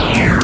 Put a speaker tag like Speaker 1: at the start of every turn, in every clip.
Speaker 1: Hiya!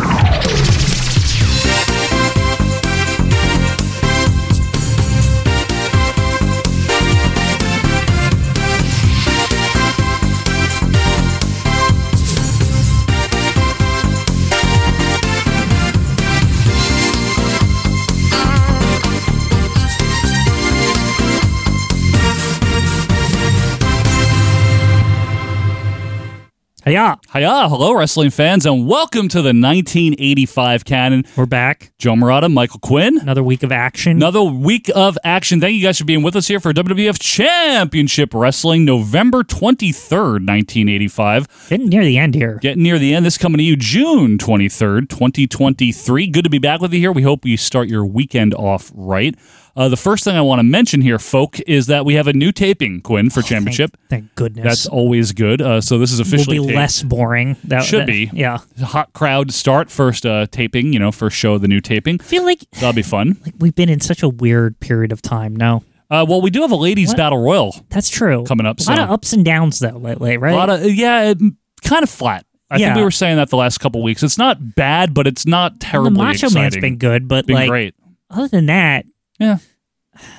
Speaker 1: Hiya!
Speaker 2: Hiya, hello, wrestling fans, and welcome to the 1985 canon.
Speaker 1: We're back.
Speaker 2: Joe Morata, Michael Quinn.
Speaker 1: Another week of action.
Speaker 2: Another week of action. Thank you guys for being with us here for WWF Championship Wrestling, November 23rd, 1985.
Speaker 1: Getting near the end here.
Speaker 2: Getting near the end. This coming to you June 23rd, 2023. Good to be back with you here. We hope you start your weekend off right. Uh, the first thing I want to mention here, folk, is that we have a new taping, Quinn, for
Speaker 1: Oh, Thank,
Speaker 2: Championship.
Speaker 1: thank goodness.
Speaker 2: That's always good. Uh, so this is
Speaker 1: will
Speaker 2: officially
Speaker 1: be
Speaker 2: taped.
Speaker 1: less boring. That
Speaker 2: Should
Speaker 1: that-
Speaker 2: be.
Speaker 1: Yeah.
Speaker 2: hot crowd start first uh, taping you know first show of the new taping
Speaker 1: feel like
Speaker 2: that'll be fun
Speaker 1: like we've been in such a weird period of time. No,
Speaker 2: uh, well we do have a ladies
Speaker 1: What?
Speaker 2: battle royal
Speaker 1: that's true.
Speaker 2: Coming up
Speaker 1: a lot of
Speaker 2: soon.
Speaker 1: ups and downs though lately, right?
Speaker 2: a lot of yeah it, kind of flat i
Speaker 1: Yeah.
Speaker 2: think we were saying that the last couple weeks it's not bad but it's not
Speaker 1: the
Speaker 2: terribly
Speaker 1: Macho
Speaker 2: exciting.
Speaker 1: Man's been good, but
Speaker 2: Been
Speaker 1: like
Speaker 2: great
Speaker 1: other than that,
Speaker 2: yeah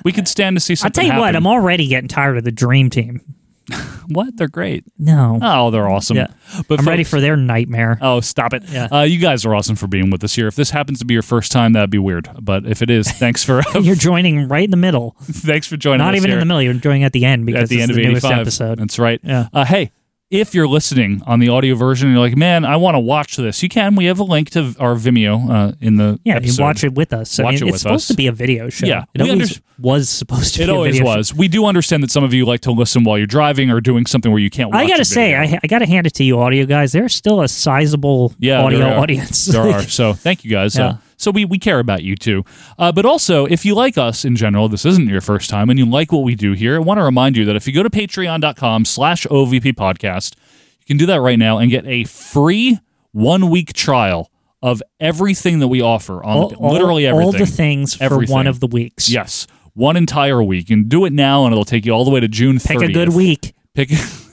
Speaker 2: we could stand to see
Speaker 1: I'll tell
Speaker 2: something
Speaker 1: you what,
Speaker 2: happen.
Speaker 1: I'm already getting tired of the Dream Team.
Speaker 2: what they're great
Speaker 1: No,
Speaker 2: oh they're awesome
Speaker 1: Yeah.
Speaker 2: but
Speaker 1: I'm ready
Speaker 2: folks-
Speaker 1: for their nightmare.
Speaker 2: Oh, stop it.
Speaker 1: Yeah.
Speaker 2: Uh, you guys are awesome for being with us here. If this happens to be your first time, that'd be weird. But if it is, thanks for
Speaker 1: You're joining right in the middle,
Speaker 2: thanks for joining
Speaker 1: not
Speaker 2: us
Speaker 1: even
Speaker 2: here.
Speaker 1: in the middle. You're joining at the end because
Speaker 2: at the
Speaker 1: it's
Speaker 2: end
Speaker 1: the
Speaker 2: of
Speaker 1: newest
Speaker 2: 85
Speaker 1: episode.
Speaker 2: That's right.
Speaker 1: Yeah.
Speaker 2: Uh, hey, if you're listening on the audio version and you're like, man, I want to watch this, you can. We have a link to our Vimeo uh, in the
Speaker 1: Yeah, you
Speaker 2: episode.
Speaker 1: watch it with us. I
Speaker 2: Watch
Speaker 1: mean,
Speaker 2: it
Speaker 1: it's
Speaker 2: with
Speaker 1: supposed
Speaker 2: us.
Speaker 1: to be a video show.
Speaker 2: Yeah,
Speaker 1: it
Speaker 2: we
Speaker 1: always
Speaker 2: under-
Speaker 1: was supposed to
Speaker 2: It
Speaker 1: be. a
Speaker 2: always
Speaker 1: video show.
Speaker 2: was. We do understand that some of you like to listen while you're driving or doing something where you can't watch
Speaker 1: I gotta
Speaker 2: a
Speaker 1: say,
Speaker 2: video.
Speaker 1: I, I gotta hand it to you, audio guys. There's still a sizable
Speaker 2: Yeah,
Speaker 1: audio
Speaker 2: there are.
Speaker 1: audience.
Speaker 2: there are. So thank you guys.
Speaker 1: Yeah.
Speaker 2: Uh, so we, we care about you too. Uh, but also, if you like us in general, this isn't your first time, and you like what we do here, I want to remind you that if you go to patreon.com slash OVP podcast, you can do that right now and get a free one-week trial of everything that we offer on
Speaker 1: all, all-
Speaker 2: literally everything.
Speaker 1: All the things for
Speaker 2: Everything.
Speaker 1: one of the weeks.
Speaker 2: Yes. One entire week. And do it now, and it'll take you all the way to June 30th.
Speaker 1: Pick a good week.
Speaker 2: Pick,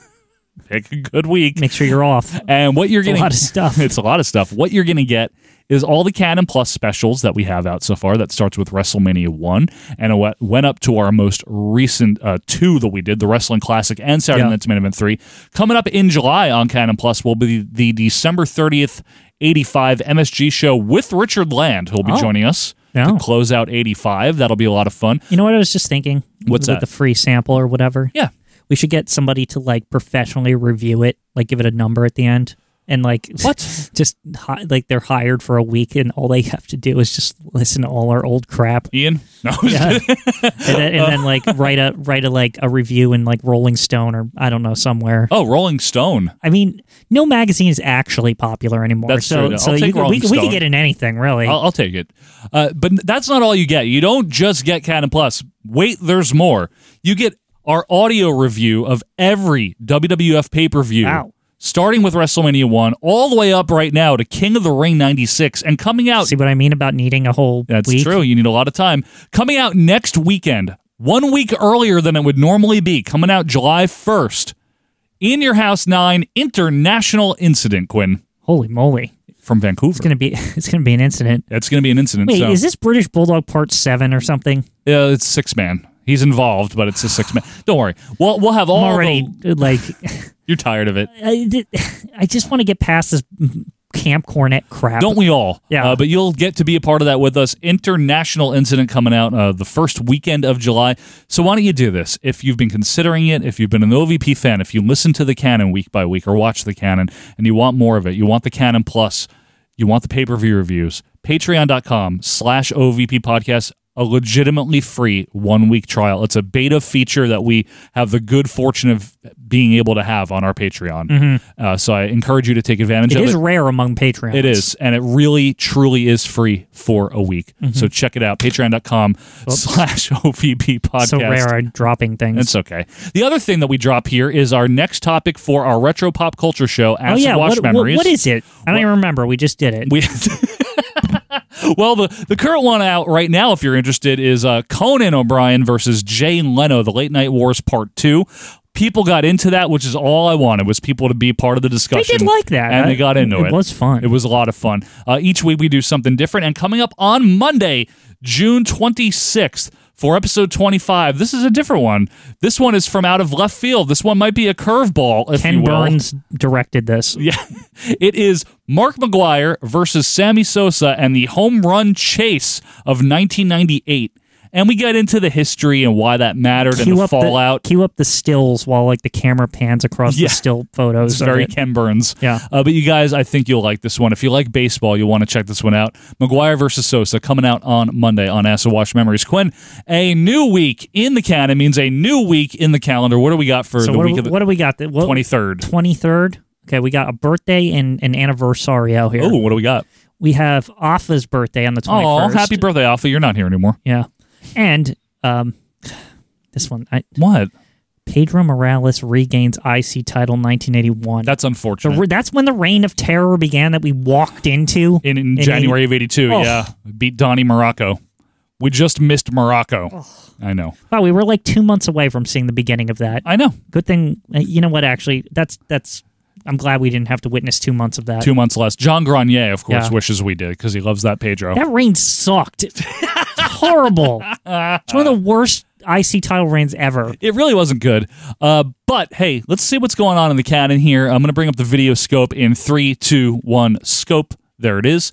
Speaker 2: pick a good week.
Speaker 1: Make sure you're off.
Speaker 2: And what you're
Speaker 1: a
Speaker 2: getting
Speaker 1: lot of stuff.
Speaker 2: it's a lot of stuff. What you're going to get is all the Canon Plus specials that we have out so far. That starts with WrestleMania one, and it went- went up to our most recent uh, two that we did, the Wrestling Classic and Saturday
Speaker 1: Yeah.
Speaker 2: Night's Main Event three. Coming up in July on Canon Plus will be the December thirtieth. 85 MSG show with Richard Land, who'll be
Speaker 1: Oh.
Speaker 2: joining us
Speaker 1: Yeah.
Speaker 2: to close out 85. That'll be a lot of fun.
Speaker 1: You know what I was just thinking?
Speaker 2: What's
Speaker 1: with
Speaker 2: that?
Speaker 1: the free sample or whatever.
Speaker 2: Yeah,
Speaker 1: We should get somebody to like professionally review it, like give it a number at the end, and like
Speaker 2: What?
Speaker 1: Just hi- like they're hired for a week, and all they have to do is just listen to all our old crap,
Speaker 2: Ian. No, I'm just
Speaker 1: Yeah.
Speaker 2: kidding.
Speaker 1: and then, and then like write a write a like a review in like Rolling Stone or I don't know somewhere.
Speaker 2: oh, Rolling Stone.
Speaker 1: I mean, no magazine is actually popular anymore.
Speaker 2: That's
Speaker 1: so,
Speaker 2: true. I'll
Speaker 1: so
Speaker 2: take
Speaker 1: you could,
Speaker 2: Rolling
Speaker 1: we, could- we could
Speaker 2: Stone.
Speaker 1: get in anything, really.
Speaker 2: I'll, I'll take it. Uh, but that's not all you get. You don't just get Canon Plus. Wait, there's more. You get our audio review of every WWF pay per view.
Speaker 1: Wow.
Speaker 2: Starting with WrestleMania 1, all the way up right now to King of the Ring 96, and coming out.
Speaker 1: See what I mean about needing a whole
Speaker 2: that's
Speaker 1: week?
Speaker 2: true. You need a lot of time. Coming out next weekend, one week earlier than it would normally be, coming out July 1st. In Your House 9 International Incident, Quinn,
Speaker 1: Holy moly!
Speaker 2: from Vancouver.
Speaker 1: It's gonna be it's gonna be an incident.
Speaker 2: It's going to be an incident.
Speaker 1: Wait,
Speaker 2: so.
Speaker 1: is this British Bulldog Part Seven or something?
Speaker 2: Yeah, it's six man. He's involved, but it's a six man. Don't worry. We'll we'll have all
Speaker 1: I'm
Speaker 2: the-
Speaker 1: already like,
Speaker 2: you're tired of it,
Speaker 1: I, did- I just want to get past this Camp Cornet crap.
Speaker 2: don't we all?
Speaker 1: Yeah.
Speaker 2: Uh, but you'll get to be a part of that with us. International incident coming out uh, the first weekend of July. So why don't you do this? If you've been considering it, if you've been an OVP fan, if you listen to the Canon week by week or watch the Canon, and you want more of it, you want the Canon Plus, you want the pay per view reviews. Patreon.com/slash OVP podcast. a legitimately free one week trial. It's a beta feature that we have the good fortune of being able to have on our Patreon. Uh, so I encourage you to take advantage
Speaker 1: Mm-hmm. it
Speaker 2: of
Speaker 1: is
Speaker 2: it.
Speaker 1: rare among Patreons.
Speaker 2: It is, and it really, truly is free for a week.
Speaker 1: Mm-hmm.
Speaker 2: So check it out, patreon.com slash OVP podcast.
Speaker 1: so rare. I'm dropping things.
Speaker 2: It's okay. The other thing that we drop here is our next topic for our retro pop culture show,
Speaker 1: oh
Speaker 2: Acid
Speaker 1: yeah,
Speaker 2: Wash
Speaker 1: what, what-
Speaker 2: Memories.
Speaker 1: what is it? I don't even remember. We just did it.
Speaker 2: We well, the the current one out right now, if you're interested, is uh, Conan O'Brien versus Jay Leno, the Late Night Wars Part Two. people got into that, which is all I wanted was people to be part of the
Speaker 1: They
Speaker 2: discussion.
Speaker 1: did like that,
Speaker 2: and
Speaker 1: I-
Speaker 2: they got into it.
Speaker 1: It was fun.
Speaker 2: It was a lot of fun. Uh, each week we do something different. And coming up on Monday, June 26th, for episode 25, this is a different one. This one is from out of left field. This one might be a curveball, if you
Speaker 1: Ken
Speaker 2: will.
Speaker 1: Burns directed this.
Speaker 2: Yeah. It is Mark McGuire versus Sammy Sosa and the home run chase of 1998. And we get into the history and why that mattered and
Speaker 1: Cue
Speaker 2: the
Speaker 1: up
Speaker 2: fallout.
Speaker 1: the cue up the stills while like the camera pans across
Speaker 2: Yeah.
Speaker 1: the still photos.
Speaker 2: It's
Speaker 1: of
Speaker 2: very
Speaker 1: it.
Speaker 2: Ken Burns.
Speaker 1: Yeah.
Speaker 2: Uh, but you guys, I think you'll like this one. If you like baseball, you'll want to check this one out. McGuire versus Sosa coming out on Monday on Assawash Memories. Quinn, a new week in the canon means a new week in the calendar. What do we got for
Speaker 1: So
Speaker 2: the
Speaker 1: what,
Speaker 2: week
Speaker 1: do,
Speaker 2: of the
Speaker 1: what do we got? The- What,
Speaker 2: 23rd?
Speaker 1: 23rd. Okay, we got a birthday and an anniversary out here.
Speaker 2: Oh, what do we got?
Speaker 1: We have Afa's birthday on the 21st.
Speaker 2: Oh, happy birthday, Alpha. You're not here anymore.
Speaker 1: Yeah. And um, this one, I,
Speaker 2: What?
Speaker 1: Pedro Morales regains IC title 1981.
Speaker 2: That's
Speaker 1: the,
Speaker 2: unfortunate.
Speaker 1: re- that's when the reign of terror began that we walked into.
Speaker 2: in, in
Speaker 1: In
Speaker 2: January of 82,
Speaker 1: Oh.
Speaker 2: yeah. Beat Donnie Morocco. We just missed Morocco.
Speaker 1: Oh.
Speaker 2: I know.
Speaker 1: wow, we were like two months away from seeing the beginning of that.
Speaker 2: I know.
Speaker 1: Good thing, uh, you know what? Actually, that's that's. I'm glad we didn't have to witness two months of that.
Speaker 2: Two months less. John Grenier, of course,
Speaker 1: Yeah.
Speaker 2: wishes we did because he loves that Pedro.
Speaker 1: That reign sucked. It's horrible. It's one of the worst IC title reigns ever.
Speaker 2: It really wasn't good. Uh, but hey, let's see what's going on in the canon here. I'm going to bring up the video scope in three, two, one, scope. There it is.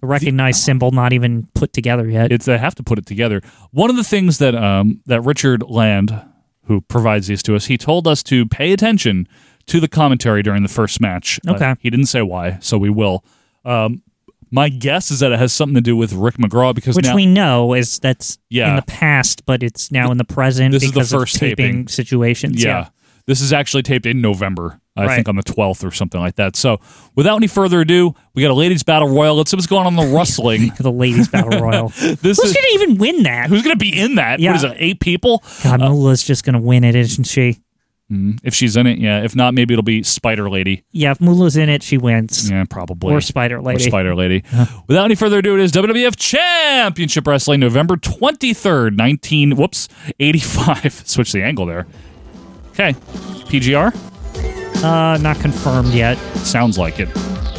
Speaker 1: The recognized symbol not even put together yet.
Speaker 2: It's I have to put it together. One of the things that um, that Richard Land, who provides these to us, he told us to pay attention to the commentary during the first match. Uh,
Speaker 1: Okay.
Speaker 2: he didn't say why, so we will. Um, my guess is that it has something to do with Rick McGraw because
Speaker 1: which
Speaker 2: now
Speaker 1: we know is that's
Speaker 2: Yeah.
Speaker 1: in the past, but it's now in the present
Speaker 2: This is the
Speaker 1: because
Speaker 2: first
Speaker 1: of taping,
Speaker 2: taping.
Speaker 1: situations.
Speaker 2: yeah. This is actually taped in November, I
Speaker 1: Right.
Speaker 2: think on the 12th or something like that. So, without any further ado, we got a ladies' battle royal. Let's see what's going on in the rustling.
Speaker 1: the ladies' battle royal. Who's
Speaker 2: This is,
Speaker 1: gonna even win that?
Speaker 2: who's going to be in that?
Speaker 1: Yeah.
Speaker 2: What is it, eight people? Uh,
Speaker 1: God, Mula's just gonna win it, isn't she?
Speaker 2: Hmm, If she's in it, yeah. If not, maybe it'll be Spider Lady.
Speaker 1: Yeah, if Mula's in it, she wins.
Speaker 2: Yeah, probably.
Speaker 1: Or Spider
Speaker 2: Or
Speaker 1: Lady.
Speaker 2: Spider Lady. Without any further ado, it is WWF Championship Wrestling, November 23rd, 19, whoops, 85. Switch the angle there. Okay. PGR?
Speaker 1: uh, not confirmed yet.
Speaker 2: Sounds like it.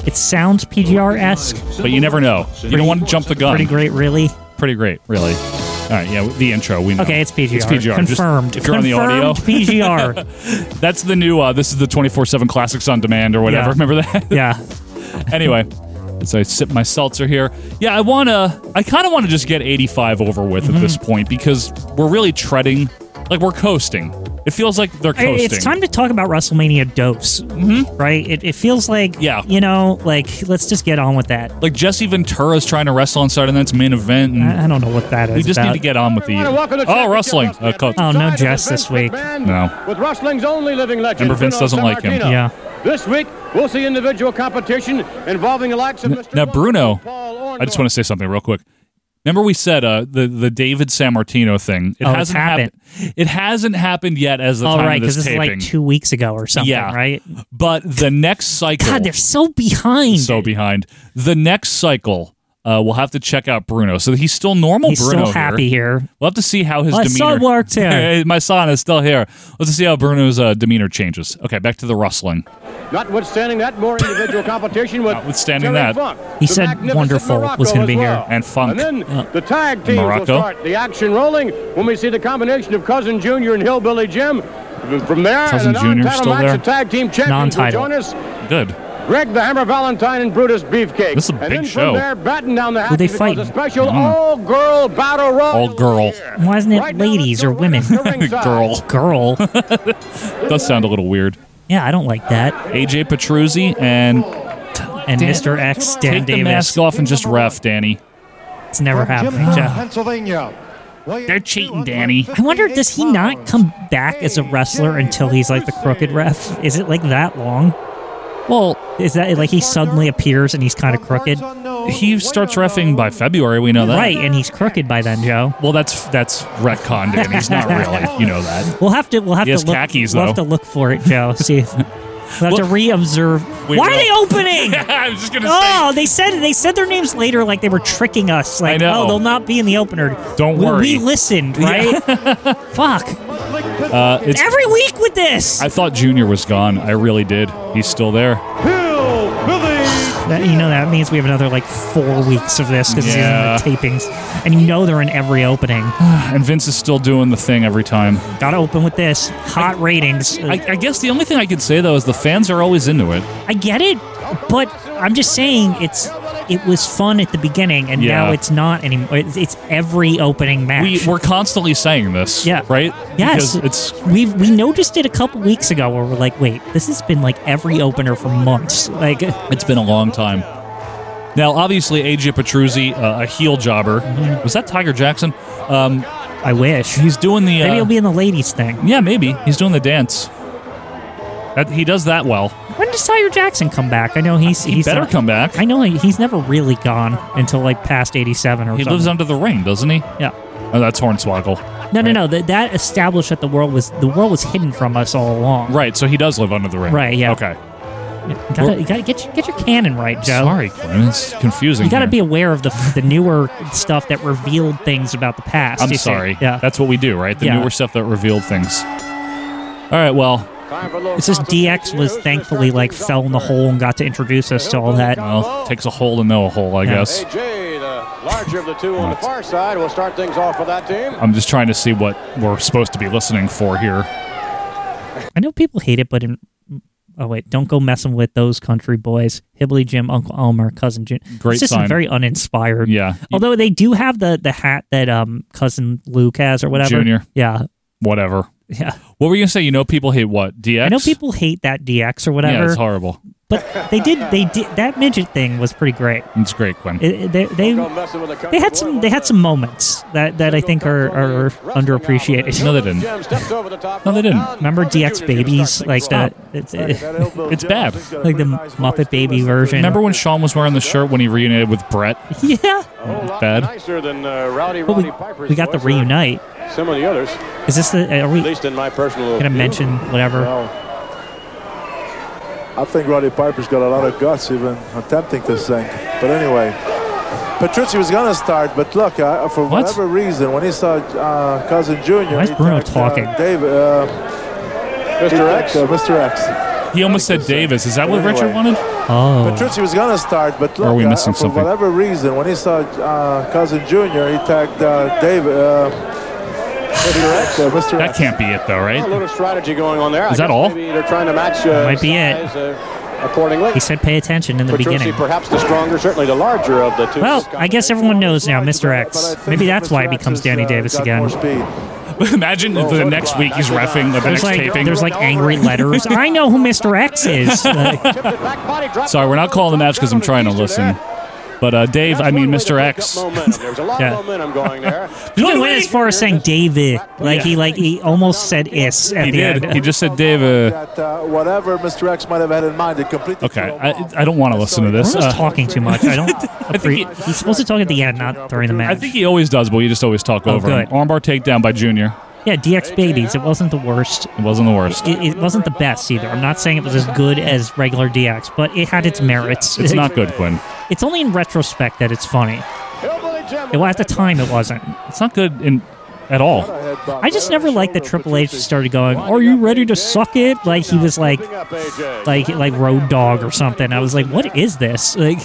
Speaker 1: It sounds PGR esque.
Speaker 2: But you never know. You don't want to jump the gun.
Speaker 1: Pretty great, really.
Speaker 2: Pretty great, really. All right, yeah, the intro, we know.
Speaker 1: Okay, it's PGR.
Speaker 2: It's PGR. Just-
Speaker 1: Confirmed.
Speaker 2: if you're on the
Speaker 1: Confirmed
Speaker 2: audio.
Speaker 1: PGR.
Speaker 2: That's the new, uh, this is the 24 7 Classics on Demand or whatever.
Speaker 1: Yeah.
Speaker 2: Remember that?
Speaker 1: yeah.
Speaker 2: anyway, as I sip my seltzer here, yeah, I wanna, I kind of want to just get 85 over with
Speaker 1: Mm-hmm.
Speaker 2: at this point because we're really treading, like we're coasting. It feels like they're
Speaker 1: I-
Speaker 2: coasting.
Speaker 1: It's time to talk about WrestleMania dose, mm-hmm. right? It, it feels like,
Speaker 2: Yeah.
Speaker 1: you know, like let's just get on with that.
Speaker 2: like Jesse Ventura's trying to wrestle on Saturday Night's main event, and
Speaker 1: I, I don't know what that is.
Speaker 2: we just
Speaker 1: about.
Speaker 2: need to get on with the. Oh, wrestling. Uh, co-
Speaker 1: Oh, no Jess this week.
Speaker 2: No.
Speaker 3: With wrestling's only living legend.
Speaker 2: Remember, Vince
Speaker 3: Bruno
Speaker 2: doesn't like him.
Speaker 3: Sammartino.
Speaker 1: Yeah.
Speaker 3: This week, we'll see individual competition involving the likes of Mr.
Speaker 2: now, Bruno,
Speaker 3: Paul
Speaker 2: I just want to say something real quick. Remember we said uh, the the David Sammartino thing. It
Speaker 1: Oh, it's
Speaker 2: hasn't happened. It hasn't happened yet as the
Speaker 1: All
Speaker 2: time
Speaker 1: right,
Speaker 2: of
Speaker 1: because
Speaker 2: this
Speaker 1: this is
Speaker 2: taping.
Speaker 1: like two weeks ago or something,
Speaker 2: Yeah.
Speaker 1: right?
Speaker 2: but the next cycle,
Speaker 1: God, they're so behind.
Speaker 2: so behind. The next cycle, uh, we'll have to check out Bruno. So he's still normal.
Speaker 1: He's
Speaker 2: Bruno
Speaker 1: still happy
Speaker 2: Here.
Speaker 1: here.
Speaker 2: We'll have to see how his
Speaker 1: My
Speaker 2: demeanor.
Speaker 1: son works here.
Speaker 2: Hey, My son is still here. Let's see how Bruno's uh, demeanor changes. Okay, back to the rustling.
Speaker 3: Notwithstanding that, more individual competition with
Speaker 2: Notwithstanding
Speaker 3: Terry
Speaker 2: that.
Speaker 3: Funk,
Speaker 1: He
Speaker 3: the
Speaker 1: said
Speaker 3: magnificent
Speaker 1: Wonderful
Speaker 3: Morocco
Speaker 1: was gonna
Speaker 3: as
Speaker 1: be here.
Speaker 3: well.
Speaker 2: And Funk.
Speaker 3: And then the tag teams
Speaker 2: Morocco.
Speaker 3: will start the action rolling when we see the combination of Cousin Junior and Hillbilly Jim. From there,
Speaker 2: Cousin
Speaker 3: and a
Speaker 2: Junior's
Speaker 3: non-title
Speaker 2: still
Speaker 3: match,
Speaker 2: there?
Speaker 3: the tag team champions
Speaker 1: Non-title.
Speaker 3: will join us.
Speaker 2: Good.
Speaker 3: Greg the Hammer Valentine and Brutus Beefcake.
Speaker 2: This is a big
Speaker 3: and then
Speaker 2: show. Mm.
Speaker 3: From there, batten down the hatches
Speaker 1: they
Speaker 3: because
Speaker 1: fighting?
Speaker 3: A special
Speaker 2: I don't know.
Speaker 3: all-girl battle royal.
Speaker 2: All-girl.
Speaker 3: here.
Speaker 1: Why isn't it
Speaker 3: Right now,
Speaker 1: ladies or
Speaker 3: let's go right
Speaker 1: women?
Speaker 3: up to ringside.
Speaker 2: Girl.
Speaker 1: Girl.
Speaker 2: Does sound a little weird.
Speaker 1: yeah, I don't like that.
Speaker 2: AJ Petruzzi and
Speaker 1: And Mr. X, Dan
Speaker 2: take the
Speaker 1: Davis.
Speaker 2: mask off and just ref, Danny.
Speaker 1: It's never happening. Jeff.
Speaker 3: Pennsylvania.
Speaker 2: They're cheating, Danny.
Speaker 1: I wonder, does he not come back as a wrestler until he's like the crooked ref? Is it like that long?
Speaker 2: Well,
Speaker 1: Is that like he suddenly appears and he's kind of crooked?
Speaker 2: he starts refing by February. We know that.
Speaker 1: Right, and he's crooked by then, Joe.
Speaker 2: Well, that's that's retcon, Danny. He's not really. You know that.
Speaker 1: We'll have to we'll have
Speaker 2: He
Speaker 1: to
Speaker 2: has
Speaker 1: look
Speaker 2: khakis,
Speaker 1: we'll have
Speaker 2: though.
Speaker 1: to look for it, Joe. See if We'll have to
Speaker 2: Well-
Speaker 1: re-observe.
Speaker 2: We
Speaker 1: Why
Speaker 2: will.
Speaker 1: are they opening?
Speaker 2: I was just gonna
Speaker 1: Oh, they said they said their names later, like they were tricking us. Like,
Speaker 2: I know.
Speaker 1: oh, they'll not be in the opener.
Speaker 2: Don't
Speaker 1: we,
Speaker 2: worry.
Speaker 1: We listened, right? Fuck.
Speaker 2: say. Uh, it's,
Speaker 1: Every week with this.
Speaker 2: I thought Junior was gone. I really did. He's still there.
Speaker 3: Hill Billy.
Speaker 1: That- you know that means we have another like four weeks of this because
Speaker 2: Yeah.
Speaker 1: the tapings, and you know they're in every opening.
Speaker 2: And Vince is still doing the thing every time.
Speaker 1: Got to open with this hot ratings.
Speaker 2: I, I guess the only thing I could say though is the fans are always into it.
Speaker 1: I get it, but I'm just saying it's it was fun at the beginning, and
Speaker 2: Yeah.
Speaker 1: now it's not anymore. It's, it's every opening match.
Speaker 2: We we're constantly saying this.
Speaker 1: Yeah.
Speaker 2: Right. Because
Speaker 1: Yes,
Speaker 2: it's
Speaker 1: we we noticed it a couple weeks ago where we're like, wait, this has been like every opener for months. Like,
Speaker 2: it's been a long time. Now, obviously, AJ Petruzzi, uh, a heel jobber. Was that Tiger Jackson? Um,
Speaker 1: Mm-hmm. I wish
Speaker 2: he's doing the.
Speaker 1: maybe
Speaker 2: uh,
Speaker 1: he'll be in the ladies thing.
Speaker 2: yeah, maybe he's doing the dance. That, he does that well.
Speaker 1: When does Tyre Jackson come back? I know he's
Speaker 2: He
Speaker 1: he's
Speaker 2: better
Speaker 1: not-
Speaker 2: come back.
Speaker 1: I know he- he's never really gone until like past eighty seven or
Speaker 2: He
Speaker 1: something.
Speaker 2: lives under the ring, doesn't he?
Speaker 1: yeah.
Speaker 2: Oh, that's Hornswoggle.
Speaker 1: No, no, no. That that established that the world was the world was hidden from us all along.
Speaker 2: Right, so he does live under the ring.
Speaker 1: Right, yeah.
Speaker 2: Okay.
Speaker 1: You gotta, you gotta get your, get your canon right, Joe.
Speaker 2: Sorry, Glenn. It's confusing.
Speaker 1: You got to
Speaker 2: here.
Speaker 1: be aware of the the newer stuff that revealed things about the past.
Speaker 2: I'm
Speaker 1: you see.
Speaker 2: sorry.
Speaker 1: Yeah.
Speaker 2: That's what we do, right? The
Speaker 1: Yeah.
Speaker 2: newer stuff that revealed things. All right, well,
Speaker 1: It says DX was thankfully like fell in the hole and got to introduce us to all that.
Speaker 2: well, takes a hole to know a hole, I
Speaker 1: Yeah.
Speaker 2: guess.
Speaker 3: AJ, the larger of the two on the
Speaker 2: What?
Speaker 3: far side, will start things off for that team.
Speaker 2: I'm just trying to see what we're supposed to be listening for here.
Speaker 1: I know people hate it, but in, oh wait, don't go messing with those country boys. Hibbly Jim, Uncle Elmer, cousin Jim.
Speaker 2: Great
Speaker 1: it's just
Speaker 2: sign.
Speaker 1: very uninspired.
Speaker 2: Yeah.
Speaker 1: Although they do have the the hat that um cousin Luke has or whatever.
Speaker 2: Junior.
Speaker 1: Yeah.
Speaker 2: Whatever.
Speaker 1: Yeah.
Speaker 2: What were you gonna say? You know, people hate what DX.
Speaker 1: I know people hate that DX or
Speaker 2: Yeah,
Speaker 1: whatever,
Speaker 2: it's horrible.
Speaker 1: but they did they did that midget thing was pretty great.
Speaker 2: It's great, Glenn.
Speaker 1: It- it- they,
Speaker 3: Go
Speaker 1: they
Speaker 3: messing with the country
Speaker 1: they had
Speaker 3: boy
Speaker 1: some
Speaker 3: one
Speaker 1: they had some moments that that I think are are underappreciated.
Speaker 2: No, they didn't.
Speaker 3: Jim steps over the top
Speaker 2: No, they didn't.
Speaker 3: rope.
Speaker 1: Remember
Speaker 3: Now the
Speaker 1: DX
Speaker 3: junior team
Speaker 1: babies
Speaker 3: starts
Speaker 1: like
Speaker 3: things
Speaker 1: that?
Speaker 3: off.
Speaker 2: It's
Speaker 1: It's,
Speaker 2: bad.
Speaker 1: like the Muppet Baby version.
Speaker 2: Remember when Sean was wearing the shirt when he reunited with Brett?
Speaker 1: yeah.
Speaker 2: Bad.
Speaker 3: Nicer than uh, Rowdy
Speaker 1: But
Speaker 3: Roddy
Speaker 1: we,
Speaker 3: Piper's
Speaker 1: we got the
Speaker 3: voice, or
Speaker 1: reunite.
Speaker 3: Some of the others,
Speaker 1: Is this the? Are we
Speaker 3: at least in my personal.
Speaker 1: gonna
Speaker 3: view.
Speaker 1: mention whatever?
Speaker 4: Now, I think Roddy Piper's got a lot of guts even attempting this thing. But anyway, Petrucci was going to start, but look, uh, for
Speaker 2: What?
Speaker 4: whatever reason, when he saw uh, Cousin Junior,
Speaker 1: Why is
Speaker 4: he
Speaker 1: Bruno
Speaker 4: attacked,
Speaker 1: talking?
Speaker 4: Uh, David, uh,
Speaker 3: Mr. X.
Speaker 4: uh, Mr. X.
Speaker 2: He almost said Davis. Is that what
Speaker 4: Anyway.
Speaker 2: Richard wanted?
Speaker 1: Oh,
Speaker 4: Petrucci was going to start, but look,
Speaker 2: are we
Speaker 4: uh,
Speaker 2: missing
Speaker 4: for
Speaker 2: something?
Speaker 4: whatever reason, when he saw uh, Cousin Junior, he tagged uh, David, uh, Mr. X. Uh, Mr.
Speaker 2: That
Speaker 4: X.
Speaker 2: can't be it though,
Speaker 3: A
Speaker 2: right?
Speaker 3: little strategy going on there. I
Speaker 2: Is that
Speaker 3: guess
Speaker 2: all?
Speaker 3: Maybe they're trying to match. Uh,
Speaker 1: Might be it.
Speaker 3: size, uh, accordingly.
Speaker 1: he said pay attention in the
Speaker 3: Petrucci
Speaker 1: beginning.
Speaker 3: perhaps the stronger, certainly the larger of the two.
Speaker 1: Well, I guess everyone knows now, Mr.
Speaker 4: But I
Speaker 1: X.
Speaker 4: think
Speaker 1: Maybe that's why
Speaker 4: Mr.
Speaker 1: he
Speaker 4: X
Speaker 1: becomes
Speaker 4: has,
Speaker 1: Danny
Speaker 4: uh,
Speaker 1: Davis
Speaker 4: got
Speaker 1: again.
Speaker 4: more speed.
Speaker 2: Imagine the next week he's refing at the
Speaker 1: There's
Speaker 2: next
Speaker 1: like
Speaker 2: taping.
Speaker 1: there's like angry letters. I know who Mr. X is. Like,
Speaker 3: Tipped it back, body drop.
Speaker 2: Sorry, we're not calling the match because I'm trying to
Speaker 3: Easter
Speaker 2: listen.
Speaker 3: there.
Speaker 2: But uh, Dave, I
Speaker 3: That's
Speaker 2: mean
Speaker 3: one way to
Speaker 2: Mr.
Speaker 3: pick
Speaker 2: X.
Speaker 3: up momentum. There's a lot
Speaker 1: Yeah.
Speaker 3: of momentum going there.
Speaker 1: he even went as far as saying David. Like he like he almost said is at
Speaker 2: He
Speaker 1: the
Speaker 2: did.
Speaker 1: end.
Speaker 2: He just said Dave. Uh,
Speaker 4: that uh, whatever Mr. X might have had in mind, it completely.
Speaker 2: okay,
Speaker 4: threw him off.
Speaker 2: I, I don't want to listen to this.
Speaker 1: Bruno's
Speaker 2: Uh,
Speaker 1: talking too much. I don't. appre-
Speaker 2: he-
Speaker 1: he's supposed to talk at the end, not during the match.
Speaker 2: I think he always does, but you just always talk
Speaker 1: Oh,
Speaker 2: over him.
Speaker 1: good.
Speaker 2: Armbar takedown by Junior.
Speaker 1: yeah, DX babies. It wasn't the worst.
Speaker 2: It wasn't the worst.
Speaker 1: It, it wasn't the best either. I'm not saying it was as good as regular DX, but it had its merits.
Speaker 2: It's not good, Quinn.
Speaker 1: It's only in retrospect that it's funny.
Speaker 3: Hillbilly Jim.
Speaker 1: Well, at the time, it wasn't.
Speaker 2: It's not good in at all.
Speaker 1: I just never liked that Triple H started going, "Are you ready to suck it?" Like he was like,
Speaker 3: Picking up AJ.
Speaker 1: like like Road Dog or something. I was like, "What is this?" Like,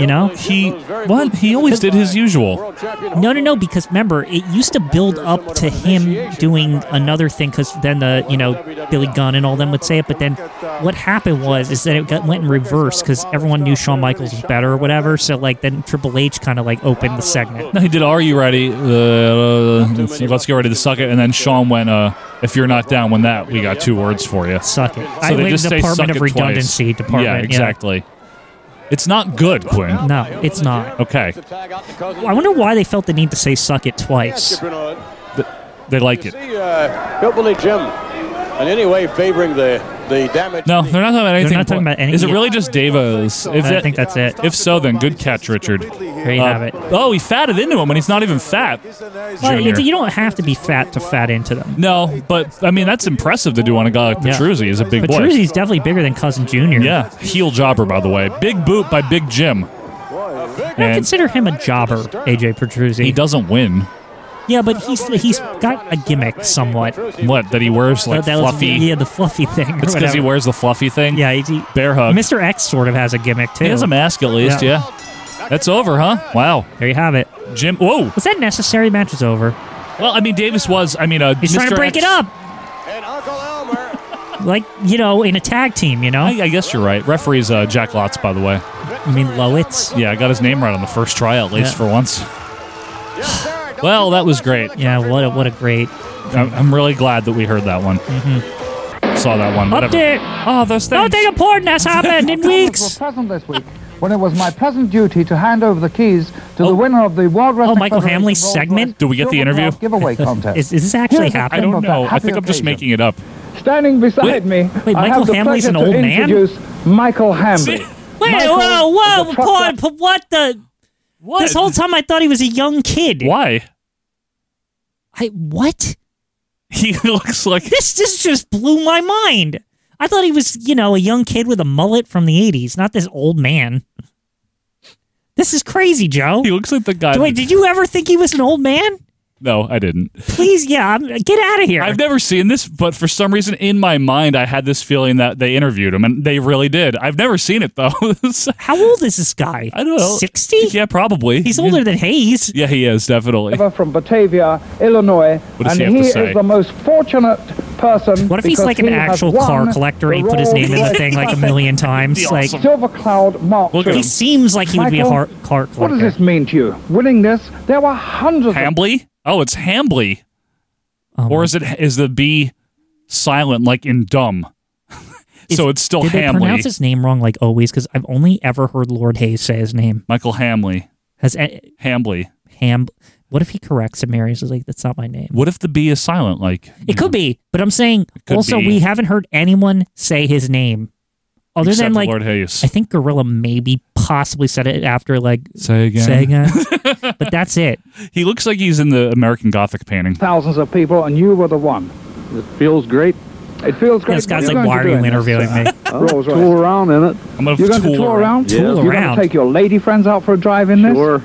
Speaker 1: you know?
Speaker 2: He what? He always did his usual.
Speaker 3: World champion
Speaker 1: No, no, no. Because remember, it used to build up to him doing another thing. Because then the you know Billy Gunn and all them would say it. But then
Speaker 3: uh,
Speaker 1: what happened was is that it got, went in reverse because everyone knew Shawn Michaels was better or whatever. So like then Triple H kind of like opened the segment.
Speaker 2: No, he did. Are you ready? Uh, let's, let's get ready to suck it. And then Sean went. Uh, if you're not down, when that we got two words for you. So
Speaker 1: Suck it. I
Speaker 2: they
Speaker 1: like
Speaker 2: just say suck
Speaker 1: Department
Speaker 2: it
Speaker 1: of Redundancy
Speaker 2: twice.
Speaker 1: department.
Speaker 2: Yeah, exactly. It's not good, Quinn.
Speaker 1: No, it's not.
Speaker 2: Okay,
Speaker 3: tag out the cousin.
Speaker 1: I wonder why they felt the need to say "suck it" twice.
Speaker 3: Yes, Chipper Nolan.
Speaker 2: they like
Speaker 3: You
Speaker 2: it.
Speaker 3: see, uh, Hillbilly Jim, in any way favoring the the damage.
Speaker 2: No, they're not talking about anything.
Speaker 1: not talking
Speaker 2: important.
Speaker 1: about any-
Speaker 2: Is it
Speaker 1: yeah.
Speaker 2: really just Davis? If
Speaker 1: I
Speaker 2: that-
Speaker 1: think that's it.
Speaker 2: If so, then good catch, Richard.
Speaker 4: Completely here.
Speaker 1: There you have it.
Speaker 2: Oh, he fatted into him when he's not even fat.
Speaker 1: Well,
Speaker 2: Junior.
Speaker 1: you, you don't have to be fat to fat into them.
Speaker 2: No, but I mean that's impressive to do on a guy like
Speaker 1: Yeah.
Speaker 2: Petruzzi. He's a big boy.
Speaker 1: Petruzzi's definitely bigger than Cousin Junior.
Speaker 2: Yeah, heel jobber by the way. Big boot by Big Jim,
Speaker 1: I don't
Speaker 2: and
Speaker 1: consider him a jobber, AJ Petruzzi.
Speaker 2: he doesn't win.
Speaker 1: Yeah, but he's he's got a gimmick somewhat.
Speaker 2: What that he wears like
Speaker 1: That- that was-
Speaker 2: fluffy?
Speaker 1: yeah, the fluffy thing. or
Speaker 2: it's because he
Speaker 1: whatever.
Speaker 2: wears the fluffy thing.
Speaker 1: Yeah, he, he-
Speaker 2: bear hug.
Speaker 1: Mr. X sort of has a gimmick too.
Speaker 2: He has a mask at least.
Speaker 1: Yeah.
Speaker 2: Yeah. that's over, huh? Wow,
Speaker 1: There you have it.
Speaker 2: Jim. Whoa.
Speaker 1: Was that necessary? Match is over.
Speaker 2: Well, I mean Davis was. I mean, uh,
Speaker 1: He's trying to
Speaker 2: Mr.
Speaker 1: break
Speaker 2: X-
Speaker 1: it up,
Speaker 3: And Uncle Elmer
Speaker 1: like you know, in a tag team. You know,
Speaker 2: I, I guess you're right. Referee's uh, Jack Lotz, by the way.
Speaker 1: I mean, Lowitz.
Speaker 2: Yeah, I got his name right on the first try, at least
Speaker 1: Yeah.
Speaker 2: for once. Well, that was great.
Speaker 1: Yeah, what a what a great
Speaker 2: I'm, I'm really glad that we heard that one.
Speaker 1: Mm-hmm.
Speaker 2: Saw that one. Whatever.
Speaker 1: update.
Speaker 2: Oh, those things.
Speaker 1: Nothing important has happened in
Speaker 5: was
Speaker 1: weeks.
Speaker 5: present this week when it was my pleasant duty to hand over the keys to
Speaker 2: Oh.
Speaker 5: the winner of the World Wrestling
Speaker 1: Michael
Speaker 5: Federation
Speaker 1: Hamley's
Speaker 5: Rolls
Speaker 1: segment?
Speaker 5: Royce
Speaker 2: Did we get the
Speaker 5: Silver
Speaker 2: interview?
Speaker 5: Cross Giveaway contest.
Speaker 1: Is, is this actually
Speaker 5: Here's a
Speaker 2: I
Speaker 1: happening?
Speaker 2: don't know. I
Speaker 5: Happy
Speaker 2: think I'm just
Speaker 5: occasion.
Speaker 2: making it up.
Speaker 5: Standing beside
Speaker 2: Wait-
Speaker 5: me,
Speaker 1: wait,
Speaker 5: I
Speaker 1: Michael
Speaker 5: have the
Speaker 1: Hamley's
Speaker 5: pleasure
Speaker 1: an
Speaker 5: to
Speaker 1: old man?
Speaker 5: introduce Michael Hamley.
Speaker 1: Wait,
Speaker 5: Michael
Speaker 1: whoa,
Speaker 5: is
Speaker 1: whoa,
Speaker 5: a truck
Speaker 1: Paul,
Speaker 5: driver.
Speaker 1: but what the?
Speaker 2: What?
Speaker 1: This whole time I thought he was a young kid.
Speaker 2: Why?
Speaker 1: I what?
Speaker 2: He looks like.
Speaker 1: This this just blew my mind. I thought he was, you know, a young kid with a mullet from the '80s, not this old man. This is crazy, Joe.
Speaker 2: He looks like the guy.
Speaker 1: Wait,
Speaker 2: that-
Speaker 1: did you ever think he was an old man?
Speaker 2: no, I didn't.
Speaker 1: Please, yeah, I'm, get out of here.
Speaker 2: I've never seen this, but for some reason in my mind, I had this feeling that they interviewed him, and they really did. I've never seen it though. I
Speaker 1: How old is this guy?
Speaker 2: don't know.
Speaker 1: Sixty?
Speaker 2: Yeah, probably.
Speaker 1: He's older than Hayes.
Speaker 2: Yeah, he is definitely.
Speaker 5: From Batavia, Illinois,
Speaker 2: What does
Speaker 5: and
Speaker 2: he have to
Speaker 5: he
Speaker 2: say?
Speaker 5: is the most fortunate person.
Speaker 1: What if he's
Speaker 5: because
Speaker 1: like an
Speaker 5: he has
Speaker 1: actual
Speaker 5: won
Speaker 1: car collector and he
Speaker 5: the
Speaker 1: put his
Speaker 5: Rolls
Speaker 1: name in the
Speaker 5: Royce
Speaker 1: thing like a
Speaker 5: Classic
Speaker 1: million times?
Speaker 2: Be
Speaker 1: Like
Speaker 2: awesome.
Speaker 5: Silver Cloud Mark
Speaker 2: Look at
Speaker 5: II.
Speaker 1: he seems like he would be a har-
Speaker 5: Michael,
Speaker 1: car
Speaker 5: What does this
Speaker 1: collector.
Speaker 5: mean to you? Winning this, there were hundreds of
Speaker 2: Hambly? Oh, it's Hambly.
Speaker 1: Um,
Speaker 2: or is it is the B silent like in dumb? so it's still
Speaker 1: Did they
Speaker 2: Hamley.
Speaker 1: pronounce his name wrong like always? Because I've only ever heard Lord Hayes say his name.
Speaker 2: Michael Hamley.
Speaker 1: Has a-
Speaker 2: Hambley.
Speaker 1: Ham? What if he corrects and Mary's like that's not my name?
Speaker 2: What if the B is silent like?
Speaker 1: It could be, but I'm saying
Speaker 2: could
Speaker 1: also
Speaker 2: be.
Speaker 1: we haven't heard anyone say his name other
Speaker 2: Except
Speaker 1: than like
Speaker 2: Lord Hayes.
Speaker 1: I think Gorilla maybe possibly said it after like
Speaker 2: Say again.
Speaker 1: saying it, but that's it.
Speaker 2: He looks like he's in the American Gothic painting.
Speaker 5: thousands of people, and you were the one.
Speaker 6: It feels great.
Speaker 5: It feels great.
Speaker 1: This guy's
Speaker 5: You're
Speaker 1: like,
Speaker 5: going
Speaker 1: why
Speaker 5: to
Speaker 1: are
Speaker 5: do
Speaker 1: you
Speaker 5: it.
Speaker 1: interviewing me?
Speaker 5: Rolls Royce.
Speaker 6: Tool around in it.
Speaker 2: I'm gonna
Speaker 5: You're going
Speaker 2: tool
Speaker 5: to tour
Speaker 2: around.
Speaker 5: around?
Speaker 6: Yeah. Tool
Speaker 5: You're going
Speaker 1: around.
Speaker 5: to take your lady friends out for a drive in this?
Speaker 6: Sure.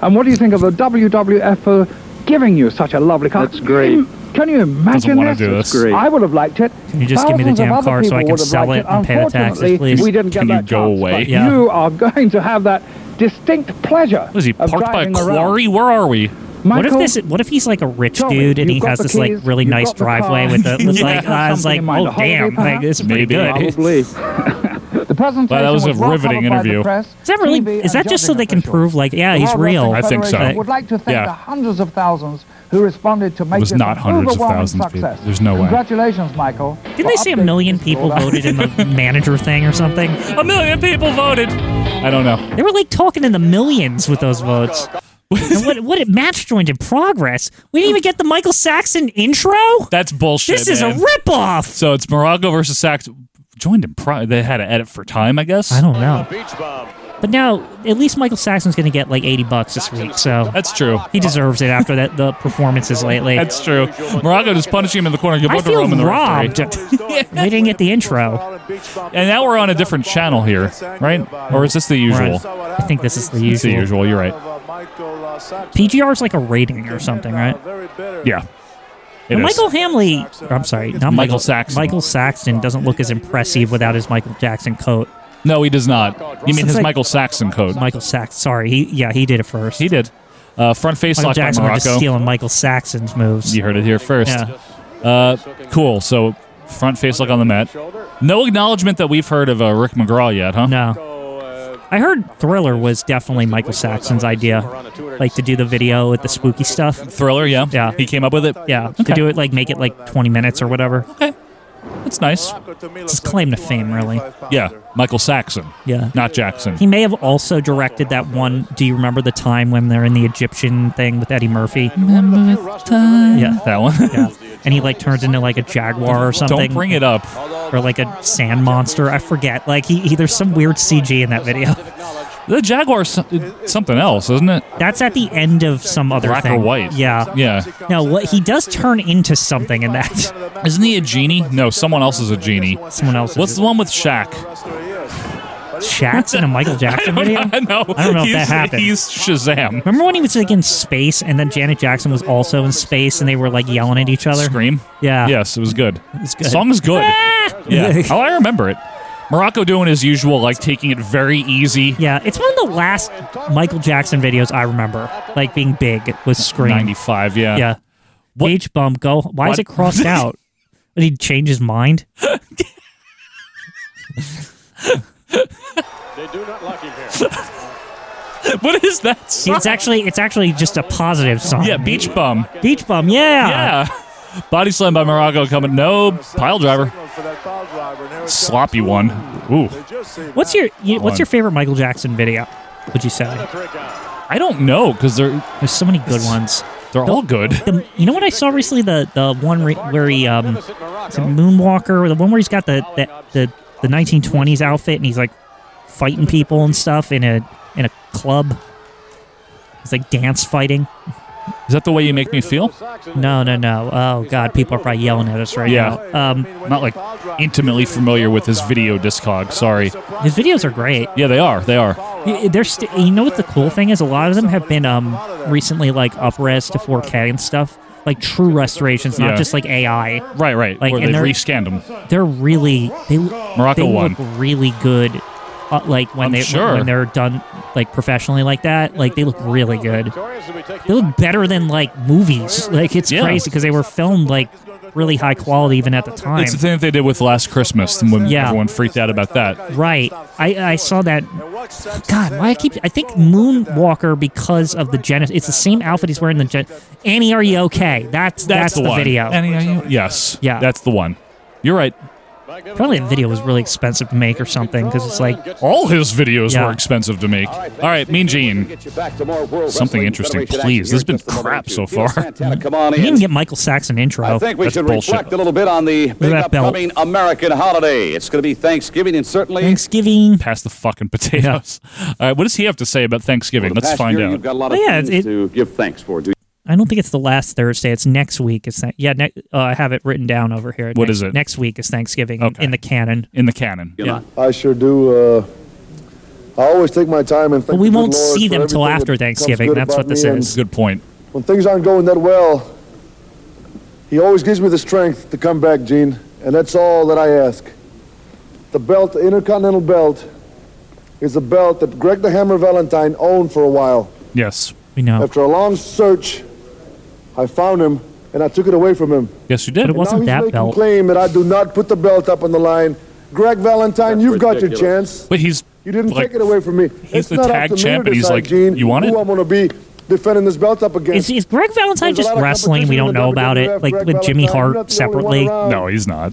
Speaker 5: And what do you think of the WWF for giving you such a lovely car?
Speaker 6: That's great.
Speaker 5: Can you
Speaker 2: Doesn't
Speaker 5: imagine
Speaker 2: want to do
Speaker 5: this?
Speaker 2: this.
Speaker 6: great.
Speaker 5: I would have liked it.
Speaker 1: Can you just give me the
Speaker 5: Thousands of
Speaker 1: damn
Speaker 5: other
Speaker 1: car so I
Speaker 5: people
Speaker 1: can
Speaker 5: would have
Speaker 1: sell
Speaker 5: liked
Speaker 1: it and pay the taxes,
Speaker 5: Unfortunately,
Speaker 1: please?
Speaker 5: We didn't get
Speaker 2: Can you
Speaker 5: that
Speaker 2: go
Speaker 5: chance,
Speaker 2: away?
Speaker 5: but
Speaker 1: Yeah.
Speaker 5: You are going to have that distinct pleasure.
Speaker 2: What is he
Speaker 5: of
Speaker 2: parked by a
Speaker 5: driving around.
Speaker 2: quarry? Where are we?
Speaker 1: What if
Speaker 5: Michael,
Speaker 1: this? What if he's like a rich
Speaker 5: Tommy,
Speaker 1: dude and he
Speaker 5: you've got
Speaker 1: has
Speaker 5: the
Speaker 1: this like
Speaker 5: keys,
Speaker 1: really
Speaker 5: you've
Speaker 1: nice
Speaker 5: got the
Speaker 1: driveway
Speaker 5: car.
Speaker 1: with a with
Speaker 5: Yeah.
Speaker 1: like I was like
Speaker 5: Something in mind,
Speaker 1: oh
Speaker 5: a holiday
Speaker 1: damn like
Speaker 5: perhaps?
Speaker 1: this is pretty
Speaker 2: Maybe.
Speaker 1: good.
Speaker 6: Probably.
Speaker 5: the presentation
Speaker 2: Wow, that was a
Speaker 5: well
Speaker 2: riveting
Speaker 5: covered by the
Speaker 2: interview.
Speaker 5: press,
Speaker 1: Is that really?
Speaker 5: TV,
Speaker 1: Is that
Speaker 5: and
Speaker 1: just so
Speaker 5: judging
Speaker 1: they can
Speaker 5: officials.
Speaker 1: prove like yeah he's
Speaker 5: World Wrestling
Speaker 1: real?
Speaker 2: I think so.
Speaker 5: Federation Would like to thank
Speaker 2: Yeah.
Speaker 5: the hundreds of thousands who responded to make
Speaker 2: was
Speaker 5: this
Speaker 2: not
Speaker 5: an
Speaker 2: hundreds of
Speaker 5: overwhelming
Speaker 2: thousands, people.
Speaker 5: success.
Speaker 2: There's no way.
Speaker 5: Congratulations, Michael.
Speaker 1: Didn't they say a million people voted in the manager thing or something?
Speaker 2: A million people voted. I don't know.
Speaker 1: They were like talking in the millions with those votes. And what what it match joined in progress? We didn't even get the Michael Saxon intro.
Speaker 2: That's bullshit.
Speaker 1: This is a
Speaker 2: man.
Speaker 1: ripoff.
Speaker 2: So it's Morago versus Sax. Joined in. Pri- they had to edit for time, I guess.
Speaker 1: I don't know,
Speaker 3: beach bomb.
Speaker 1: but now at least Michael Saxon's going to get like eighty bucks this week, so
Speaker 2: That's true.
Speaker 1: he deserves it after that the performances lately.
Speaker 2: That's true. Morago just punishing him in the corner.
Speaker 1: I
Speaker 2: Gilberto
Speaker 1: feel
Speaker 2: Roman, the referee.
Speaker 1: robbed. We didn't get the intro.
Speaker 2: And now we're on a different channel here, right? Or is this the
Speaker 1: We're on-
Speaker 2: usual?
Speaker 1: I think this is the
Speaker 2: It's the
Speaker 1: usual.
Speaker 2: usual. You're right.
Speaker 1: PGR is like a rating or something, right?
Speaker 2: Yeah. It
Speaker 1: Now,
Speaker 2: is.
Speaker 1: Michael Hamley, or I'm sorry, not
Speaker 2: Michael
Speaker 1: Michael,
Speaker 2: Saxon.
Speaker 1: Michael Saxton doesn't look as impressive without his Michael Jackson coat.
Speaker 2: No, he does not. You mean
Speaker 1: It's
Speaker 2: his
Speaker 1: like-
Speaker 2: Michael Saxon code?
Speaker 1: Michael Sax, sorry, he yeah, he did it first.
Speaker 2: He did. Uh, front face
Speaker 1: Michael
Speaker 2: lock by
Speaker 1: Jackson was just
Speaker 2: Morocco.
Speaker 1: stealing Michael Saxon's moves.
Speaker 2: You heard it here first.
Speaker 1: Yeah.
Speaker 2: Uh, cool. So front face lock on the mat. No acknowledgement that we've heard of uh, Rick McGraw yet, huh?
Speaker 1: No, I heard Thriller was definitely Michael Saxon's idea, like to do the video with the spooky stuff.
Speaker 2: Thriller, yeah.
Speaker 1: Yeah.
Speaker 2: He came up with it.
Speaker 1: Yeah,
Speaker 2: Okay.
Speaker 1: to do it like make it like 20 minutes or whatever.
Speaker 2: That's nice.
Speaker 1: It's claim to fame, really.
Speaker 2: Yeah. Michael Saxon.
Speaker 1: Yeah.
Speaker 2: Not Jackson.
Speaker 1: He may have also directed that one. Do you remember the time when they're in the Egyptian thing with Eddie Murphy? Yeah,
Speaker 2: that one.
Speaker 1: yeah. And he like turns into like a jaguar or something.
Speaker 2: Don't bring it up.
Speaker 1: Or like a sand monster. I forget. Like he, he there's some weird CG in that video.
Speaker 2: The Jaguar's something else, isn't it?
Speaker 1: That's at the end of some other
Speaker 2: Black or
Speaker 1: thing.
Speaker 2: white.
Speaker 1: Yeah.
Speaker 2: Yeah.
Speaker 1: No, what he does turn into something in that.
Speaker 2: Isn't he a genie? No, someone else is a genie.
Speaker 1: Someone else.
Speaker 2: What's the one with Shaq?
Speaker 1: Shaq's in a Michael Jackson video.
Speaker 2: I don't know.
Speaker 1: I don't know if
Speaker 2: he's,
Speaker 1: that happened.
Speaker 2: He's Shazam.
Speaker 1: Remember when he was like in space, and then Janet Jackson was also in space, and they were like yelling at each other.
Speaker 2: Scream.
Speaker 1: Yeah.
Speaker 2: Yes, it was good.
Speaker 1: It's good.
Speaker 2: Song's good. yeah.
Speaker 1: Yeah.
Speaker 2: Oh, I remember it. Morocco doing his usual, like taking it very easy.
Speaker 1: Yeah, it's one of the last Michael Jackson videos I remember, like being big was Scream.
Speaker 2: Ninety-five. Yeah.
Speaker 1: Yeah. Age bump, go. Why is
Speaker 2: What?
Speaker 1: it crossed out? Did he change his mind?
Speaker 3: They do not like him here.
Speaker 2: what is that?
Speaker 1: See,
Speaker 2: Song?
Speaker 1: it's actually it's actually just a positive song.
Speaker 2: yeah. Beach bum.
Speaker 1: Beach bum. Yeah.
Speaker 2: Yeah. Body slam by Morocco coming. No pile driver. Sloppy one. Ooh.
Speaker 1: What's your you,
Speaker 2: on.
Speaker 1: what's your favorite Michael Jackson video? Would you say?
Speaker 2: I don't know because they're
Speaker 1: There's so many good ones.
Speaker 2: they're all good.
Speaker 1: The, you know what I saw recently? The the one re, where he um, it's a Moonwalker, or the one where he's got the the, the the 1920s outfit and he's like fighting people and stuff in a in a club. It's like dance fighting.
Speaker 2: Is that the way you make me feel?
Speaker 1: No, no, no. Oh God, people are probably yelling at us right
Speaker 2: Yeah.
Speaker 1: now. Um,
Speaker 2: Not like intimately familiar with his video discog. Sorry.
Speaker 1: his videos are great.
Speaker 2: Yeah, they are. They are.
Speaker 1: Y- They're st- you know what the cool thing is? A lot of them have been um recently like upres to 4K and stuff, like true restorations, not
Speaker 2: Yeah.
Speaker 1: just like AI.
Speaker 2: Right, right.
Speaker 1: Like,
Speaker 2: where
Speaker 1: and
Speaker 2: they
Speaker 1: they're-
Speaker 2: rescanned them.
Speaker 1: They're really they
Speaker 2: Morocco
Speaker 1: they
Speaker 2: won.
Speaker 1: look really good. Uh, like when
Speaker 2: I'm
Speaker 1: they
Speaker 2: sure.
Speaker 1: when they're done like professionally like that, like they look really good.
Speaker 3: Victorious, and we take
Speaker 1: They
Speaker 3: you
Speaker 1: look better than like movies. Like it's
Speaker 2: Yeah.
Speaker 1: crazy because they were filmed like really high quality even at the time.
Speaker 2: It's the thing that they did with Last Christmas when
Speaker 1: Yeah.
Speaker 2: everyone freaked out about that.
Speaker 1: Right. I, I saw that. God, why I keep? I think Moonwalker because of the Genesis. It's the same outfit he's wearing. in The Gen- Annie, are you okay? That's
Speaker 2: That's,
Speaker 1: that's, the,
Speaker 2: one.
Speaker 1: video.
Speaker 2: Any- any- yes.
Speaker 1: Yeah.
Speaker 2: That's the one. You're right.
Speaker 1: Apparently, the video was really expensive to make or something because it's like
Speaker 2: All his videos
Speaker 1: Yeah.
Speaker 2: were expensive to make. All right, Mean Gene.
Speaker 7: Get you back to more World
Speaker 2: Something
Speaker 7: Wrestling
Speaker 2: interesting,
Speaker 7: Federation
Speaker 2: please.
Speaker 7: action
Speaker 2: This
Speaker 7: here
Speaker 2: has been
Speaker 7: in just a moment
Speaker 2: crap
Speaker 7: or
Speaker 2: so
Speaker 7: two. Gil
Speaker 2: far.
Speaker 7: Santana, come on
Speaker 1: you
Speaker 7: in.
Speaker 1: didn't get Michael Saxon intro.
Speaker 7: I think we
Speaker 2: That's
Speaker 7: should
Speaker 2: bullshit.
Speaker 7: reflect a little bit on the big
Speaker 1: that belt.
Speaker 7: upcoming American holiday. It's going to be Thanksgiving and certainly
Speaker 1: Thanksgiving.
Speaker 2: Pass the fucking potatoes. All right, what does he have to say about Thanksgiving?
Speaker 7: the
Speaker 2: Let's
Speaker 7: past
Speaker 2: find
Speaker 7: year,
Speaker 2: out.
Speaker 7: You've got a lot of
Speaker 1: Oh, yeah,
Speaker 7: things
Speaker 1: it-
Speaker 7: to give thanks for. Do
Speaker 1: I don't think it's the last Thursday. It's next week. It's that. Yeah, ne- uh, I have it written down over here.
Speaker 2: What
Speaker 1: next,
Speaker 2: is it?
Speaker 1: Next week is Thanksgiving in-
Speaker 2: Okay.
Speaker 1: in the canon.
Speaker 2: In the canon.
Speaker 7: you
Speaker 1: Yeah.
Speaker 7: not?
Speaker 8: I sure do. Uh, I always take my time and think.
Speaker 1: But we
Speaker 8: the good
Speaker 1: won't
Speaker 8: Lord
Speaker 1: see
Speaker 8: for
Speaker 1: them till
Speaker 8: everything
Speaker 1: after
Speaker 8: that comes
Speaker 1: Thanksgiving.
Speaker 8: good
Speaker 1: That's
Speaker 8: about
Speaker 1: what this
Speaker 8: me, and
Speaker 1: is.
Speaker 2: Good point.
Speaker 8: When things aren't going that well, He always gives me the strength to come back, Gene, and that's all that I ask. The belt, the Intercontinental Belt, is a belt that Greg the Hammer Valentine owned for a while.
Speaker 2: Yes.
Speaker 1: We know.
Speaker 8: After a long search, I found him and I took it away from him.
Speaker 2: Yes, you did.
Speaker 1: But it
Speaker 8: now
Speaker 1: wasn't
Speaker 8: he's
Speaker 1: that
Speaker 8: making
Speaker 1: belt.
Speaker 8: claim that I do not put the belt up on the line. Greg Valentine,
Speaker 7: That's
Speaker 8: you've got your
Speaker 7: ridiculous.
Speaker 8: chance.
Speaker 2: But he's
Speaker 8: You didn't
Speaker 2: like,
Speaker 8: take it away from me.
Speaker 2: he's
Speaker 8: It's
Speaker 2: the
Speaker 8: not up
Speaker 2: tag
Speaker 8: to me to
Speaker 2: champ, and he's
Speaker 8: decide,
Speaker 2: like,
Speaker 8: Gene,
Speaker 2: "You want it?"
Speaker 8: Who I'm going to be defending this belt up
Speaker 1: Is,
Speaker 8: against.
Speaker 1: is Greg Valentine
Speaker 8: There's a
Speaker 1: just
Speaker 8: lot of
Speaker 1: wrestling?
Speaker 8: competition
Speaker 1: We don't
Speaker 8: in the
Speaker 1: know about it.
Speaker 8: WWF,
Speaker 1: Like
Speaker 8: Greg
Speaker 1: with
Speaker 8: Valentine.
Speaker 1: Jimmy
Speaker 8: You're
Speaker 1: Hart
Speaker 8: not the only one
Speaker 1: separately.
Speaker 8: around
Speaker 2: no, he's not.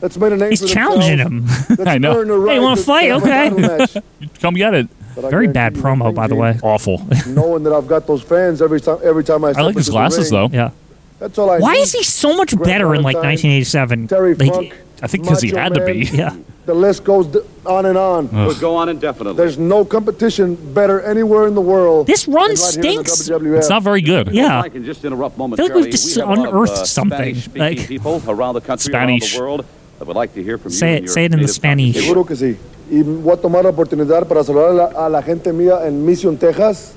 Speaker 8: That's made a name
Speaker 1: He's
Speaker 8: for
Speaker 1: challenging
Speaker 8: themselves.
Speaker 1: him.
Speaker 8: That's
Speaker 2: I know.
Speaker 8: earned a
Speaker 1: Hey, you wanna
Speaker 8: to
Speaker 1: fight?
Speaker 8: have a
Speaker 1: Okay.
Speaker 8: title match.
Speaker 2: Come get it.
Speaker 8: But I
Speaker 1: Very
Speaker 8: guarantee
Speaker 1: bad
Speaker 8: you
Speaker 1: promo,
Speaker 8: one
Speaker 1: by the
Speaker 8: thing,
Speaker 1: way.
Speaker 2: Awful.
Speaker 8: Gene, Knowing that I've got those fans every time, every time I.
Speaker 2: I
Speaker 8: step
Speaker 2: like his
Speaker 8: into the
Speaker 2: glasses
Speaker 8: ring,
Speaker 2: though.
Speaker 1: Yeah.
Speaker 8: That's all I.
Speaker 1: Why
Speaker 8: need.
Speaker 1: is he so much
Speaker 8: Greg
Speaker 1: better in like
Speaker 8: Valentine,
Speaker 1: 1987?
Speaker 8: Terry
Speaker 1: Like,
Speaker 8: Funk.
Speaker 2: I think because he
Speaker 8: Macho
Speaker 2: had to
Speaker 8: Man.
Speaker 2: be.
Speaker 1: Yeah.
Speaker 8: The list goes d- on and on.
Speaker 7: We'll go on indefinitely.
Speaker 8: There's no competition better anywhere in the world.
Speaker 1: This run
Speaker 8: than right here in the E
Speaker 1: stinks.
Speaker 8: WWF.
Speaker 2: It's not very good.
Speaker 1: Yeah.
Speaker 7: I can just interrupt
Speaker 1: we've
Speaker 7: momentarily.
Speaker 1: just
Speaker 7: We have a lot of,
Speaker 1: unearthed
Speaker 7: uh,
Speaker 1: something,
Speaker 7: Spanish-speaking
Speaker 1: like-
Speaker 7: people around the country,
Speaker 2: Spanish.
Speaker 7: around the world, that would like to hear from
Speaker 1: Say
Speaker 7: you.
Speaker 1: it-
Speaker 7: in your
Speaker 1: say it in the
Speaker 7: native
Speaker 1: Spanish.
Speaker 7: tongue.
Speaker 8: Seguro que sí. Y voy a tomar la oportunidad para saludar a la, a la gente mía en Mission, Texas.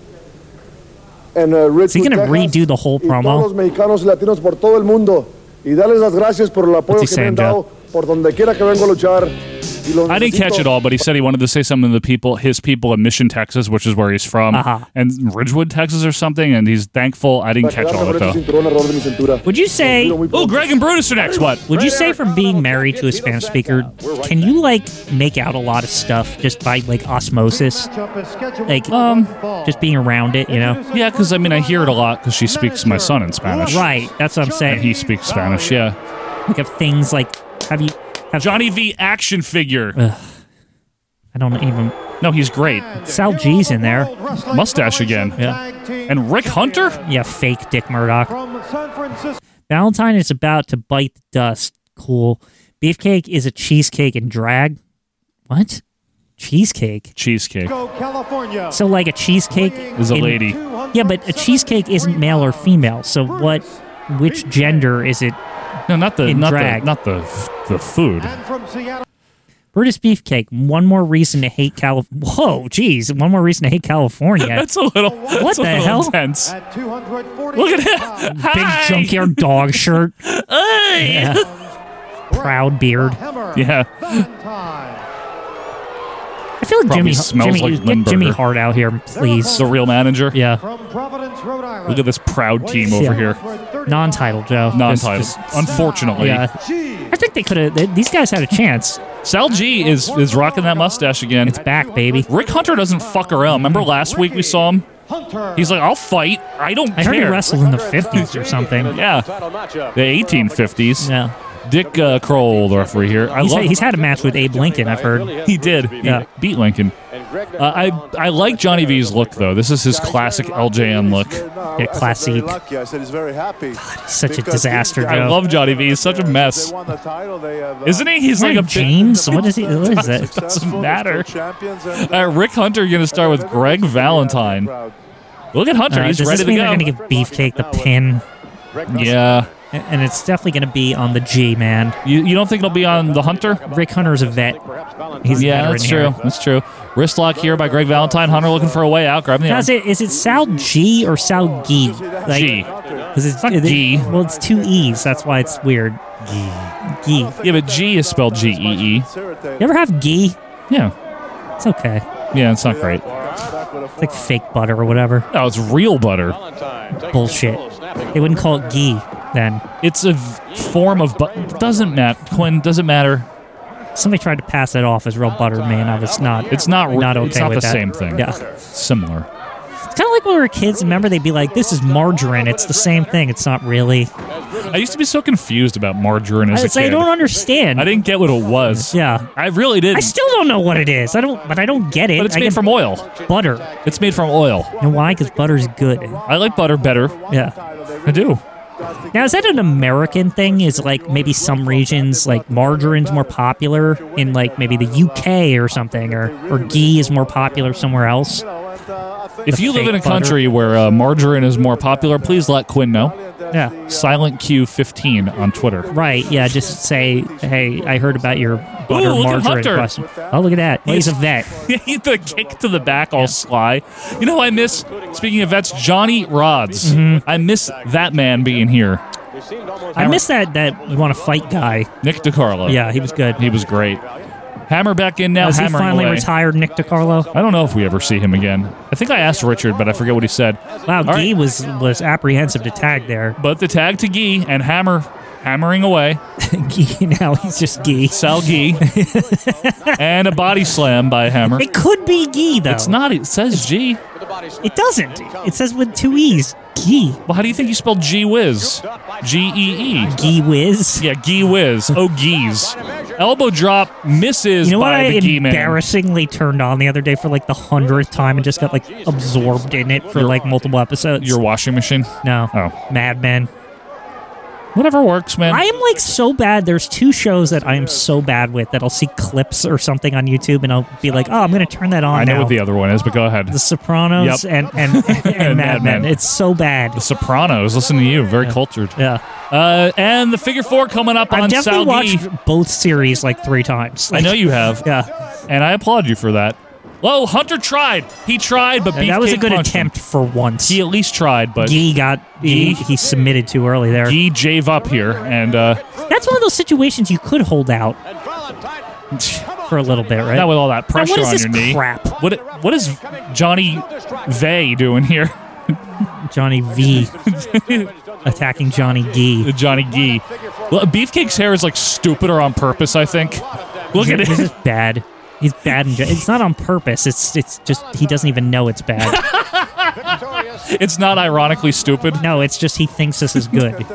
Speaker 8: En uh, Richwood,
Speaker 1: Is he gonna
Speaker 8: Texas,
Speaker 1: redo the whole
Speaker 8: y
Speaker 1: promo?
Speaker 8: todos los mexicanos y latinos por todo el mundo. Y darles las gracias por el apoyo
Speaker 1: What's he
Speaker 8: que me han
Speaker 1: saying,
Speaker 8: dado por donde quiera que vengo a luchar. Y los
Speaker 2: I didn't
Speaker 8: necesito.
Speaker 2: catch it all, but he said he wanted to say something to the people, his people in Mission, Texas, which is where he's from,
Speaker 1: Uh-huh.
Speaker 2: and Ridgewood, Texas, or something. And he's thankful. I didn't
Speaker 8: Para
Speaker 2: catch
Speaker 8: quedarme
Speaker 2: all of
Speaker 8: con
Speaker 2: it
Speaker 8: este
Speaker 2: though.
Speaker 8: cinturón alrededor de mi cintura.
Speaker 1: Would you say?
Speaker 8: Los miro muy
Speaker 2: Oh,
Speaker 8: pronto.
Speaker 2: Greg and Brutus are next. What?
Speaker 1: Would you say from being married to a Spanish speaker, can you like make out a lot of stuff just by like osmosis, like
Speaker 2: Um,
Speaker 1: just being around it? You know.
Speaker 2: Yeah, because I mean, I hear it a lot because she speaks to my son in Spanish.
Speaker 1: Right. That's what I'm
Speaker 2: And
Speaker 1: saying.
Speaker 2: he speaks Spanish. Yeah.
Speaker 1: Like of things like have you? Have,
Speaker 2: Johnny V action figure.
Speaker 1: I don't even.
Speaker 2: No, he's great.
Speaker 1: Sal G's in there.
Speaker 2: Mustache again.
Speaker 1: Yeah.
Speaker 2: And Rick Hunter?
Speaker 1: Yeah, fake Dick Murdoch. Valentine is about to bite the dust. Cool. Beefcake is a cheesecake and drag. What? Cheesecake.
Speaker 2: Cheesecake
Speaker 9: Go California.
Speaker 1: So like a cheesecake
Speaker 2: is a
Speaker 1: in-
Speaker 2: lady.
Speaker 1: Yeah, but a cheesecake isn't male or female. So what? Which gender is it?
Speaker 2: No, not the
Speaker 1: In
Speaker 2: not
Speaker 1: drag.
Speaker 2: the not the f- the food.
Speaker 9: And from Seattle.
Speaker 1: Brutus Beefcake. One more reason to hate Cali. Whoa, geez. One more reason to hate California.
Speaker 2: That's a little. What
Speaker 1: the hell?
Speaker 2: Intense.
Speaker 9: At 240
Speaker 2: Look at him.
Speaker 9: pounds,
Speaker 1: Big
Speaker 2: Hi.
Speaker 1: junkyard dog shirt.
Speaker 2: Hey.
Speaker 1: Yeah. Proud beard.
Speaker 9: Hammer
Speaker 2: Yeah.
Speaker 9: Valentine.
Speaker 1: I feel like
Speaker 2: Probably
Speaker 1: Jimmy.
Speaker 2: smells
Speaker 1: Jimmy
Speaker 2: like
Speaker 1: get
Speaker 2: Limburger.
Speaker 1: Jimmy Hart out here, please.
Speaker 2: The real manager.
Speaker 1: Yeah.
Speaker 9: From Providence, Rhode Island.
Speaker 2: Look at this proud team
Speaker 1: Yeah.
Speaker 2: over here.
Speaker 1: Non-title, Joe. It's
Speaker 2: Non-title.
Speaker 1: just-
Speaker 2: Unfortunately,
Speaker 1: Yeah.
Speaker 9: G.
Speaker 1: I think they could have. These guys had a chance.
Speaker 2: Sal G is is rocking that mustache again.
Speaker 1: It's back, baby.
Speaker 2: Rick Hunter doesn't fuck around. Remember last week we saw him?
Speaker 9: Hunter.
Speaker 2: He's like, I'll fight. I don't
Speaker 1: I
Speaker 2: care.
Speaker 1: heard he wrestled in the fifties or something.
Speaker 2: Yeah,
Speaker 3: Title matchup.
Speaker 2: the 1850s.
Speaker 1: Yeah.
Speaker 2: Dick uh, Kroll, the referee here. I
Speaker 1: He's,
Speaker 2: love.
Speaker 1: he's had a match with Abe Lincoln. I've heard.
Speaker 2: he did. He
Speaker 1: Yeah.
Speaker 2: beat Lincoln.
Speaker 3: And Greg
Speaker 2: Uh, I I like Johnny V's look though. This is his classic LJN look.
Speaker 1: Yeah, classic.
Speaker 4: lucky. I said he's very happy.
Speaker 1: Such a
Speaker 4: Because
Speaker 1: disaster,
Speaker 4: these guys-
Speaker 2: I
Speaker 1: Joe.
Speaker 2: love Johnny V. He's such a
Speaker 4: They
Speaker 2: mess,
Speaker 4: won the title, they have, uh,
Speaker 2: isn't he? He's like
Speaker 1: Hey,
Speaker 2: a bit-
Speaker 1: James, what is he? What is that?
Speaker 4: successful,
Speaker 2: Doesn't
Speaker 4: they're still
Speaker 2: matter.
Speaker 4: Champions and,
Speaker 2: Uh, Rick Hunter gonna start with Greg Valentine. Look at Hunter.
Speaker 1: Uh,
Speaker 2: He's
Speaker 1: does
Speaker 2: ready
Speaker 1: this
Speaker 2: to
Speaker 1: mean they're going to
Speaker 2: go.
Speaker 1: give Beefcake the pin?
Speaker 2: Yeah.
Speaker 1: A- And it's definitely going to be on the G, man.
Speaker 2: You, you don't think it'll be on the Hunter?
Speaker 1: Rick Hunter's a vet. He's a
Speaker 2: yeah,
Speaker 1: veteran
Speaker 2: that's
Speaker 1: here.
Speaker 2: true. That's true. Wrist lock here by Greg Valentine. Hunter looking for a way out. Grabbing the
Speaker 1: Now,
Speaker 2: arm.
Speaker 1: is it is it Sal G or Sal G? Like,
Speaker 2: G.
Speaker 1: Because it's
Speaker 2: not
Speaker 1: it-
Speaker 2: G.
Speaker 1: Well, it's two E's. That's why it's weird. Gee. Gee.
Speaker 2: Yeah, but G is spelled G E E.
Speaker 1: You ever have ghee?
Speaker 2: Yeah.
Speaker 1: It's okay.
Speaker 2: Yeah, it's not great.
Speaker 1: It's like fake butter or whatever.
Speaker 2: No, it's real butter.
Speaker 1: Bullshit. They wouldn't call it ghee then.
Speaker 2: It's a v- form of but doesn't matter. Quinn doesn't matter.
Speaker 1: Somebody tried to pass that off as real butter, man. I was not.
Speaker 2: It's not. re-
Speaker 1: Not okay
Speaker 2: it's not
Speaker 1: with
Speaker 2: the
Speaker 1: that.
Speaker 2: same thing.
Speaker 1: Yeah.
Speaker 2: Similar.
Speaker 1: It's kind of like when we were kids. Remember, they'd be like, "This is margarine. It's the same thing. It's not really."
Speaker 2: I used to be so confused about margarine
Speaker 1: I,
Speaker 2: as a
Speaker 1: it's- I
Speaker 2: kid.
Speaker 1: don't understand.
Speaker 2: I didn't get what it was.
Speaker 1: Yeah.
Speaker 2: I really didn't.
Speaker 1: I still don't know what it is. I don't, but I don't get it.
Speaker 2: but it's
Speaker 1: I
Speaker 2: made
Speaker 1: get
Speaker 2: from oil.
Speaker 1: butter.
Speaker 2: It's made from oil.
Speaker 1: You know why? Because butter's good.
Speaker 2: I like butter better.
Speaker 1: Yeah.
Speaker 2: I do.
Speaker 1: Now, is that an American thing? Is like maybe some regions like margarine's more popular in like maybe the UK or something, or or ghee is more popular somewhere else?
Speaker 2: If you live in a
Speaker 1: fake butter.
Speaker 2: country where uh, margarine is more popular, please let Quinn know.
Speaker 1: Yeah.
Speaker 2: Silent Q15 on Twitter.
Speaker 1: Right. Yeah. Just say, hey, I heard about your butter
Speaker 2: Ooh, look at
Speaker 1: margarine
Speaker 2: Hunter.
Speaker 1: question. Oh, look at that. Well, he's a vet.
Speaker 2: the kick to the back, all sly. You know, who I miss, speaking of vets, Johnny Rods. I miss that man being here.
Speaker 1: I miss that that you want to fight guy.
Speaker 2: Nick DiCarlo.
Speaker 1: Yeah, he was good.
Speaker 2: He was great. Hammer back in now.
Speaker 1: Has he
Speaker 2: Hammer
Speaker 1: finally
Speaker 2: away.
Speaker 1: retired, Nick DiCarlo?
Speaker 2: I don't know if we ever see him again. I think I asked Richard, but I forget what he said.
Speaker 1: Wow,
Speaker 2: right.
Speaker 1: Gee was was apprehensive to tag there.
Speaker 2: But the tag to Gee and Hammer hammering away.
Speaker 1: Gee, now he's just Gee.
Speaker 2: Sal Gee. and a body slam by Hammer.
Speaker 1: It could be Gee though.
Speaker 2: It's not. It says G.
Speaker 1: It doesn't. It says with two e's. Gee.
Speaker 2: Well, how do you think you spelled G Wiz? G E E.
Speaker 1: Gee whiz.
Speaker 2: Yeah, Gee Wiz. Oh, geez. Elbow drop misses
Speaker 1: You know what
Speaker 2: by
Speaker 1: I
Speaker 2: the Gee man.
Speaker 1: embarrassingly turned on the other day for like the hundredth time and just got like absorbed in it for like multiple episodes.
Speaker 2: Your washing machine.
Speaker 1: no,
Speaker 2: Oh.
Speaker 1: Mad Men.
Speaker 2: Whatever works, man.
Speaker 1: I am like so bad. There's two shows that I am so bad with that I'll see clips or something on YouTube and I'll be like, oh, I'm gonna turn that on
Speaker 2: I know
Speaker 1: now.
Speaker 2: what the other one is, but go ahead.
Speaker 1: The Sopranos and and and,
Speaker 2: And Mad
Speaker 1: Mad Men.
Speaker 2: Men.
Speaker 1: It's so bad.
Speaker 2: The Sopranos. Listen to you. Very cultured.
Speaker 1: Yeah,
Speaker 2: Uh, and the figure four coming up on
Speaker 1: I've definitely
Speaker 2: Sal Gee.
Speaker 1: watched both series like three times.
Speaker 2: I know you have.
Speaker 1: Yeah,
Speaker 2: and I applaud you for that. Whoa, Hunter tried. He tried, but
Speaker 1: that was a
Speaker 2: Beefcake
Speaker 1: good
Speaker 2: punched him.
Speaker 1: attempt for once.
Speaker 2: He at least tried, but he
Speaker 1: Gee got
Speaker 2: Gee.
Speaker 1: Gee, he submitted too early there.
Speaker 2: jave up here, and uh,
Speaker 1: That's one of those situations you could hold out for a little bit, right?
Speaker 2: not with all that pressure
Speaker 1: what is
Speaker 2: on
Speaker 1: this
Speaker 2: your knee.
Speaker 1: crap?
Speaker 2: What what is Johnny Vay doing here?
Speaker 1: Johnny V attacking Johnny Gee.
Speaker 2: Johnny Gee. Well, Beefcake's hair is like stupider on purpose. I think. Look at
Speaker 1: This
Speaker 2: it.
Speaker 1: is bad. He's bad. And it's not on purpose. It's it's just he doesn't even know it's bad.
Speaker 2: It's not ironically stupid.
Speaker 1: No, it's just he thinks this is good.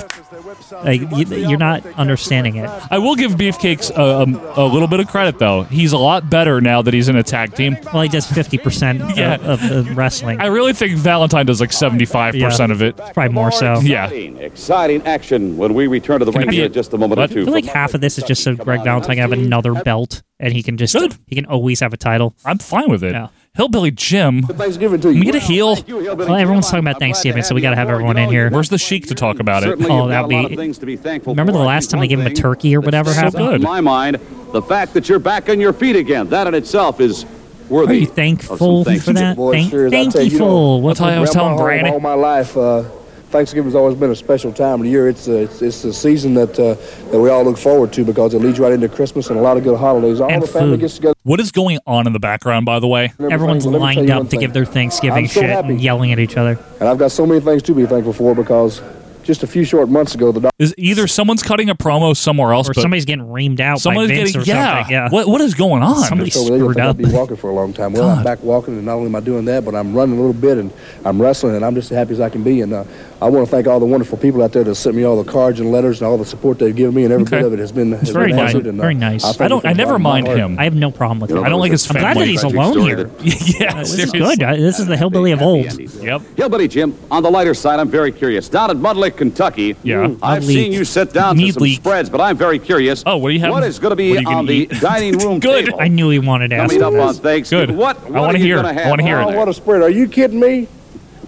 Speaker 1: Like you, you're not understanding it.
Speaker 2: I will give Beefcakes a, um, a little bit of credit, though. He's a lot better now that he's in a tag team.
Speaker 1: Well, he does fifty percent
Speaker 2: Yeah.
Speaker 1: of, of the wrestling.
Speaker 2: I really think Valentine does like 75% of it.
Speaker 1: Probably more so.
Speaker 2: Yeah.
Speaker 10: Exciting, exciting action when we return to the
Speaker 2: Can it
Speaker 10: ring
Speaker 2: be
Speaker 10: here
Speaker 2: a-
Speaker 10: in just a moment
Speaker 2: what?
Speaker 10: or
Speaker 1: I
Speaker 10: two.
Speaker 1: feel like half of this is just so Greg Valentine can have another belt, and he can just
Speaker 2: Good.
Speaker 1: he can always have a title.
Speaker 2: I'm fine with it.
Speaker 1: Yeah.
Speaker 2: Hillbilly Jim.
Speaker 6: Thanksgiving to
Speaker 2: Can
Speaker 6: you.
Speaker 2: we get a heel?
Speaker 1: Well, everyone's talking about Thanksgiving, so we got to have everyone in here.
Speaker 2: Where's the Sheik to talk about it?
Speaker 10: Certainly
Speaker 1: Oh,
Speaker 10: you've got
Speaker 1: that'd
Speaker 10: a lot
Speaker 1: be-
Speaker 10: of things to be thankful
Speaker 1: Remember
Speaker 10: for.
Speaker 1: the
Speaker 10: I
Speaker 1: last
Speaker 10: think
Speaker 1: time they
Speaker 10: one
Speaker 1: gave him a
Speaker 10: thing
Speaker 1: turkey or
Speaker 10: that
Speaker 1: whatever
Speaker 10: sticks
Speaker 1: happened?
Speaker 10: out In my mind, the fact that you're back on your feet again, that in itself is worthy.
Speaker 1: Are you
Speaker 10: of some
Speaker 1: thankful
Speaker 10: thanks.
Speaker 1: for that?
Speaker 6: Boy,
Speaker 1: Thank,
Speaker 6: sure, I'll
Speaker 1: thankful.
Speaker 6: tell you, you know,
Speaker 1: what
Speaker 2: I'll tell you, I was
Speaker 6: Around
Speaker 2: telling
Speaker 6: my home
Speaker 2: Brandon.
Speaker 6: All my life, uh, Thanksgiving's always been a special time of the year. It's a, it's, it's a season that uh, that we all look forward to because it leads right into Christmas and a lot of good holidays. All
Speaker 1: And
Speaker 6: the family
Speaker 1: food.
Speaker 6: gets together.
Speaker 2: What is going on in the background, by the way?
Speaker 6: and everything,
Speaker 1: everyone's
Speaker 6: but let me tell
Speaker 1: lined
Speaker 6: you
Speaker 1: up
Speaker 6: one
Speaker 1: to
Speaker 6: thing.
Speaker 1: give their Thanksgiving
Speaker 6: I'm so
Speaker 1: shit
Speaker 6: happy.
Speaker 1: and yelling at each other.
Speaker 6: And I've got so many things to be thankful for because just a few short months ago, the
Speaker 2: Is either someone's cutting a promo somewhere else,
Speaker 1: Or
Speaker 2: but
Speaker 1: somebody's getting reamed out by
Speaker 2: someone's
Speaker 1: Vince
Speaker 2: getting
Speaker 1: or
Speaker 2: yeah.
Speaker 1: something. Yeah.
Speaker 2: What what is going on?
Speaker 1: Somebody-
Speaker 6: So they
Speaker 1: screwed
Speaker 6: think
Speaker 1: up.
Speaker 6: I'd be walking for a long time. Well,
Speaker 1: God.
Speaker 6: I'm back walking, and not only am I doing that, but I'm running a little bit, and I'm wrestling, and I'm just as happy as I can be. And uh, I want to thank all the wonderful people out there that sent me all the cards and letters and all the support they've given me, and every
Speaker 2: Okay.
Speaker 6: bit of it has been has
Speaker 1: very
Speaker 6: been
Speaker 1: nice.
Speaker 6: answered, and, uh,
Speaker 1: Very nice.
Speaker 6: thank
Speaker 2: I
Speaker 6: you
Speaker 2: don't.
Speaker 6: from
Speaker 2: I
Speaker 6: the
Speaker 2: never
Speaker 6: bottom of my
Speaker 2: mind
Speaker 6: heart.
Speaker 2: him.
Speaker 1: I have no problem with it.
Speaker 10: know,
Speaker 2: I don't like
Speaker 10: there's
Speaker 2: his
Speaker 10: a
Speaker 1: I'm glad
Speaker 2: family.
Speaker 1: that he's
Speaker 10: tragic
Speaker 1: alone
Speaker 10: story
Speaker 1: here.
Speaker 10: that-
Speaker 2: yeah,
Speaker 1: This is
Speaker 2: seriously.
Speaker 1: good. I- This is the hillbilly of old.
Speaker 2: Yep.
Speaker 10: Hillbilly Jim, on the lighter side, I'm very curious. Down at Mudlick, Kentucky,
Speaker 2: Yeah.
Speaker 10: I've
Speaker 1: Mudlick.
Speaker 10: seen you sit down to
Speaker 2: Mead
Speaker 10: some
Speaker 2: Leak.
Speaker 10: spreads, but I'm very curious.
Speaker 2: Oh, what do you have-
Speaker 10: What is going to
Speaker 2: what are
Speaker 10: be
Speaker 2: you gonna
Speaker 10: on
Speaker 2: eat?
Speaker 10: the dining room
Speaker 2: Good.
Speaker 10: table?
Speaker 1: I knew he wanted to ask
Speaker 10: coming up
Speaker 1: him
Speaker 10: on
Speaker 1: this.
Speaker 10: Thanksgiving.
Speaker 2: Good.
Speaker 10: What,
Speaker 2: I
Speaker 10: what
Speaker 2: wanna
Speaker 10: are you
Speaker 2: hear it.
Speaker 10: gonna
Speaker 2: I
Speaker 10: have?
Speaker 2: wanna hear it.
Speaker 6: Oh, what a spread! Are you kidding me?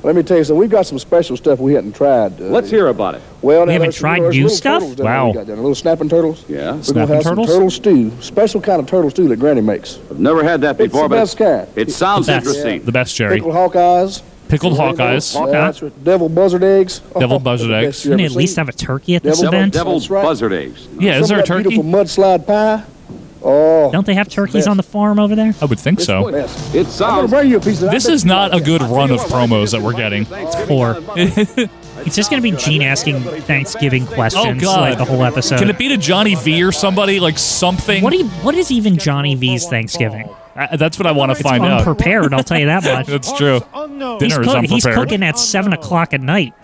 Speaker 6: Let me tell you something. We've got some special stuff we hadn't tried. Uh,
Speaker 10: Let's hear about it.
Speaker 6: Well,
Speaker 1: We
Speaker 6: now,
Speaker 1: haven't
Speaker 6: there's some-
Speaker 1: tried
Speaker 6: there's
Speaker 1: new
Speaker 6: little
Speaker 1: stuff?
Speaker 6: turtles down there
Speaker 2: Wow.
Speaker 6: we got down there, little snapping turtles.
Speaker 10: Yeah.
Speaker 6: We're gonna
Speaker 2: Snapping
Speaker 6: have
Speaker 2: turtles?
Speaker 6: some turtle stew, special kind of turtle stew that Granny makes.
Speaker 10: I've never had that before,
Speaker 6: the
Speaker 10: but
Speaker 6: best kind.
Speaker 10: it sounds
Speaker 1: The best.
Speaker 10: interesting.
Speaker 2: The best, Jerry.
Speaker 6: Pickled hawkeyes.
Speaker 2: Pickled Hawkeyes.
Speaker 6: Yeah, that's right. Devil buzzard eggs.
Speaker 2: Devil
Speaker 6: Oh,
Speaker 2: buzzard
Speaker 6: the best
Speaker 2: eggs.
Speaker 6: you
Speaker 1: Didn't
Speaker 6: ever
Speaker 1: they at least
Speaker 6: seen.
Speaker 1: have a turkey at this
Speaker 6: Devil-
Speaker 1: event?
Speaker 10: Devil
Speaker 6: That's right.
Speaker 10: buzzard eggs.
Speaker 2: Yeah, is
Speaker 6: Some
Speaker 2: there a
Speaker 6: of that
Speaker 2: turkey?
Speaker 6: Beautiful mudslide pie. Oh,
Speaker 1: Don't they have turkeys
Speaker 6: Yes.
Speaker 1: on the farm over there?
Speaker 2: I would think so.
Speaker 6: yes.
Speaker 10: It
Speaker 6: I'm gonna
Speaker 10: sounds.
Speaker 6: bring you a piece of that.
Speaker 2: This
Speaker 6: I bet
Speaker 2: is
Speaker 6: you
Speaker 2: not a
Speaker 6: like it.
Speaker 2: good run of promos that we're getting.
Speaker 1: Poor. It's just going to be Gene asking Thanksgiving
Speaker 2: Oh,
Speaker 1: questions
Speaker 2: God.
Speaker 1: like the whole episode.
Speaker 2: Can it be to Johnny V or somebody like something?
Speaker 1: what, do you, what is even Johnny V's Thanksgiving?
Speaker 2: I- that's what I want to find out.
Speaker 1: Unprepared, I'll tell you that much.
Speaker 2: That's true.
Speaker 3: Unknown. Oh,
Speaker 1: He's,
Speaker 2: Dinner is
Speaker 1: cook- he's
Speaker 2: unprepared.
Speaker 1: cooking at 7 o'clock at night.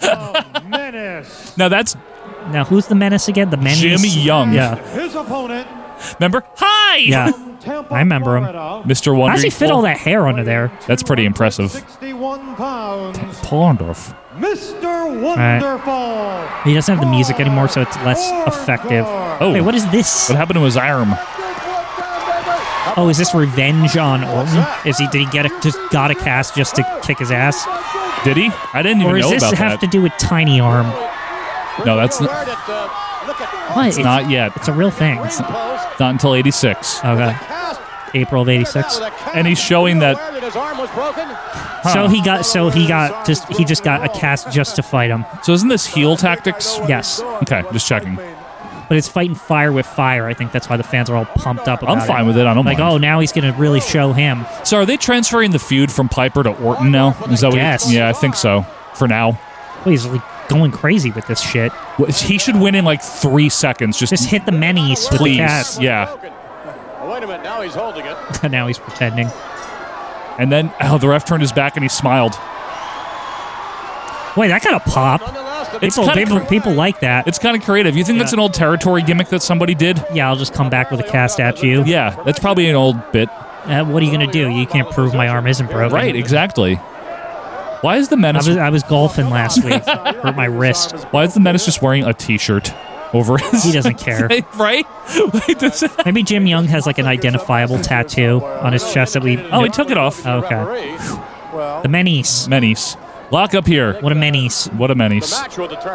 Speaker 3: Menace.
Speaker 2: Now that's
Speaker 1: Now, who's the menace again? The menace?
Speaker 2: Jimmy Young.
Speaker 1: Yeah.
Speaker 3: His opponent,
Speaker 2: remember. Hi.
Speaker 1: Yeah.
Speaker 3: Tampa,
Speaker 1: I remember him.
Speaker 3: Florida,
Speaker 2: Mr. Wonderful.
Speaker 1: How does he fit all that hair under there?
Speaker 2: That's pretty impressive.
Speaker 3: 61 pounds,
Speaker 2: Pondorf.
Speaker 3: Mr. Wonderful.
Speaker 1: He doesn't have the music anymore, so it's less effective.
Speaker 2: Oh.
Speaker 1: Wait, what is this?
Speaker 2: What happened to his arm?
Speaker 1: Oh, is this revenge on Orton? Is he? Did he get a, just got a cast just to kick his ass,
Speaker 2: Did he? I didn't even
Speaker 1: or does
Speaker 2: know
Speaker 1: this
Speaker 2: about
Speaker 1: have
Speaker 2: that.
Speaker 1: to do with Tiny Arm?
Speaker 2: no, that's not,
Speaker 1: What?
Speaker 2: it's not yet.
Speaker 1: It's a real thing. It's not,
Speaker 2: Not until 86.
Speaker 1: okay. April of '86.
Speaker 2: And he's showing that.
Speaker 1: So he got. So he got. Just he just got a cast just to fight him.
Speaker 2: So isn't this heel tactics?
Speaker 1: Yes,
Speaker 2: Okay, just checking.
Speaker 1: but it's fighting fire with fire. I think that's why the fans are all pumped up. About
Speaker 2: I'm fine with it. I don't
Speaker 1: Like,
Speaker 2: mind.
Speaker 1: oh, now he's gonna really show him.
Speaker 2: So are they transferring the feud from Piper to Orton now? Is that what?
Speaker 1: Yes.
Speaker 2: Yeah, I think so. For now,
Speaker 1: Well, he's like going crazy with this shit.
Speaker 2: Well, he should win in like three seconds. Just,
Speaker 1: Just hit the menace with the
Speaker 2: please.
Speaker 1: cast.
Speaker 2: Yeah,
Speaker 11: Oh, Wait a minute, now he's holding it.
Speaker 1: now he's pretending.
Speaker 2: and then oh, the ref turned his back and he smiled.
Speaker 1: Wait, that got a pop.
Speaker 2: It's
Speaker 1: People,
Speaker 2: kinda
Speaker 1: people,
Speaker 2: cr-
Speaker 1: people like that.
Speaker 2: It's kind of creative. You think that's an old territory gimmick that somebody did?
Speaker 1: Yeah, I'll just come back with a cast at you.
Speaker 2: Yeah, that's probably an old bit.
Speaker 1: Uh, what are you gonna do? You can't prove my arm isn't broken.
Speaker 2: Right, exactly. Why is the
Speaker 1: I
Speaker 2: menace?
Speaker 1: was I was golfing last week. Hurt my wrist.
Speaker 2: why is the menace just wearing a t-shirt over his?
Speaker 1: He doesn't care.
Speaker 2: right? Like, does it-
Speaker 1: Maybe Jim Young has like an identifiable tattoo on his chest that we.
Speaker 2: oh, he took it off.
Speaker 1: Okay. The menace.
Speaker 2: Menace. Lock up here.
Speaker 1: What a menace.
Speaker 2: What a menace.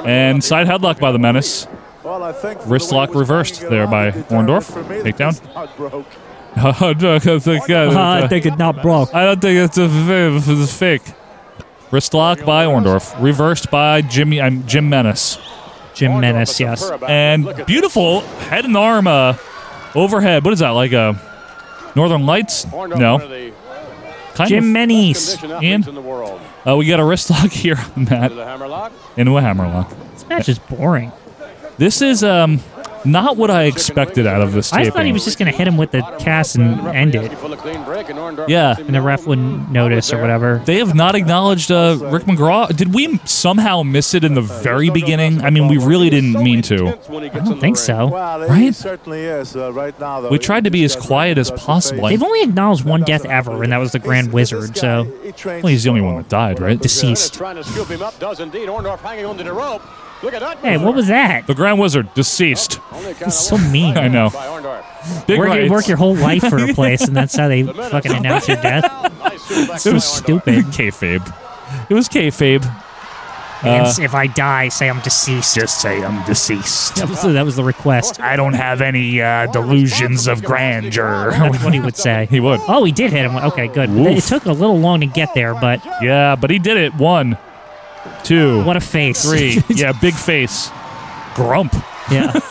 Speaker 2: And side headlock by the menace.
Speaker 9: Well, I think for
Speaker 2: Wrist
Speaker 9: the way
Speaker 2: lock
Speaker 9: it was
Speaker 2: reversed
Speaker 9: swinging
Speaker 2: there
Speaker 9: around,
Speaker 2: by
Speaker 9: it determined
Speaker 2: Orndorff.
Speaker 9: for me that
Speaker 2: Takedown.
Speaker 9: this out broke.
Speaker 2: I
Speaker 1: I
Speaker 2: don't think
Speaker 1: think it not broke.
Speaker 2: it's a f- f- fake. Wrist lock by Orndorff. Reversed by Jimmy. I'm Jim Menace.
Speaker 1: Jim Menace, yes.
Speaker 2: And beautiful head and arm uh, overhead. What is that like a Northern Lights? No, kind
Speaker 1: Jim
Speaker 2: of.
Speaker 1: Menace.
Speaker 2: Ian? Uh, we got a wrist lock here, Matt, into a hammer lock.
Speaker 1: This match is boring.
Speaker 2: This is um, Not what I expected out of this
Speaker 1: I
Speaker 2: taping.
Speaker 1: thought he was just going to hit him with the cast and end it,
Speaker 2: Yeah.
Speaker 1: and the ref wouldn't notice or whatever.
Speaker 2: They have not acknowledged uh, Rick McGraw. Did we somehow miss it in the very beginning? I mean, we really didn't mean to.
Speaker 1: I don't think so.
Speaker 4: Well, he
Speaker 2: Right?
Speaker 4: certainly is uh, right now. Though
Speaker 2: We tried to be as quiet as possible.
Speaker 1: They've only acknowledged one death ever, and that was the Grand Wizard. So
Speaker 2: Well, he's the only one that died, right?
Speaker 1: deceased.
Speaker 3: Trying to scoop him up, does indeed. Orndorff hanging onto the rope. Look at that.
Speaker 1: Hey, what was that?
Speaker 2: The Grand Wizard, deceased.
Speaker 1: That's so mean.
Speaker 2: I know.
Speaker 3: by Orndorff.
Speaker 2: Big
Speaker 1: Work,
Speaker 2: rights.
Speaker 1: work your whole life for a place, and that's how they fucking announce your death.
Speaker 3: Nice
Speaker 2: It
Speaker 3: shoot back by
Speaker 2: was
Speaker 3: Orndorff.
Speaker 2: stupid. kayfabe. It was kayfabe.
Speaker 1: And s- if I die, say I'm deceased.
Speaker 2: Just say I'm deceased.
Speaker 1: That was, the- that was the request.
Speaker 2: I don't have any uh, delusions of grandeur.
Speaker 1: That's what he would say.
Speaker 2: he would.
Speaker 1: Oh, he did hit him. Okay, good. It
Speaker 2: Woof.
Speaker 1: took a little long to get there, but
Speaker 2: Yeah, but he did it. One, two,
Speaker 1: what a face.
Speaker 2: three. yeah, big face. Grump.
Speaker 1: yeah.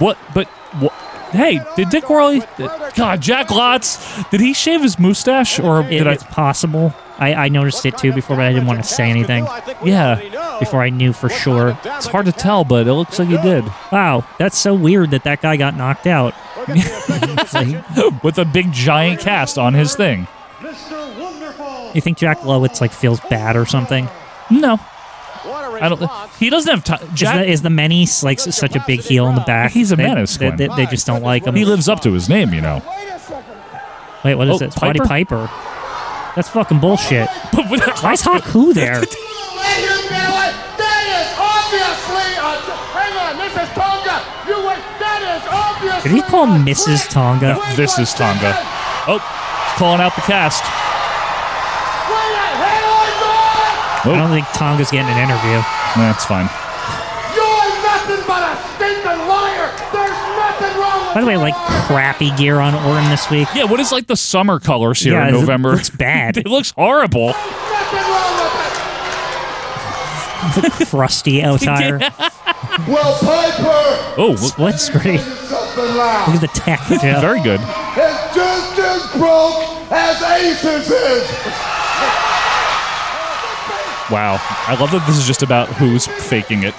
Speaker 2: What? But what? Hey, did Dick Worley? God, Uh, Jack Lotz. Did he shave his mustache or
Speaker 1: It-
Speaker 2: did I?
Speaker 1: it's possible. I, I noticed it too before, but I didn't want to say anything
Speaker 2: Yeah,
Speaker 1: before I knew for sure.
Speaker 2: it's hard to tell, but it looks like he did
Speaker 1: Wow, that's so weird that that guy got knocked out. It's like-
Speaker 2: with a big giant cast on his thing.
Speaker 9: Mr. Wonderful.
Speaker 1: you think Jack Lowitz like feels bad or something?
Speaker 2: No, I don't. He doesn't have time.
Speaker 1: Is the,
Speaker 2: Jack.
Speaker 1: is the menace like s- such a big heel in the back?
Speaker 2: He's a
Speaker 1: They-
Speaker 2: menace,
Speaker 1: They, they-
Speaker 2: Glenn.
Speaker 1: they just don't like him.
Speaker 2: He lives up to his name, you know.
Speaker 1: Wait, what is
Speaker 2: Oh,
Speaker 1: this? Roddy
Speaker 2: Piper?
Speaker 1: Piper. That's fucking bullshit. Why is Haku there? Did he call him Mrs. Tonga?
Speaker 2: This is Tonga. Oh, he's calling out the cast.
Speaker 1: I don't think Tonga's getting an interview.
Speaker 2: That's fine.
Speaker 1: By the way, like crappy gear on Orm this week.
Speaker 2: Yeah, what is like the summer colors here
Speaker 1: Yeah,
Speaker 2: in
Speaker 1: it
Speaker 2: November?
Speaker 1: looks bad.
Speaker 2: it looks horrible.
Speaker 1: Crusty attire.
Speaker 9: Well, Piper
Speaker 2: Oh, look-
Speaker 1: Split screen.
Speaker 9: something loud.
Speaker 1: Look at the tech. Joe.
Speaker 2: very good.
Speaker 9: It's just as broke as Aces is.
Speaker 2: Wow. I love that this is just about who's faking it.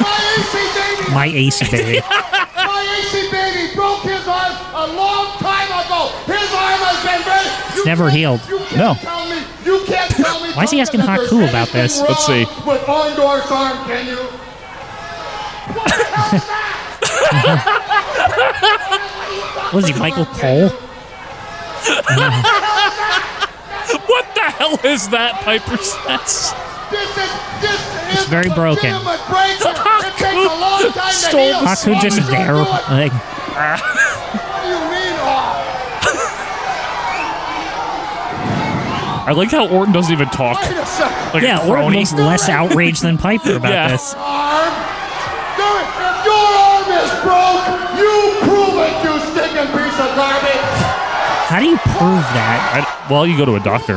Speaker 9: My AC baby,
Speaker 1: My ace baby.
Speaker 9: my AC baby broke his arm a long time ago. His arm has been very.
Speaker 1: It's never healed.
Speaker 9: You can't
Speaker 2: No.
Speaker 9: tell me. You can't tell me.
Speaker 1: Why is he asking
Speaker 9: that there's
Speaker 1: Haku about
Speaker 9: anything
Speaker 1: this?
Speaker 9: wrong
Speaker 2: Let's see.
Speaker 9: With Orndorff's arm, can you?
Speaker 1: What is he, Michael Cole?
Speaker 2: what the hell is that, Piper says?
Speaker 9: This is this is
Speaker 1: It's very broken.
Speaker 9: legitimate breaker. It takes a long time to
Speaker 2: Stole
Speaker 9: heal.
Speaker 2: the
Speaker 1: Haku just there. Like,
Speaker 9: What do you mean? Oh,
Speaker 2: I like how Orton doesn't even talk.
Speaker 9: wait a second.
Speaker 2: Like
Speaker 1: yeah,
Speaker 2: a
Speaker 1: Orm
Speaker 2: crony.
Speaker 1: looks less outraged than Piper about
Speaker 2: Yeah.
Speaker 1: this.
Speaker 9: Arm. There, if your arm is broke, you prove it, you stinking piece of garbage.
Speaker 1: How do you prove that?
Speaker 2: I, well, you go to a doctor.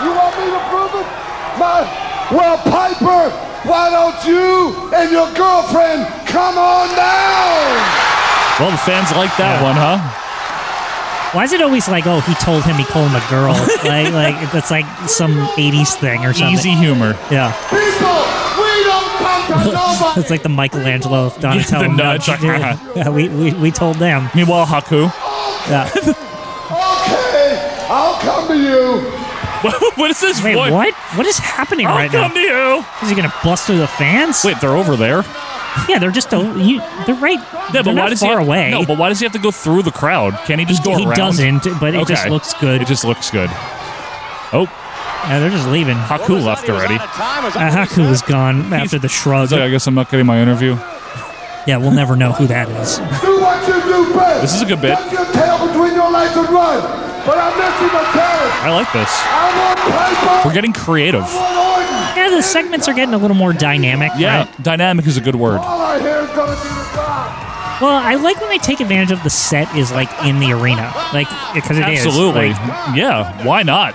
Speaker 8: You want me to prove it? My, well, Piper, why don't you and your girlfriend come on down?
Speaker 2: Well, the fans like that one, huh?
Speaker 1: Why is it always like, oh, he told him he called him a girl? like, like that's like some '80s thing or something.
Speaker 2: Easy humor.
Speaker 1: Yeah,
Speaker 9: People, we don't come to nobody.
Speaker 1: it's like the Michelangelo of Donatello.
Speaker 2: The nudge,
Speaker 1: nudge.
Speaker 2: like, haha.
Speaker 1: yeah, we, we we told them.
Speaker 2: Meanwhile, Haku.
Speaker 1: Yeah.
Speaker 8: Okay, I'll come to you.
Speaker 2: what is this
Speaker 1: Wait,
Speaker 2: voice?
Speaker 1: what? What is happening
Speaker 2: I'll
Speaker 1: right
Speaker 2: come
Speaker 1: now?
Speaker 2: to you.
Speaker 1: Is he gonna bust through the fans?
Speaker 2: Wait, they're over there.
Speaker 1: Yeah, they're just a, you, they're right.
Speaker 2: Yeah,
Speaker 1: they're
Speaker 2: but
Speaker 1: not
Speaker 2: why does
Speaker 1: far
Speaker 2: he?
Speaker 1: away?
Speaker 2: No, but why does he have to go through the crowd? Can he just go
Speaker 1: he
Speaker 2: around?
Speaker 1: doesn't, but it just
Speaker 2: Okay.
Speaker 1: looks good.
Speaker 2: It just looks good. Oh,
Speaker 1: Yeah, they're just leaving.
Speaker 2: Haku left already.
Speaker 1: Uh, Haku was gone after the shrug.
Speaker 2: He's like, I guess I'm not getting my interview.
Speaker 1: Yeah, we'll never know who that is.
Speaker 8: Do what you do best.
Speaker 2: This is a good bit.
Speaker 8: Tuck your tail between your legs and run. But I'm not your talent.
Speaker 2: I like this.
Speaker 8: I want Oh, Piper.
Speaker 2: We're getting creative.
Speaker 8: I want Orton.
Speaker 1: Yeah, the segments are getting a little more dynamic.
Speaker 2: Yeah,
Speaker 1: right?
Speaker 2: dynamic is a good word.
Speaker 8: All I hear is gonna be the job.
Speaker 1: Well, I like when they take advantage of the set is like in the arena, like because it is.
Speaker 2: Absolutely.
Speaker 1: Like,
Speaker 2: yeah, why not?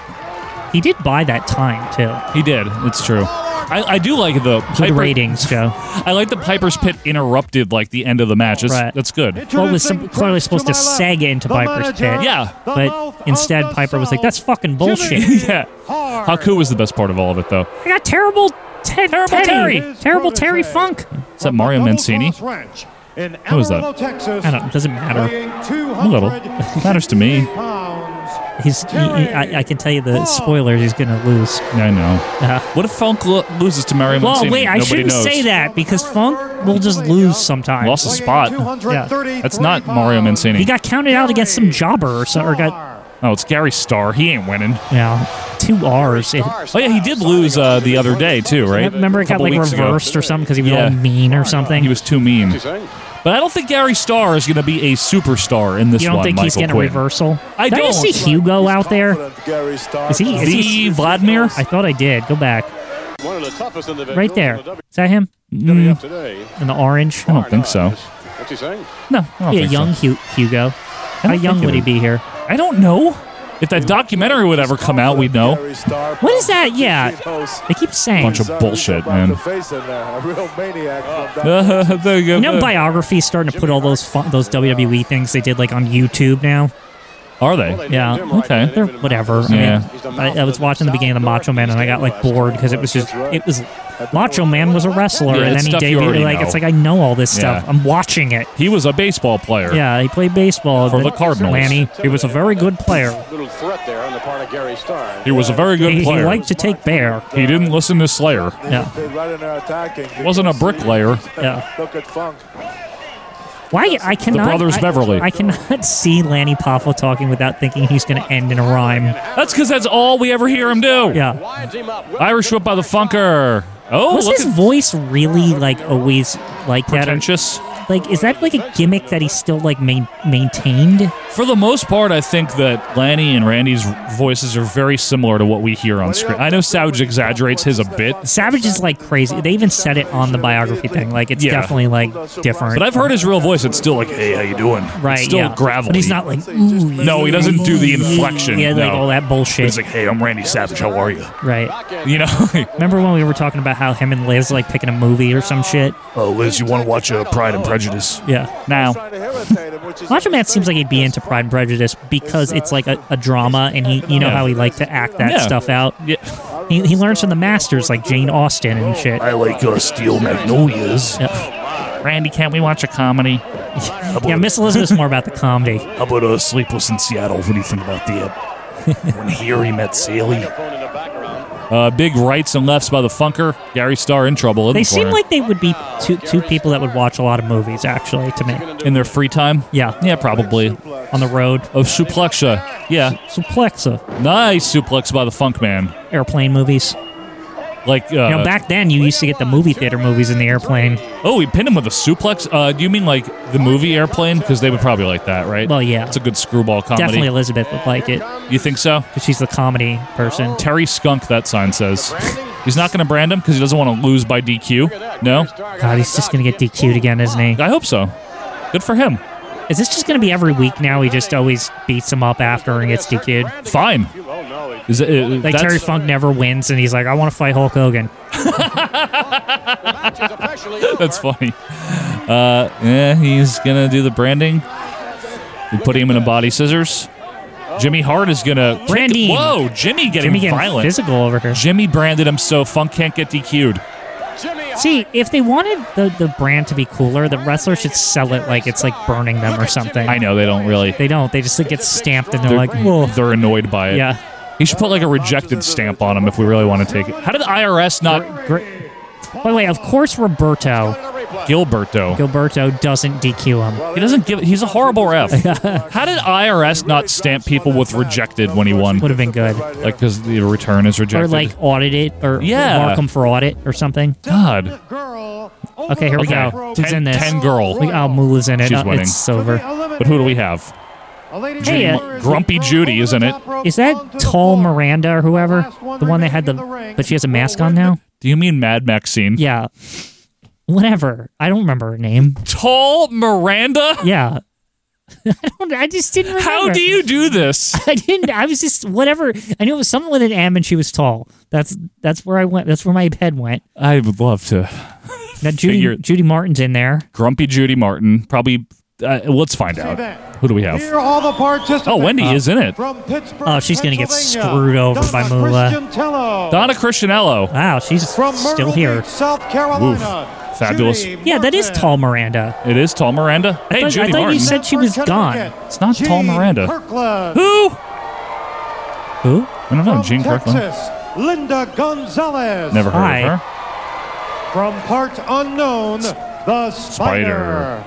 Speaker 1: he did buy that time too.
Speaker 2: He did. It's true. I, I do like the
Speaker 1: Good
Speaker 2: Piper,
Speaker 1: ratings, Joe.
Speaker 2: I like the Piper's Pit interrupted like the end of the match. It's,
Speaker 1: Right.
Speaker 2: That's good.
Speaker 1: Well, it was some- clearly supposed to seg into Piper's pit.
Speaker 2: Yeah.
Speaker 1: But instead, Piper was like, "That's fucking bullshit."
Speaker 2: yeah. Haku was the best part of all of it, though.
Speaker 1: I got terrible, te-
Speaker 2: Terrible
Speaker 1: Terry,
Speaker 2: Terry.
Speaker 1: terrible Terry Funk.
Speaker 2: Is that Mario Mancini?
Speaker 12: in
Speaker 2: Who is that?
Speaker 12: Amarillo, Texas.
Speaker 1: I don't- it doesn't matter.
Speaker 12: weighing
Speaker 2: A little. Matters to me.
Speaker 12: 250 pounds.
Speaker 1: He's. He, he, I, I can tell you the spoilers. He's going to lose.
Speaker 2: Yeah, I know.
Speaker 1: Uh,
Speaker 2: What if Funk lo- loses to Mario
Speaker 1: well,
Speaker 2: Mancini?
Speaker 1: wait. I
Speaker 2: Nobody
Speaker 1: shouldn't
Speaker 2: knows.
Speaker 1: say that because Funk will just lose sometimes.
Speaker 2: Lost his spot. That's not Mario Mancini.
Speaker 1: He got counted out against some jobber or so, or got
Speaker 2: oh, it's Gary Starr. He ain't winning.
Speaker 1: yeah, two R's. It,
Speaker 2: Oh yeah, he did lose uh, the other day too, right?
Speaker 1: remember it got
Speaker 2: Couple
Speaker 1: like
Speaker 2: weeks ago.
Speaker 1: reversed or something because he was
Speaker 2: Yeah.
Speaker 1: all mean or something.
Speaker 2: He was too mean. But I don't think Gary Starr is going to be a superstar in this
Speaker 1: you don't
Speaker 2: one.
Speaker 1: think he's
Speaker 2: Michael
Speaker 1: getting a
Speaker 2: Quinn.
Speaker 1: reversal?
Speaker 2: I
Speaker 1: Did I just
Speaker 2: don't.
Speaker 1: see Hugo out there?
Speaker 4: Confident Gary Starr.
Speaker 1: Is he? Is
Speaker 2: The
Speaker 1: he
Speaker 2: Vladimir?
Speaker 1: I thought I did. Go back.
Speaker 3: One of the toughest individuals
Speaker 1: Right there.
Speaker 3: in the
Speaker 1: Is that him?
Speaker 3: WWF today.
Speaker 1: In the orange?
Speaker 2: I don't think so.
Speaker 3: What's he saying?
Speaker 2: No, I don't
Speaker 1: Yeah,
Speaker 2: think so.
Speaker 1: young Hu- Hugo. How
Speaker 2: don't
Speaker 1: young
Speaker 2: think
Speaker 1: would
Speaker 2: it
Speaker 1: he be here?
Speaker 2: I don't know. If that documentary would ever come out, we'd know.
Speaker 4: Gary Starr.
Speaker 1: What is that? Yeah. They keep saying.
Speaker 2: Bunch of-
Speaker 4: He's
Speaker 2: bullshit,
Speaker 4: about
Speaker 2: man.
Speaker 4: to face in there, a real maniac from down-
Speaker 2: there you go.
Speaker 1: you know, biographies starting to put all those fun, those WWE things they did like on YouTube now.
Speaker 2: Are they?
Speaker 1: Yeah.
Speaker 2: Okay.
Speaker 1: They're whatever.
Speaker 2: Yeah.
Speaker 1: I, mean, I, I was watching the beginning of the Macho Man and I got like bored because it was just it was Macho Man was a wrestler
Speaker 2: Yeah,
Speaker 1: and
Speaker 2: it's
Speaker 1: then he
Speaker 2: stuff you
Speaker 1: debuted.
Speaker 2: already
Speaker 1: E Like
Speaker 2: know.
Speaker 1: it's like I know all this stuff.
Speaker 2: Yeah.
Speaker 1: I'm watching it.
Speaker 2: He was a baseball player.
Speaker 1: Yeah, he played baseball
Speaker 2: For
Speaker 1: but
Speaker 2: the Cardinals.
Speaker 1: Lanny, he was a very good player.
Speaker 3: Little threat there on the part of Gary Starr.
Speaker 2: He was a very good
Speaker 1: He, he
Speaker 2: player.
Speaker 1: liked to take bear.
Speaker 2: He didn't listen to Slayer.
Speaker 1: Yeah,
Speaker 4: They're right in there attacking.
Speaker 2: Wasn't a bricklayer.
Speaker 1: yeah.
Speaker 4: Look at Funk.
Speaker 1: Why I cannot
Speaker 2: Brothers
Speaker 1: I,
Speaker 2: Beverly.
Speaker 1: I cannot see Lanny Poffo talking without thinking he's going to end in a rhyme.
Speaker 2: That's because that's all we ever hear him do.
Speaker 1: Yeah.
Speaker 2: Irish whip by the Funker. Oh,
Speaker 1: Was
Speaker 2: look
Speaker 1: his
Speaker 2: at-
Speaker 1: voice really like always like that? or-
Speaker 2: pretentious.
Speaker 1: Like, is that like a gimmick that he still like main- maintained?
Speaker 2: For the most part, I think that Lanny and Randy's voices are very similar to what we hear on screen. I know Savage exaggerates his a bit,
Speaker 1: Savage is like crazy. They even said it on the biography thing. Like, it's
Speaker 2: Yeah.
Speaker 1: definitely like different.
Speaker 2: but I've heard his real voice. It's still like, "Hey, how you doing?"
Speaker 1: right,
Speaker 2: It's still
Speaker 1: yeah.
Speaker 2: gravelly.
Speaker 1: But he's not like. Ooh,
Speaker 2: No, he doesn't do the inflection,
Speaker 1: Yeah, like
Speaker 2: no.
Speaker 1: all that bullshit.
Speaker 2: He's like, "Hey, I'm Randy Savage. How are you?"
Speaker 1: right.
Speaker 2: You know.
Speaker 1: Remember when we were talking about how him and Liz like picking a movie or some shit?
Speaker 2: oh, Liz, you want to watch uh, Pride and Prejudice?
Speaker 1: Yeah. Now,
Speaker 4: Trying to irritate him, which is
Speaker 1: Macho Man seems like he'd be into Pride and Prejudice because it's like a, a drama, and he, you know,
Speaker 2: Yeah.
Speaker 1: how he liked to act that
Speaker 2: Yeah.
Speaker 1: stuff out.
Speaker 2: Yeah.
Speaker 1: He, he learns from the masters like Jane Austen and shit.
Speaker 2: like uh, Steel Magnolias. Randy, can't we watch a comedy?
Speaker 1: Yeah, Miss Elizabeth's more about the comedy.
Speaker 2: How about uh, Sleepless in Seattle? What do you think about the uh, when here he met Sally? Uh, big rights and lefts by the Funker. Gary Starr in trouble. In
Speaker 1: They
Speaker 2: the
Speaker 1: seem
Speaker 2: corner.
Speaker 1: like they would be two, two people that would watch a lot of movies, actually, to me.
Speaker 2: in their free time.
Speaker 1: Yeah.
Speaker 2: Yeah, probably.
Speaker 1: On the road.
Speaker 2: Of suplexa. Yeah,
Speaker 1: Suplexa.
Speaker 2: nice suplex by the Funk Man.
Speaker 1: Airplane movies.
Speaker 2: Like, uh,
Speaker 1: You know, back then, you used to get the movie theater movies in the airplane.
Speaker 2: oh, he pinned him with a suplex. Uh, do you mean like the movie Airplane? Because they would probably like that, right?
Speaker 1: Well, yeah.
Speaker 2: it's a good screwball comedy.
Speaker 1: Definitely Elizabeth would like it
Speaker 2: You think so?
Speaker 1: because she's the comedy person.
Speaker 2: Terry Skunk, that sign says. He's not going to brand him because he doesn't want to lose by DQ. No,
Speaker 1: God, he's just going to get DQ'd again, isn't he?
Speaker 2: I hope so. Good for him.
Speaker 1: Is this just going to be every week now? He just always beats him up after and gets DQ'd.
Speaker 2: Fine. Is it, uh,
Speaker 1: Like
Speaker 2: that's-
Speaker 1: Terry Funk never wins, and he's like, I want to fight Hulk Hogan.
Speaker 2: That's funny. Uh, yeah, he's gonna do the branding. We put him in a body scissors. Jimmy Hart is gonna kick-
Speaker 1: Branding.
Speaker 2: Whoa, Jimmy getting
Speaker 1: Jimmy getting
Speaker 2: violent.
Speaker 1: physical over here.
Speaker 2: Jimmy branded him so Funk can't get DQ'd.
Speaker 1: See, if they wanted the, the brand to be cooler, the wrestler should sell it like it's like burning them or something.
Speaker 2: I know they don't really.
Speaker 1: They don't. They just like, get stamped and they're,
Speaker 2: They're,
Speaker 1: like, whoa.
Speaker 2: they're annoyed by it.
Speaker 1: Yeah.
Speaker 2: He should put like a rejected stamp on him if we really want to take it. How did the IRS not
Speaker 1: Great. By the way, of course, Roberto
Speaker 2: Gilberto?
Speaker 1: Gilberto doesn't DQ him.
Speaker 2: He doesn't give. He's a horrible ref. How did IRS not stamp people with rejected when he won?
Speaker 1: Would have been good.
Speaker 2: Like because the return is
Speaker 1: Or
Speaker 2: rejected.
Speaker 1: like audit it or
Speaker 2: Yeah.
Speaker 1: mark him for audit or something.
Speaker 2: God.
Speaker 1: Okay, here we
Speaker 2: Okay.
Speaker 1: go. Who's
Speaker 2: Ten,
Speaker 1: in this?
Speaker 2: ten girl.
Speaker 1: Look, oh, Mula's in it.
Speaker 2: She's
Speaker 1: Uh,
Speaker 2: winning.
Speaker 1: It's over.
Speaker 2: But who do we have?
Speaker 1: Hey, uh,
Speaker 2: Grumpy Judy, isn't it?
Speaker 1: is that tall Miranda or whoever? The one that had the, but she has a mask on now?
Speaker 2: Do you mean Mad Maxine?
Speaker 1: Yeah. Whatever. I don't remember her name.
Speaker 2: Tall Miranda?
Speaker 1: Yeah. I don't. I just didn't remember.
Speaker 2: How do you do this?
Speaker 1: I didn't. I was just whatever. I knew it was someone with an M, and she was tall. That's that's where I went. That's where my head went.
Speaker 2: I would love to.
Speaker 1: Now Judy
Speaker 2: Figure-
Speaker 1: Judy Martin's in there.
Speaker 2: Grumpy Judy Martin, probably Uh, let's find out. Who do we have?
Speaker 9: Here are all the participants.
Speaker 2: Oh, Wendy is in it.
Speaker 9: From Pittsburgh,
Speaker 1: Oh, she's gonna get
Speaker 9: Pennsylvania,
Speaker 1: screwed over by
Speaker 9: Donna
Speaker 1: Moolah.
Speaker 9: Christiantello.
Speaker 2: Donna Christianello.
Speaker 1: Wow, she's
Speaker 9: From
Speaker 1: still
Speaker 9: Myrtle
Speaker 1: here.
Speaker 9: Beach, South Carolina.
Speaker 2: Oof. Fabulous.
Speaker 9: Judy
Speaker 1: Yeah, that is
Speaker 9: Martin.
Speaker 1: tall Miranda.
Speaker 2: It is Tall Miranda. Hey,
Speaker 1: thought- I
Speaker 2: Judy
Speaker 1: thought you
Speaker 2: Martin.
Speaker 1: said- she was
Speaker 9: From
Speaker 1: gone.
Speaker 9: Connecticut,
Speaker 2: It's not Tall
Speaker 9: Jean
Speaker 2: Miranda.
Speaker 9: Kirkland.
Speaker 2: Who? Who? I don't know.
Speaker 9: From
Speaker 2: Gene Oh, Kirkland.
Speaker 9: Texas, Linda Gonzalez.
Speaker 2: Never heard
Speaker 1: Hi.
Speaker 2: of her.
Speaker 9: From part unknown, the Spider.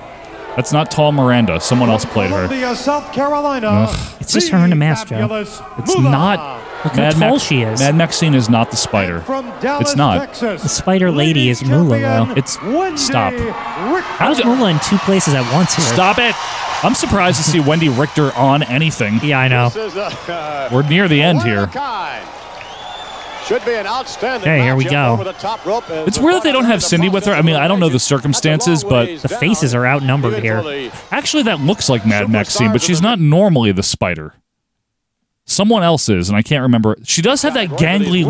Speaker 2: That's not Tall Miranda. Someone else played her.
Speaker 9: Columbia, South Carolina.
Speaker 1: It's just her and a mask, Joe.
Speaker 9: fabulous
Speaker 2: It's
Speaker 9: uh, Moolah.
Speaker 2: not.
Speaker 1: Look how tall she is.
Speaker 2: Mad Maxine is not the spider.
Speaker 9: From Dallas,
Speaker 2: It's not.
Speaker 9: Texas,
Speaker 1: The Spider Lady is Moolah,
Speaker 9: champion,
Speaker 1: though.
Speaker 2: It's-
Speaker 9: Wendy
Speaker 2: stop.
Speaker 9: Richter.
Speaker 1: How's Moolah in two places at once here?
Speaker 2: Stop it! I'm surprised to see Wendy Richter on anything.
Speaker 1: Yeah, I know.
Speaker 3: This is a, uh,
Speaker 2: We're near the end
Speaker 3: one of a
Speaker 2: here.
Speaker 3: kind. Should be an outstanding.
Speaker 1: Okay, here we
Speaker 3: matchup
Speaker 1: go.
Speaker 3: over the top rope as
Speaker 2: It's
Speaker 3: the
Speaker 2: weird that they don't have
Speaker 3: the
Speaker 2: Cindy with her. I mean, I don't know the circumstances, but-
Speaker 1: The faces are outnumbered here.
Speaker 2: Actually, that looks like Mad Maxine, but she's not normally the spider. Someone else is, and I can't remember. She does have that gangly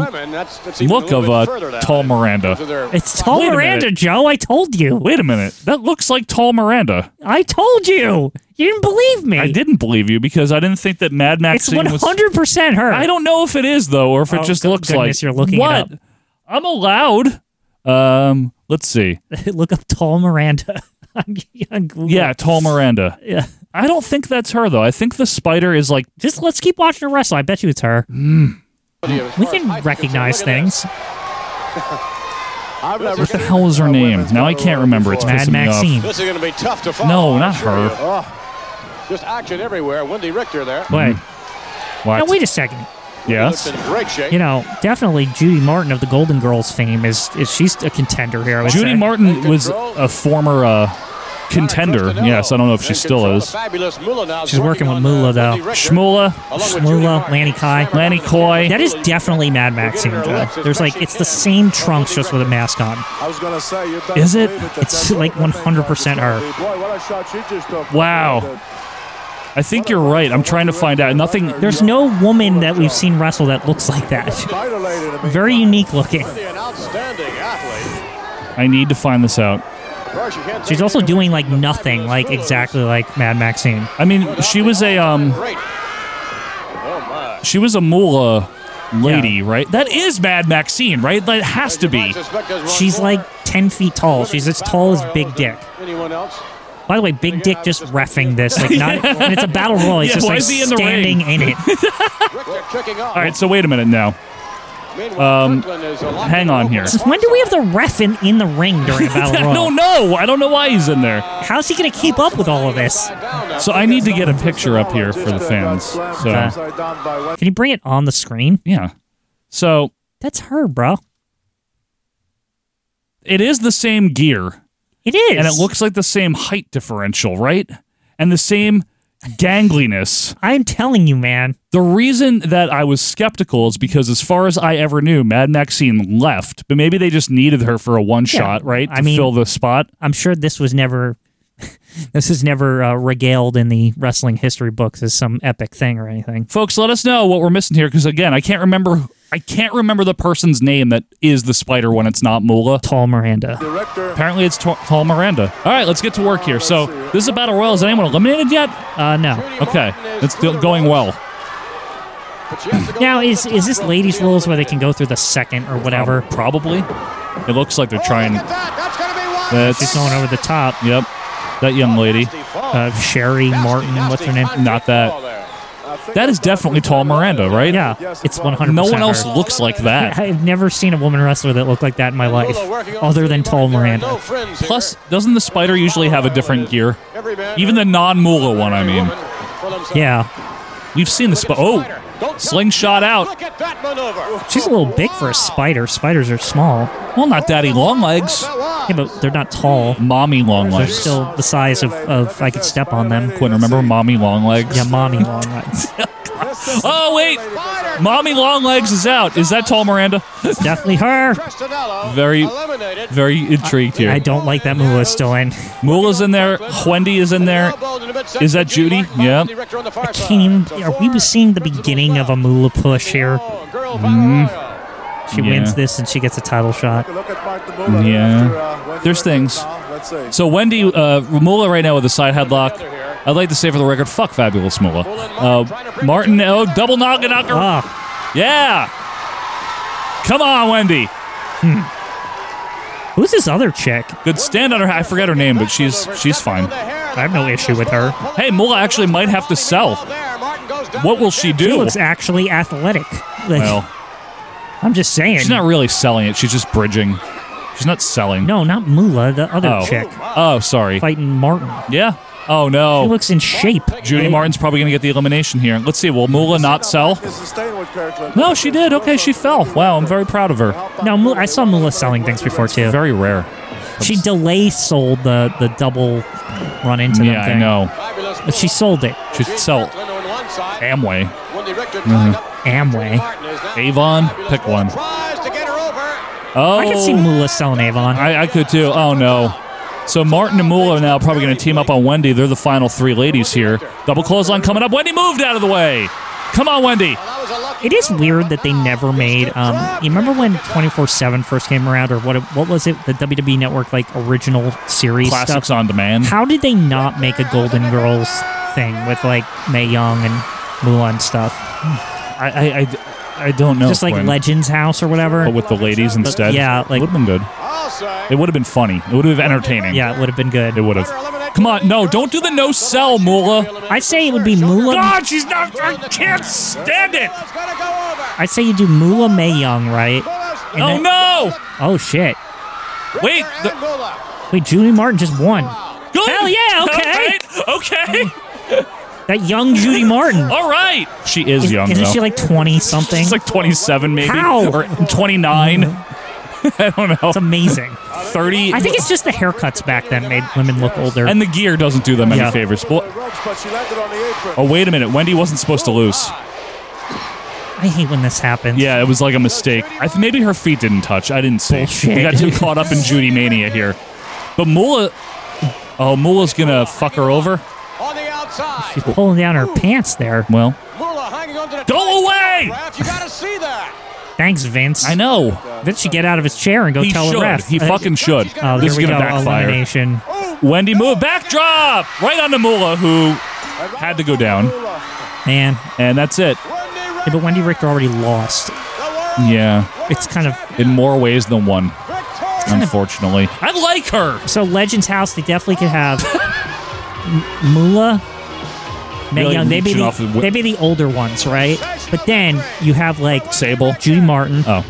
Speaker 2: look of uh, Tall Miranda.
Speaker 1: It's tall
Speaker 2: Wait a
Speaker 1: Miranda,
Speaker 2: minute.
Speaker 1: Joe. I told you.
Speaker 2: Wait a minute, that looks like Tall Miranda.
Speaker 1: I told you. You didn't believe me.
Speaker 2: I didn't believe you because I didn't think that Mad
Speaker 1: It's
Speaker 2: Maxine
Speaker 1: one
Speaker 2: was.
Speaker 1: hundred percent her.
Speaker 2: I don't know if it is though, or if it
Speaker 1: Oh,
Speaker 2: just
Speaker 1: go-
Speaker 2: looks
Speaker 1: goodness,
Speaker 2: like
Speaker 1: you're looking it
Speaker 2: what?
Speaker 1: up.
Speaker 2: I'm allowed. Um, let's see.
Speaker 1: look up tall Miranda on, on Google.
Speaker 2: Yeah, Tall Miranda.
Speaker 1: yeah.
Speaker 2: I don't think that's her though. I think the spider is like Hmm.
Speaker 1: Just let's keep watching her wrestle. I bet you it's her. We can recognize things.
Speaker 4: I've never
Speaker 2: what the hell is her name? Now I can't remember. It's
Speaker 1: Mad
Speaker 2: pissing me off.
Speaker 1: Maxine.
Speaker 3: This is going to be tough to follow.
Speaker 2: No,
Speaker 3: I'm
Speaker 2: not
Speaker 3: sure
Speaker 2: her.
Speaker 3: you- oh, just action everywhere. Wendy Richter there.
Speaker 1: Wait. Now
Speaker 2: What?
Speaker 1: wait a second.
Speaker 2: yes.
Speaker 3: Looks in great shape.
Speaker 1: You know, definitely Judy Martin of the Golden Girls fame is, is she's a contender here. I would
Speaker 2: Judy
Speaker 1: say.
Speaker 2: Martin was a former uh, contender. Yes, I don't know if she still is.
Speaker 1: She's working with Moolah, though.
Speaker 2: Shmula.
Speaker 1: Shmula, Lanny Kai,
Speaker 2: Lanny Coy.
Speaker 1: That is definitely Mad Maxine. Joe. There's like it's the same trunks just with a mask on.
Speaker 4: I was gonna say, you better
Speaker 2: Is it?
Speaker 4: believe that
Speaker 1: It's
Speaker 4: that's
Speaker 1: like
Speaker 4: what that thing
Speaker 1: 100%
Speaker 4: was.
Speaker 1: her.
Speaker 4: Boy, what a shot she just took.
Speaker 2: Wow. I think you're right. I'm trying to find out. Nothing.
Speaker 1: There's no woman that we've seen wrestle that looks like that.
Speaker 4: Spider lady to me.
Speaker 1: Very unique looking.
Speaker 3: An outstanding athlete.
Speaker 2: I need to find this out.
Speaker 3: Of course, you can't
Speaker 1: She's
Speaker 3: take
Speaker 1: also
Speaker 3: anything
Speaker 1: doing
Speaker 3: from
Speaker 1: like
Speaker 3: the
Speaker 1: nothing,
Speaker 3: fabulous
Speaker 1: like
Speaker 3: Moolah.
Speaker 1: exactly like Mad Maxine.
Speaker 2: I mean, she was a um,
Speaker 3: Great. Oh, my.
Speaker 2: she was a Moolah lady, right? That is Mad Maxine, right? That has to be.
Speaker 1: She's like 10 feet tall. She's as tall as Big Dick.
Speaker 3: Anyone else?
Speaker 1: By the way, Big Dick just refing this. Like, not, and it's a battle royal. He's
Speaker 2: Yeah,
Speaker 1: just
Speaker 2: why
Speaker 1: like
Speaker 2: is he in the
Speaker 1: standing in it.
Speaker 3: Richter kicking off.
Speaker 2: All right, so wait a minute now.
Speaker 3: Meanwhile,
Speaker 2: um,
Speaker 3: Kirkland is a lot-
Speaker 2: hang on here.
Speaker 1: Since when do we have the ref in, in the ring during a battle
Speaker 2: I
Speaker 1: royal?
Speaker 2: don't know. I don't know why he's in there.
Speaker 1: How's he going to keep up with all of this?
Speaker 2: So I need to get a picture up here for the fans.
Speaker 1: Uh,
Speaker 2: So
Speaker 4: Upside down by Wendy.
Speaker 1: Can you bring it on the screen?
Speaker 2: yeah, so
Speaker 1: That's her, bro.
Speaker 2: it is the same gear,
Speaker 1: It is.
Speaker 2: and it looks like the same height differential, right? And the same gangliness.
Speaker 1: I'm telling you, man.
Speaker 2: The reason that I was skeptical is because, as far as I ever knew, Mad Maxine left, but maybe they just needed her for a one shot, right? To
Speaker 1: I mean-
Speaker 2: fill the spot.
Speaker 1: I'm sure this was never. This is never uh, regaled in the wrestling history books as some epic thing or anything.
Speaker 2: folks let us know what we're missing here because again i can't remember i can't remember the person's name that is the spider when it's not Mula.
Speaker 1: Tall Miranda.
Speaker 4: Director.
Speaker 2: apparently it's Tor- paul miranda all right let's get to work here so this is a battle royal is anyone eliminated yet
Speaker 1: Uh, no.
Speaker 2: okay it's do- going well
Speaker 3: But she has to go
Speaker 1: Now
Speaker 3: over the
Speaker 1: is
Speaker 3: top
Speaker 1: is this
Speaker 3: rope to
Speaker 1: ladies'
Speaker 3: be
Speaker 1: rules where they
Speaker 3: eliminated.
Speaker 1: can go through the second or whatever?
Speaker 2: probably it looks like they're trying
Speaker 3: Look at that. That's going to be one.
Speaker 1: She's
Speaker 2: that's
Speaker 1: going over the top.
Speaker 2: yep that young lady
Speaker 3: Nasty fall.
Speaker 1: Uh, Sherry
Speaker 3: Nasty,
Speaker 1: Martin,
Speaker 3: nasty
Speaker 1: what's her name?
Speaker 3: contact
Speaker 2: Not that.
Speaker 3: ball there.
Speaker 4: I think
Speaker 2: that is definitely tall miranda right
Speaker 1: Yeah, it's 100.
Speaker 2: no one else looks like that
Speaker 1: I've never seen a woman wrestler that looked like that in my life,
Speaker 3: Moolah working on
Speaker 1: other than
Speaker 3: Judy
Speaker 1: tall
Speaker 3: Martin. There are no
Speaker 1: Miranda.
Speaker 3: friends here.
Speaker 2: plus doesn't the spider usually have a different gear
Speaker 3: Every man-
Speaker 2: even the non-mula one i
Speaker 3: every
Speaker 2: mean
Speaker 3: woman for themselves.
Speaker 1: Yeah,
Speaker 2: we've seen the
Speaker 3: Look at
Speaker 2: spider
Speaker 3: the spider.
Speaker 2: oh
Speaker 3: Don't-
Speaker 2: slingshot out
Speaker 3: Look at that maneuver.
Speaker 1: she's a little big for a spider. Spiders are small.
Speaker 2: well not daddy long legs
Speaker 1: Yeah, but they're not tall.
Speaker 2: Mommy long
Speaker 1: They're
Speaker 2: legs.
Speaker 1: still the size of, of I could step on them.
Speaker 2: Quinn, remember mommy long legs?
Speaker 1: Yeah, mommy long legs.
Speaker 2: Oh wait, mommy long legs is out. Is that tall Miranda?
Speaker 1: Definitely her.
Speaker 3: Castanello
Speaker 2: Very-
Speaker 3: eliminated.
Speaker 2: Very intrigued
Speaker 1: I
Speaker 2: here.
Speaker 1: don't like that Moolah is still in.
Speaker 2: Mula's in there. Wendy is in there.
Speaker 3: Elbowed in the midsection.
Speaker 2: Is that Judy?
Speaker 3: Martin,
Speaker 2: Yeah.
Speaker 3: Wendy Richter on the far
Speaker 1: I can't even. Are we was seeing the beginning of a Moolah push here? Mm-hmm.
Speaker 3: Oh, girl battle royal.
Speaker 1: She
Speaker 2: Yeah.
Speaker 1: wins this and she gets a title shot.
Speaker 4: Look at Martin Muller
Speaker 2: Yeah.
Speaker 4: after, uh, Wendy
Speaker 2: There's
Speaker 4: Richter
Speaker 2: things.
Speaker 4: now. Let's see.
Speaker 2: So Wendy uh, Mula right now with a side headlock. I'd like to say for the record, fuck fabulous Mula. Uh, Martin, oh double knock and knocker.
Speaker 1: Ah,
Speaker 2: Yeah. Come on, Wendy.
Speaker 1: who's this other chick?
Speaker 2: Good stand on her. I forget her name, but she's she's fine.
Speaker 1: I have no issue with her.
Speaker 2: Hey, Mula actually might have to sell. What will she
Speaker 1: She
Speaker 2: do?
Speaker 1: looks actually athletic. Like,
Speaker 2: Well,
Speaker 1: I'm just saying.
Speaker 2: she's not really selling it. She's just bridging. She's not selling.
Speaker 1: no, not Mula, the other
Speaker 2: Oh.
Speaker 1: chick
Speaker 2: Oh, sorry.
Speaker 1: fighting Martin.
Speaker 2: Yeah. Oh
Speaker 1: She
Speaker 2: no.
Speaker 1: looks in shape.
Speaker 2: Judy Martin's probably gonna get the elimination here. Let's see. Will Mula not sell?
Speaker 4: Is staying with Kirkland.
Speaker 2: No, she did. Okay, she fell. Wow, I'm very proud of her.
Speaker 1: No, Mu- I saw Mula selling things before too.
Speaker 2: Very rare.
Speaker 1: She delay sold the the double run into
Speaker 2: Yeah,
Speaker 1: them thing.
Speaker 2: I know.
Speaker 1: But she sold it.
Speaker 2: She should sell Amway, Mm-hmm.
Speaker 1: Amway.
Speaker 2: Avon, pick one. Oh,
Speaker 1: I could see Mula selling Avon.
Speaker 2: I, I could too. Oh no. So Martin and Mula are now probably going to team up on Wendy. They're the final three ladies here. Double clothesline coming up. Wendy moved out of the way. Come on, Wendy.
Speaker 1: It is weird that they never made. Um, you remember when 24 7 first came around, or what it- What was it? The WWE Network, like, original series
Speaker 2: Classics
Speaker 1: stuff?
Speaker 2: on demand.
Speaker 1: How did they not make a Golden Girls thing with, like, Mae Young and Mula and stuff?
Speaker 2: I I, I, I don't know.
Speaker 1: Just like
Speaker 2: Gwen,
Speaker 1: Legends House or whatever?
Speaker 2: But with the ladies instead.
Speaker 1: yeah, like-
Speaker 2: would have been good. It would have been funny. It would have been entertaining.
Speaker 1: yeah, it would have been
Speaker 2: It
Speaker 1: good.
Speaker 2: would have. Come on, no, don't do the no sell, Mula.
Speaker 1: I'd say it would be Mula.
Speaker 2: God, she's not. I can't stand it.
Speaker 1: I'd say you do Mula Mae Young, right? And
Speaker 2: Oh
Speaker 1: then-
Speaker 2: no!
Speaker 1: Oh, shit.
Speaker 2: Wait. The,
Speaker 1: Wait, Julie Martin just won.
Speaker 2: good.
Speaker 1: Hell yeah, okay.
Speaker 2: All right, Okay.
Speaker 1: That young Judy Martin.
Speaker 2: All right. She is,
Speaker 1: Is-
Speaker 2: young.
Speaker 1: Isn't
Speaker 2: though.
Speaker 1: she like 20 something?
Speaker 2: She's like 27, maybe.
Speaker 1: How?
Speaker 2: Or 29. I don't know.
Speaker 1: It's amazing.
Speaker 2: 30.
Speaker 1: I think it's just the haircuts back then made women look older.
Speaker 2: and the gear doesn't do them
Speaker 1: Yeah.
Speaker 2: any favors. Well,
Speaker 4: Ropes, but she landed on the apron.
Speaker 2: oh, wait a minute. Wendy wasn't supposed to lose.
Speaker 1: I hate when this happens.
Speaker 2: Yeah, it was like a mistake. I th- maybe her feet didn't touch. I didn't see.
Speaker 1: Bullshit.
Speaker 2: We got too caught up in Judy Mania here. But Mula. Oh, Mula's going to fuck her over?
Speaker 3: On the outside.
Speaker 1: She's pulling down her pants there.
Speaker 2: Well,
Speaker 3: Mula hanging onto the
Speaker 2: go away!
Speaker 3: draft. You gotta see that.
Speaker 1: Thanks, Vince.
Speaker 2: I know.
Speaker 1: Vince should get out of his chair and go
Speaker 2: Oh. He
Speaker 1: tell
Speaker 2: should.
Speaker 1: the ref.
Speaker 2: He
Speaker 1: Uh,
Speaker 2: fucking should.
Speaker 1: Oh,
Speaker 2: this
Speaker 1: there
Speaker 2: is
Speaker 1: we
Speaker 2: going to
Speaker 1: go.
Speaker 2: backfire.
Speaker 1: Elimination.
Speaker 2: Wendy, move. Backdrop! Right onto Mula, who had to go down.
Speaker 1: Man.
Speaker 2: And that's it.
Speaker 1: Yeah, but Wendy Richter already lost.
Speaker 2: Yeah.
Speaker 1: It's kind of.
Speaker 2: in more ways than one. Unfortunately, I like her.
Speaker 1: So, Legends House, they definitely could have M- Mula. Mae
Speaker 2: Really
Speaker 1: Young, they'd be,
Speaker 2: reaching
Speaker 1: the,
Speaker 2: off of-
Speaker 1: they'd be the older ones, right? But then you have like
Speaker 2: Sable.
Speaker 1: Judy Martin,
Speaker 2: Oh,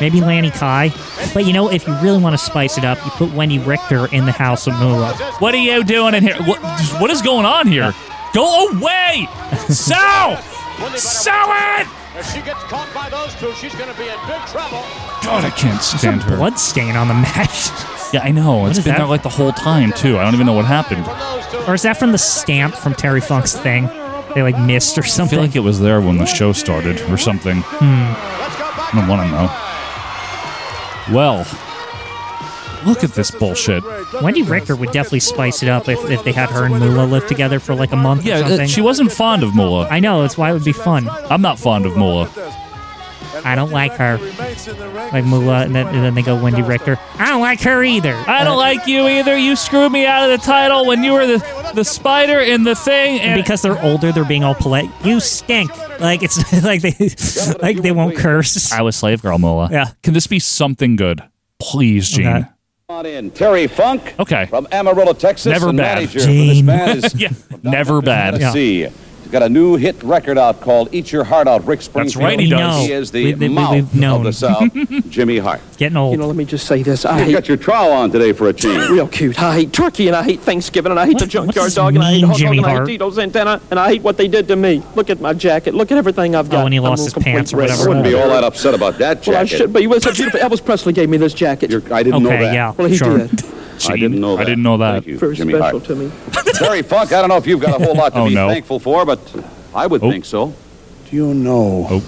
Speaker 1: maybe Lanny Kai. But you know, if you really want to spice it up, you put Wendy Richter in the house of Mula.
Speaker 2: what are you doing in here? What, what is going on here? Go away, Sal. Sell it.
Speaker 3: If she gets caught by those two, she's gonna be in big trouble.
Speaker 2: God, I can't stand
Speaker 1: There's a
Speaker 2: her.
Speaker 1: blood stain on the match.
Speaker 2: Yeah, I know. It's
Speaker 1: is
Speaker 2: been
Speaker 1: that?
Speaker 2: there like the whole time too. I don't even know what happened. I
Speaker 1: or is that from the stamp from Terry Funk's thing? They like missed or something. Hmm.
Speaker 2: feel like it was there when the show started or something. I don't want to know. Well, look at this bullshit.
Speaker 1: Wendy Richter would definitely spice it up if, if they had her and Mula live together for like a month or
Speaker 2: Yeah, uh,
Speaker 1: something.
Speaker 2: she wasn't fond of Mula.
Speaker 1: I know, that's why it would be fun.
Speaker 2: I'm not fond of Mula.
Speaker 1: I don't like her. Like Mula, and then, and then they go Wendy Richter. I don't like her either.
Speaker 2: I don't like you either. You screwed me out of the title when you were the the spider in the thing. And
Speaker 1: because they're older, they're being all polite. You stink. Like it's like they like they won't curse.
Speaker 2: I was slave girl Mola.
Speaker 1: Yeah.
Speaker 2: Can this be something good, please, Gene?
Speaker 1: Okay.
Speaker 7: On in Terry Funk
Speaker 2: Okay.
Speaker 7: from Amarillo, Texas.
Speaker 2: Never
Speaker 7: and
Speaker 2: bad.
Speaker 7: Manager for this
Speaker 1: Gene.
Speaker 7: man is
Speaker 2: Yeah. Never bad.
Speaker 7: Tennessee. He's got a new hit record out called "Eat Your Heart Out." Rick Springfield.
Speaker 2: That's right, he We does. know.
Speaker 7: He is the
Speaker 1: We- we-
Speaker 7: mouth
Speaker 1: we've known.
Speaker 7: of the South, Jimmy Hart.
Speaker 1: Getting old.
Speaker 12: You know, let me just say this. I
Speaker 7: You
Speaker 12: hate
Speaker 7: got your trowel on today for a change.
Speaker 12: real cute. I hate turkey, and I hate Thanksgiving, and I hate
Speaker 1: What-
Speaker 12: the junkyard
Speaker 1: what's
Speaker 12: dog, and I hate
Speaker 1: mean,
Speaker 12: hot dog,
Speaker 1: Jimmy
Speaker 12: and I hate
Speaker 1: Hart?
Speaker 12: Tito's antenna, and I hate what they did to me. Look at my jacket. Look at everything I've got.
Speaker 1: Oh, and he
Speaker 12: I'm
Speaker 1: lost
Speaker 12: a
Speaker 1: his
Speaker 12: complete
Speaker 1: pants or
Speaker 12: wreck.
Speaker 1: whatever.
Speaker 7: I wouldn't be all that upset about that
Speaker 12: Well, I
Speaker 7: jacket.
Speaker 12: should, but you was a beautiful. Elvis Presley gave me this jacket.
Speaker 7: You're- I didn't know
Speaker 1: Okay,
Speaker 7: that.
Speaker 1: yeah.
Speaker 12: well, he
Speaker 1: sure.
Speaker 12: did.
Speaker 7: I didn't know that.
Speaker 2: I didn't know that.
Speaker 7: Thank you,
Speaker 12: Very
Speaker 7: Jimmy
Speaker 12: special
Speaker 7: Hart.
Speaker 12: to me.
Speaker 7: Terry Funk, I don't know if you've got a whole lot to
Speaker 2: Oh,
Speaker 7: be
Speaker 2: no.
Speaker 7: thankful for, but I would
Speaker 2: Oh.
Speaker 7: think so.
Speaker 13: Do you know
Speaker 2: Oh.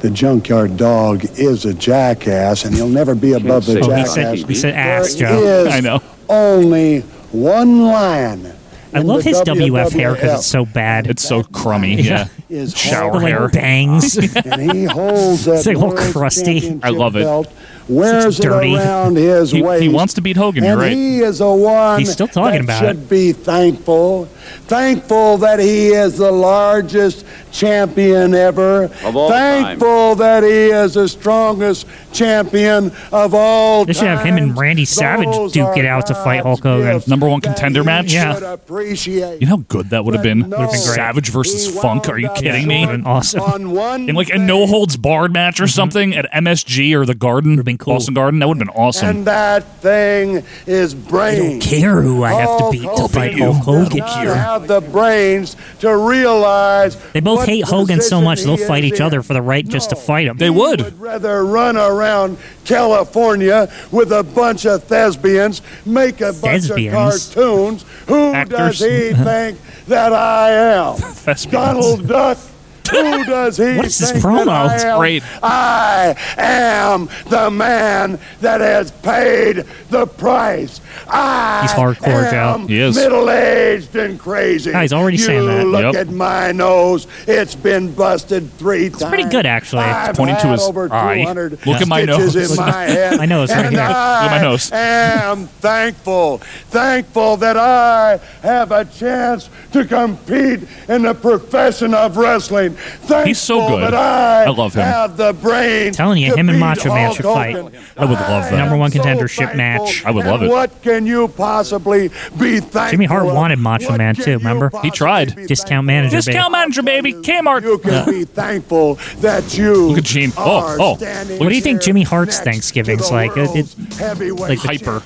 Speaker 13: the junkyard dog is a jackass and he'll never be above the
Speaker 7: say
Speaker 1: Oh, he
Speaker 7: that.
Speaker 1: said,
Speaker 13: jackass?
Speaker 1: he said ass,
Speaker 13: There
Speaker 1: Joe.
Speaker 13: is
Speaker 2: I know.
Speaker 13: only one line.
Speaker 1: I
Speaker 13: in
Speaker 1: love
Speaker 13: the
Speaker 1: his WF hair because
Speaker 13: WWF.
Speaker 1: it's so bad.
Speaker 2: It's so crummy.
Speaker 1: Yeah.
Speaker 2: Yeah.
Speaker 13: Is
Speaker 2: shower
Speaker 1: the
Speaker 13: horrible.
Speaker 2: hair.
Speaker 1: like bangs.
Speaker 13: and he holds that
Speaker 1: It's like all
Speaker 13: world
Speaker 1: crusty.
Speaker 13: championship
Speaker 2: I love it.
Speaker 13: belt wears it
Speaker 2: dirty.
Speaker 13: around his
Speaker 2: He- he
Speaker 13: waist.
Speaker 2: wants to beat Hogan,
Speaker 13: and
Speaker 2: you're right.
Speaker 13: he is the one
Speaker 2: He's still talking
Speaker 13: that
Speaker 2: about it.
Speaker 13: should be thankful. Thankful that he is the largest champion ever.
Speaker 7: Of all time.
Speaker 13: thankful that he is the strongest champion of all
Speaker 1: They should have him and Randy Savage duke it out to fight Hulk Hogan.
Speaker 2: Number one contender match?
Speaker 1: Yeah.
Speaker 13: appreciate.
Speaker 2: You know how good that would have been? Would have been
Speaker 1: great.
Speaker 2: Savage versus Funk. Are you kidding me?
Speaker 1: Would have been awesome.
Speaker 2: In like a no holds barred match or something at MSG or the Garden, would have Mm-hmm. been cool. Boston Garden. That would have been awesome.
Speaker 13: And that thing is brains. I don't
Speaker 1: care who I have to beat to fight Hulk Hogan here.
Speaker 13: have the brains to realize
Speaker 1: They both
Speaker 13: what
Speaker 1: hate Hogan so much
Speaker 13: position he
Speaker 1: they'll fight
Speaker 13: is
Speaker 1: each
Speaker 13: in.
Speaker 1: other for the right just to fight him. They
Speaker 13: would rather run around California with a bunch of thespians, make a bunch
Speaker 1: Thespians?
Speaker 13: of cartoons. Who
Speaker 1: Actors?
Speaker 13: does he think that I am? Donald Duck. Who does he
Speaker 1: What is this
Speaker 13: think
Speaker 1: promo?
Speaker 13: that I
Speaker 1: It's
Speaker 13: am?
Speaker 1: great.
Speaker 13: I am the man that has paid the price. I
Speaker 1: He's hardcore, Joe.
Speaker 13: am middle-aged and crazy.
Speaker 1: Ah, he's already
Speaker 13: you
Speaker 1: saying that.
Speaker 13: look
Speaker 1: Yep.
Speaker 13: at my nose. It's been busted three times.
Speaker 1: pretty good, actually.
Speaker 13: I've
Speaker 1: It's pointing to
Speaker 13: had
Speaker 1: his
Speaker 13: over
Speaker 1: eye.
Speaker 13: 200
Speaker 2: Look at my
Speaker 13: stitches
Speaker 2: nose.
Speaker 13: In my, head,
Speaker 2: My nose right
Speaker 13: and
Speaker 2: here. Look at my
Speaker 13: I
Speaker 2: nose.
Speaker 13: am thankful, thankful that I have a chance to compete in the profession of wrestling. Thankful
Speaker 2: He's so good.
Speaker 13: That I,
Speaker 2: I love him.
Speaker 13: Have the brains.
Speaker 1: Telling you,
Speaker 13: to
Speaker 1: him and
Speaker 13: beat
Speaker 1: Macho Man
Speaker 13: Hulk
Speaker 1: should fight.
Speaker 13: Hogan.
Speaker 2: I would love that.
Speaker 1: Number one contendership match.
Speaker 2: I would love
Speaker 13: And
Speaker 2: it.
Speaker 13: What can you possibly be thankful?
Speaker 1: Jimmy Hart
Speaker 13: of?
Speaker 1: wanted Macho Man too, remember? He tried. Discount manager, baby.
Speaker 2: Discount manager, baby. Kmart.
Speaker 13: You can
Speaker 1: Yeah.
Speaker 13: be thankful that you
Speaker 1: Look at Gene. Oh,
Speaker 13: are
Speaker 1: oh.
Speaker 13: standing
Speaker 1: What do you think
Speaker 13: here
Speaker 1: Jimmy Hart's
Speaker 13: next
Speaker 1: Thanksgiving's
Speaker 13: to the
Speaker 1: like? It- it-
Speaker 13: world's heavyweight
Speaker 1: like-
Speaker 2: Hyper.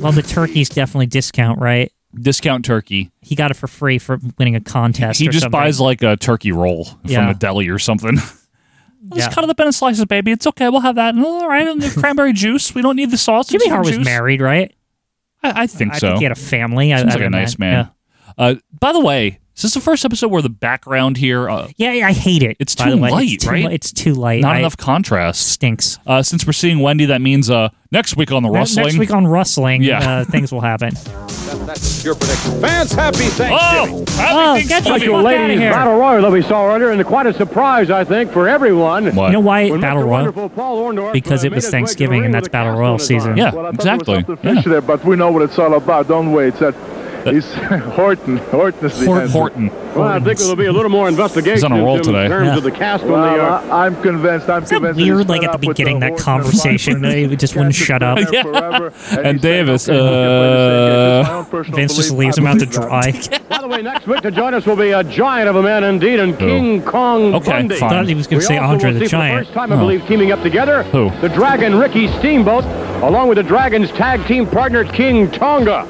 Speaker 1: Well, the turkey's definitely discount, right?
Speaker 2: Discount turkey.
Speaker 1: He got it for free for winning a contest.
Speaker 2: He
Speaker 1: or
Speaker 2: just
Speaker 1: something.
Speaker 2: buys like a turkey roll from
Speaker 1: Yeah.
Speaker 2: a deli or something.
Speaker 1: Yeah.
Speaker 2: Just cut it up into slices, baby. It's okay. We'll have that. All right, and the cranberry juice. We don't need the sauce.
Speaker 1: Jimmy Hart was married, right?
Speaker 2: I, I think
Speaker 1: I
Speaker 2: so.
Speaker 1: think he had a family. I-
Speaker 2: Seems
Speaker 1: I
Speaker 2: like a
Speaker 1: don't
Speaker 2: nice
Speaker 1: know.
Speaker 2: man. Uh, by the way, is this the first episode where the background here? Uh,
Speaker 1: Yeah, yeah, I hate it.
Speaker 2: It's
Speaker 1: by
Speaker 2: too
Speaker 1: the way.
Speaker 2: light,
Speaker 1: it's too,
Speaker 2: right?
Speaker 1: li- It's too light.
Speaker 2: not
Speaker 1: I-
Speaker 2: enough contrast.
Speaker 1: Stinks.
Speaker 2: Uh, since we're seeing Wendy, that means uh, next week on the
Speaker 1: Ne-
Speaker 2: wrestling.
Speaker 1: Next week on wrestling,
Speaker 2: Yeah.
Speaker 1: uh, things will happen.
Speaker 7: That's your prediction. Fans, happy
Speaker 2: Thanksgiving.
Speaker 1: Oh, get the fuck
Speaker 3: Special
Speaker 1: out of
Speaker 3: ladies battle
Speaker 1: here.
Speaker 3: royal that we saw earlier, and quite a surprise, I think, for everyone.
Speaker 1: You know why
Speaker 3: When Mr.
Speaker 1: Battle Royal?
Speaker 3: Wonderful Paul Orndorff,
Speaker 1: Because
Speaker 3: uh,
Speaker 1: it
Speaker 3: made
Speaker 1: was
Speaker 3: his way to the
Speaker 1: Thanksgiving
Speaker 3: ring
Speaker 1: and
Speaker 3: with
Speaker 1: that's
Speaker 3: a
Speaker 1: Battle
Speaker 3: cast
Speaker 1: Royal
Speaker 3: on his
Speaker 1: season.
Speaker 3: arm.
Speaker 2: Yeah,
Speaker 3: Well, I thought
Speaker 2: exactly.
Speaker 3: there was something
Speaker 2: Yeah. Uh,
Speaker 3: fishy
Speaker 13: there, but we know what it's all about, don't we? It's that he's Horton. Horton is the
Speaker 2: Hort-
Speaker 13: answer.
Speaker 2: Horton.
Speaker 3: Well, I think there'll be a little more investigation
Speaker 2: He's on a roll
Speaker 3: in
Speaker 2: today.
Speaker 3: terms
Speaker 1: Yeah.
Speaker 3: of the cast
Speaker 13: Well,
Speaker 3: on the. Uh,
Speaker 13: I, am convinced. I'm
Speaker 1: Isn't that
Speaker 13: convinced.
Speaker 1: weird? Like at the beginning, that conversation, they just wouldn't shut up.
Speaker 2: Yeah.
Speaker 3: uh,
Speaker 13: and
Speaker 2: And Davis. uh,
Speaker 1: Vince just leaves him out to dry.
Speaker 3: by the way, next week to join us will be a giant of a man indeed, and King Kong
Speaker 2: Okay,
Speaker 3: Bundy.
Speaker 2: fine. Thought
Speaker 1: he was gonna
Speaker 3: We
Speaker 1: say
Speaker 3: also
Speaker 1: Andre
Speaker 3: will
Speaker 1: the
Speaker 3: see For
Speaker 1: Giant.
Speaker 3: the first time, I
Speaker 2: Oh.
Speaker 3: believe, teaming up together.
Speaker 2: Who?
Speaker 3: The Dragon Ricky Steamboat, along with the Dragon's tag team partner King Tonga.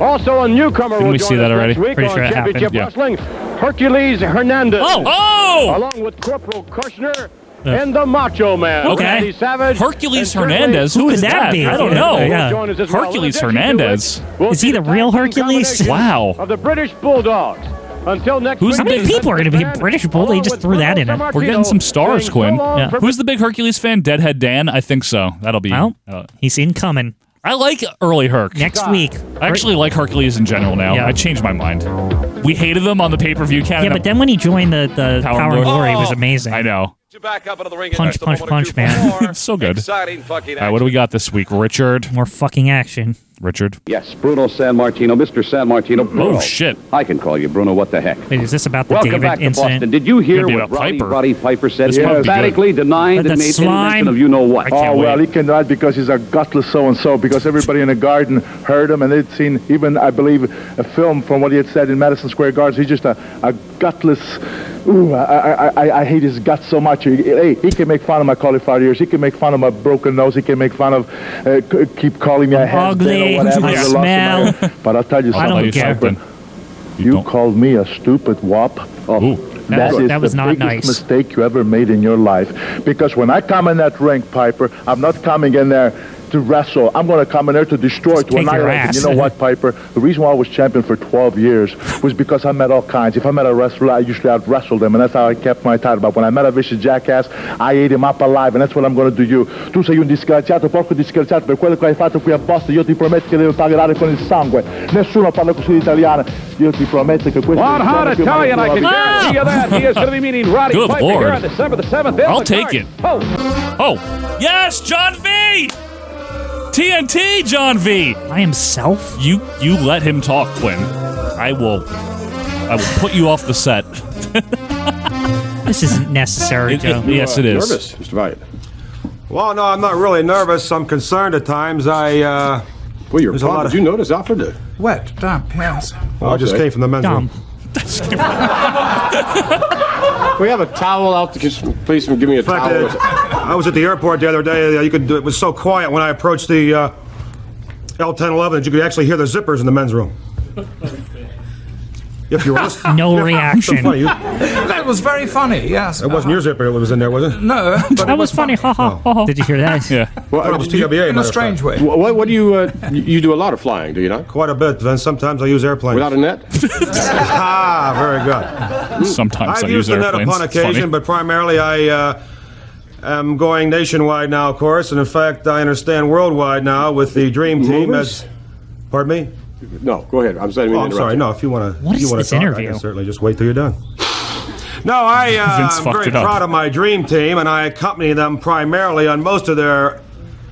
Speaker 3: Also, a newcomer
Speaker 2: Didn't
Speaker 3: will
Speaker 2: we
Speaker 3: join
Speaker 2: see that
Speaker 3: us
Speaker 2: already?
Speaker 3: next week
Speaker 1: Pretty
Speaker 3: on
Speaker 1: sure it happened,
Speaker 3: Championship
Speaker 2: yeah.
Speaker 3: Wrestling. Hercules Hernandez.
Speaker 2: oh, oh!
Speaker 3: Along with Corporal Kushner and the Macho Man.
Speaker 2: Okay.
Speaker 3: Randy Savage.
Speaker 2: Hercules
Speaker 3: and Curly-
Speaker 2: Hernandez. Who
Speaker 1: Who
Speaker 2: is
Speaker 1: could
Speaker 2: that?
Speaker 1: that be?
Speaker 2: I don't
Speaker 1: Yeah,
Speaker 2: know.
Speaker 1: yeah.
Speaker 3: Join us as well.
Speaker 2: Hercules
Speaker 3: In addition to
Speaker 2: Hernandez.
Speaker 3: it, we'll
Speaker 1: Is he
Speaker 3: see
Speaker 1: the
Speaker 3: tag
Speaker 1: real
Speaker 3: team
Speaker 1: Hercules?
Speaker 3: combination
Speaker 2: Wow.
Speaker 3: Of the British Bulldogs. Until next
Speaker 2: Who's
Speaker 3: week,
Speaker 2: the
Speaker 1: How many
Speaker 2: big-
Speaker 1: people are going to be
Speaker 3: fans,
Speaker 1: British Bull? They
Speaker 3: along
Speaker 1: just
Speaker 3: with
Speaker 1: threw that in
Speaker 3: Bruno
Speaker 1: it.
Speaker 2: We're getting some stars,
Speaker 3: saying
Speaker 2: Quinn.
Speaker 3: so long
Speaker 1: Yeah.
Speaker 3: for-
Speaker 2: Who's the big Hercules fan? Deadhead Dan? I think so. That'll be.
Speaker 1: Well,
Speaker 2: uh,
Speaker 1: he's incoming
Speaker 2: I like early Herc.
Speaker 1: next week.
Speaker 2: I actually like Hercules in general now.
Speaker 1: Yeah.
Speaker 2: I changed my mind. We hated him on the pay per view
Speaker 1: Yeah,
Speaker 2: Canada.
Speaker 1: but then when he joined the, the
Speaker 2: Power
Speaker 1: Power,
Speaker 2: Glory.
Speaker 1: and Glory, it was
Speaker 7: Oh.
Speaker 1: amazing.
Speaker 2: I know.
Speaker 7: Back up into the ring.
Speaker 1: Punch,
Speaker 7: Just a
Speaker 1: punch,
Speaker 7: moment or
Speaker 1: punch,
Speaker 7: two
Speaker 1: man.
Speaker 7: for more
Speaker 2: It's so good.
Speaker 7: Exciting fucking
Speaker 2: All right, what do we got this week? Richard.
Speaker 1: More fucking action.
Speaker 2: Richard.
Speaker 7: Yes, Bruno San Martino, Mr. San Martino. Bruno.
Speaker 2: Oh, shit.
Speaker 7: I can call you Bruno. What the heck?
Speaker 1: Wait, is this about the
Speaker 7: Welcome
Speaker 1: David
Speaker 7: back to
Speaker 1: incident?
Speaker 7: Boston. Did you hear
Speaker 2: Gonna be
Speaker 7: what
Speaker 2: about
Speaker 7: Roddy
Speaker 2: Piper.
Speaker 7: Roddy Piper said?
Speaker 2: This must be good.
Speaker 7: emphatically denied
Speaker 1: But
Speaker 7: and
Speaker 1: that
Speaker 7: made any mention
Speaker 1: slime-
Speaker 7: of you know what.
Speaker 2: I can't
Speaker 13: Oh well,
Speaker 2: wait.
Speaker 13: he cannot because he's a gutless so-and-so. Because everybody in the garden heard him, and they'd seen even, I believe, a film from what he had said in Madison Square Garden. He's just a, a gutless. Ooh, I, I, I, I hate his guts so much. He- Hey, he can make fun of my cauliflower ears. He can make fun of my broken nose. He can make fun of uh, c- keep calling me a
Speaker 1: ugly,
Speaker 13: head or whatever.
Speaker 1: I
Speaker 13: the loss of my-
Speaker 1: smell.
Speaker 13: But I'll tell you
Speaker 1: I
Speaker 13: something.
Speaker 1: don't care.
Speaker 13: Piper,
Speaker 2: You
Speaker 13: You
Speaker 2: don't-
Speaker 13: called me a stupid wop. Oh,
Speaker 2: Ooh.
Speaker 1: That was-
Speaker 13: is
Speaker 1: that was
Speaker 13: the
Speaker 1: not
Speaker 13: biggest
Speaker 1: nice.
Speaker 13: mistake you ever made in your life. Because when I come in that ring, Piper, I'm not coming in there to wrestle. I'm going to come in there to destroy, to
Speaker 1: kick your
Speaker 13: annihilate. And you
Speaker 1: ass.
Speaker 13: know what, Piper? The reason why I was champion for 12 years was because I met all kinds. If I met a wrestler, I usually out wrestled them, and that's how I kept my title. But when I met a vicious jackass, I ate him up alive, and that's what I'm going to do you. Tu sei un disgraziato, porco disgraziato, per quello che hai fatto qui a Boston, io ti prometto che devo pagare con il sangue. Nessuno parla così l'italiano. Io ti prometto che questo
Speaker 3: One hot
Speaker 13: è il giorno più
Speaker 3: Italian, I can
Speaker 13: malefico.
Speaker 3: guarantee you that. He is going to be meeting Roddy
Speaker 2: Good
Speaker 3: Piper
Speaker 2: Lord.
Speaker 3: here on December the 7th. in
Speaker 2: I'll
Speaker 3: the
Speaker 2: take
Speaker 3: card.
Speaker 2: it.
Speaker 3: Oh,
Speaker 2: Oh, yes, John V. TNT, John V.
Speaker 1: By himself?
Speaker 2: You you let him talk, Quinn. I will. I will put you off the set.
Speaker 1: This isn't necessary,
Speaker 2: It- it-
Speaker 1: Joe.
Speaker 2: yes, it is.
Speaker 14: Nervous, Mr. Valiant. Well, no, I'm not really nervous. I'm concerned at times. I, uh. Well, you're
Speaker 7: pumped. Did you
Speaker 14: notice Alfred? Wet, damp pants. Well, Oh, I just
Speaker 7: Okay.
Speaker 14: came from the men's
Speaker 1: Dumb.
Speaker 14: room.
Speaker 7: We have a towel out. To, please give me a
Speaker 14: In fact, uh, I was at the airport the other day. uh, You could. It was so quiet when I approached the uh, L1011 that you could actually hear the zippers in the men's room. If you were listening.
Speaker 1: No
Speaker 14: Yeah,
Speaker 1: reaction.
Speaker 14: so funny. You-
Speaker 15: That was very funny, yes.
Speaker 14: It wasn't your zipper that was in there, was it?
Speaker 15: No, but
Speaker 1: That was funny. Ha ha ha. ha. Did you hear that?
Speaker 2: yeah.
Speaker 14: Well, it was TWA.
Speaker 15: in a strange way.
Speaker 7: What, what do you, uh, you- you do a lot of flying, do you not?
Speaker 14: Quite a bit. Then sometimes I use airplanes.
Speaker 7: Without a net?
Speaker 14: ah, very good.
Speaker 2: Sometimes
Speaker 14: I've
Speaker 2: I
Speaker 14: used
Speaker 2: use
Speaker 14: the net
Speaker 2: airplanes.
Speaker 14: upon
Speaker 2: It's funny.
Speaker 14: occasion, but primarily I uh, am going nationwide now, of course, and in fact, I understand worldwide now with the Dream Team.
Speaker 7: Movers?
Speaker 14: As, pardon me?
Speaker 7: No, go ahead. I'm
Speaker 14: Oh,
Speaker 7: sorry. I didn't mean
Speaker 14: I'm
Speaker 7: to
Speaker 14: sorry.
Speaker 7: interrupt
Speaker 14: No, if you want to,
Speaker 1: What
Speaker 14: you
Speaker 1: is
Speaker 14: want
Speaker 1: this
Speaker 14: to talk, I
Speaker 1: interview?
Speaker 14: can certainly just wait till you're done. No, I uh,
Speaker 2: Vince
Speaker 14: am
Speaker 2: fucked
Speaker 14: very
Speaker 2: it up.
Speaker 14: proud of my Dream Team, and I accompany them primarily on most of their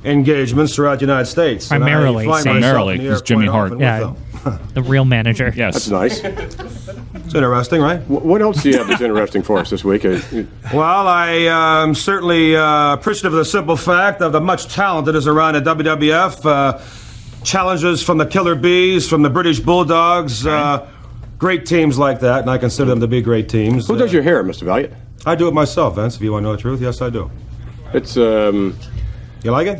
Speaker 14: engagements throughout the United States. And I
Speaker 1: Primarily,
Speaker 14: find
Speaker 1: same.
Speaker 14: myself
Speaker 2: Primarily,
Speaker 14: in the
Speaker 2: 'cause
Speaker 14: air
Speaker 2: Jimmy
Speaker 14: quite
Speaker 2: Hart.
Speaker 14: often with
Speaker 1: Yeah.
Speaker 14: them.
Speaker 1: The real manager.
Speaker 2: Yes.
Speaker 7: That's nice.
Speaker 14: It's interesting, right?
Speaker 7: Wh- What else do you have that's interesting for us this week? Uh, you-
Speaker 14: Well, I am um, certainly uh, appreciative of the simple fact of the much talent that is around at WWF. Uh, challenges from the Killer Bees, from the British Bulldogs, uh, great teams like that, and I consider them to be great teams. Uh,
Speaker 7: Who does your hair, Mr. Valiant?
Speaker 14: I do it myself, Vince. If you want to know the truth, yes, I do.
Speaker 7: It's um,
Speaker 14: You like it?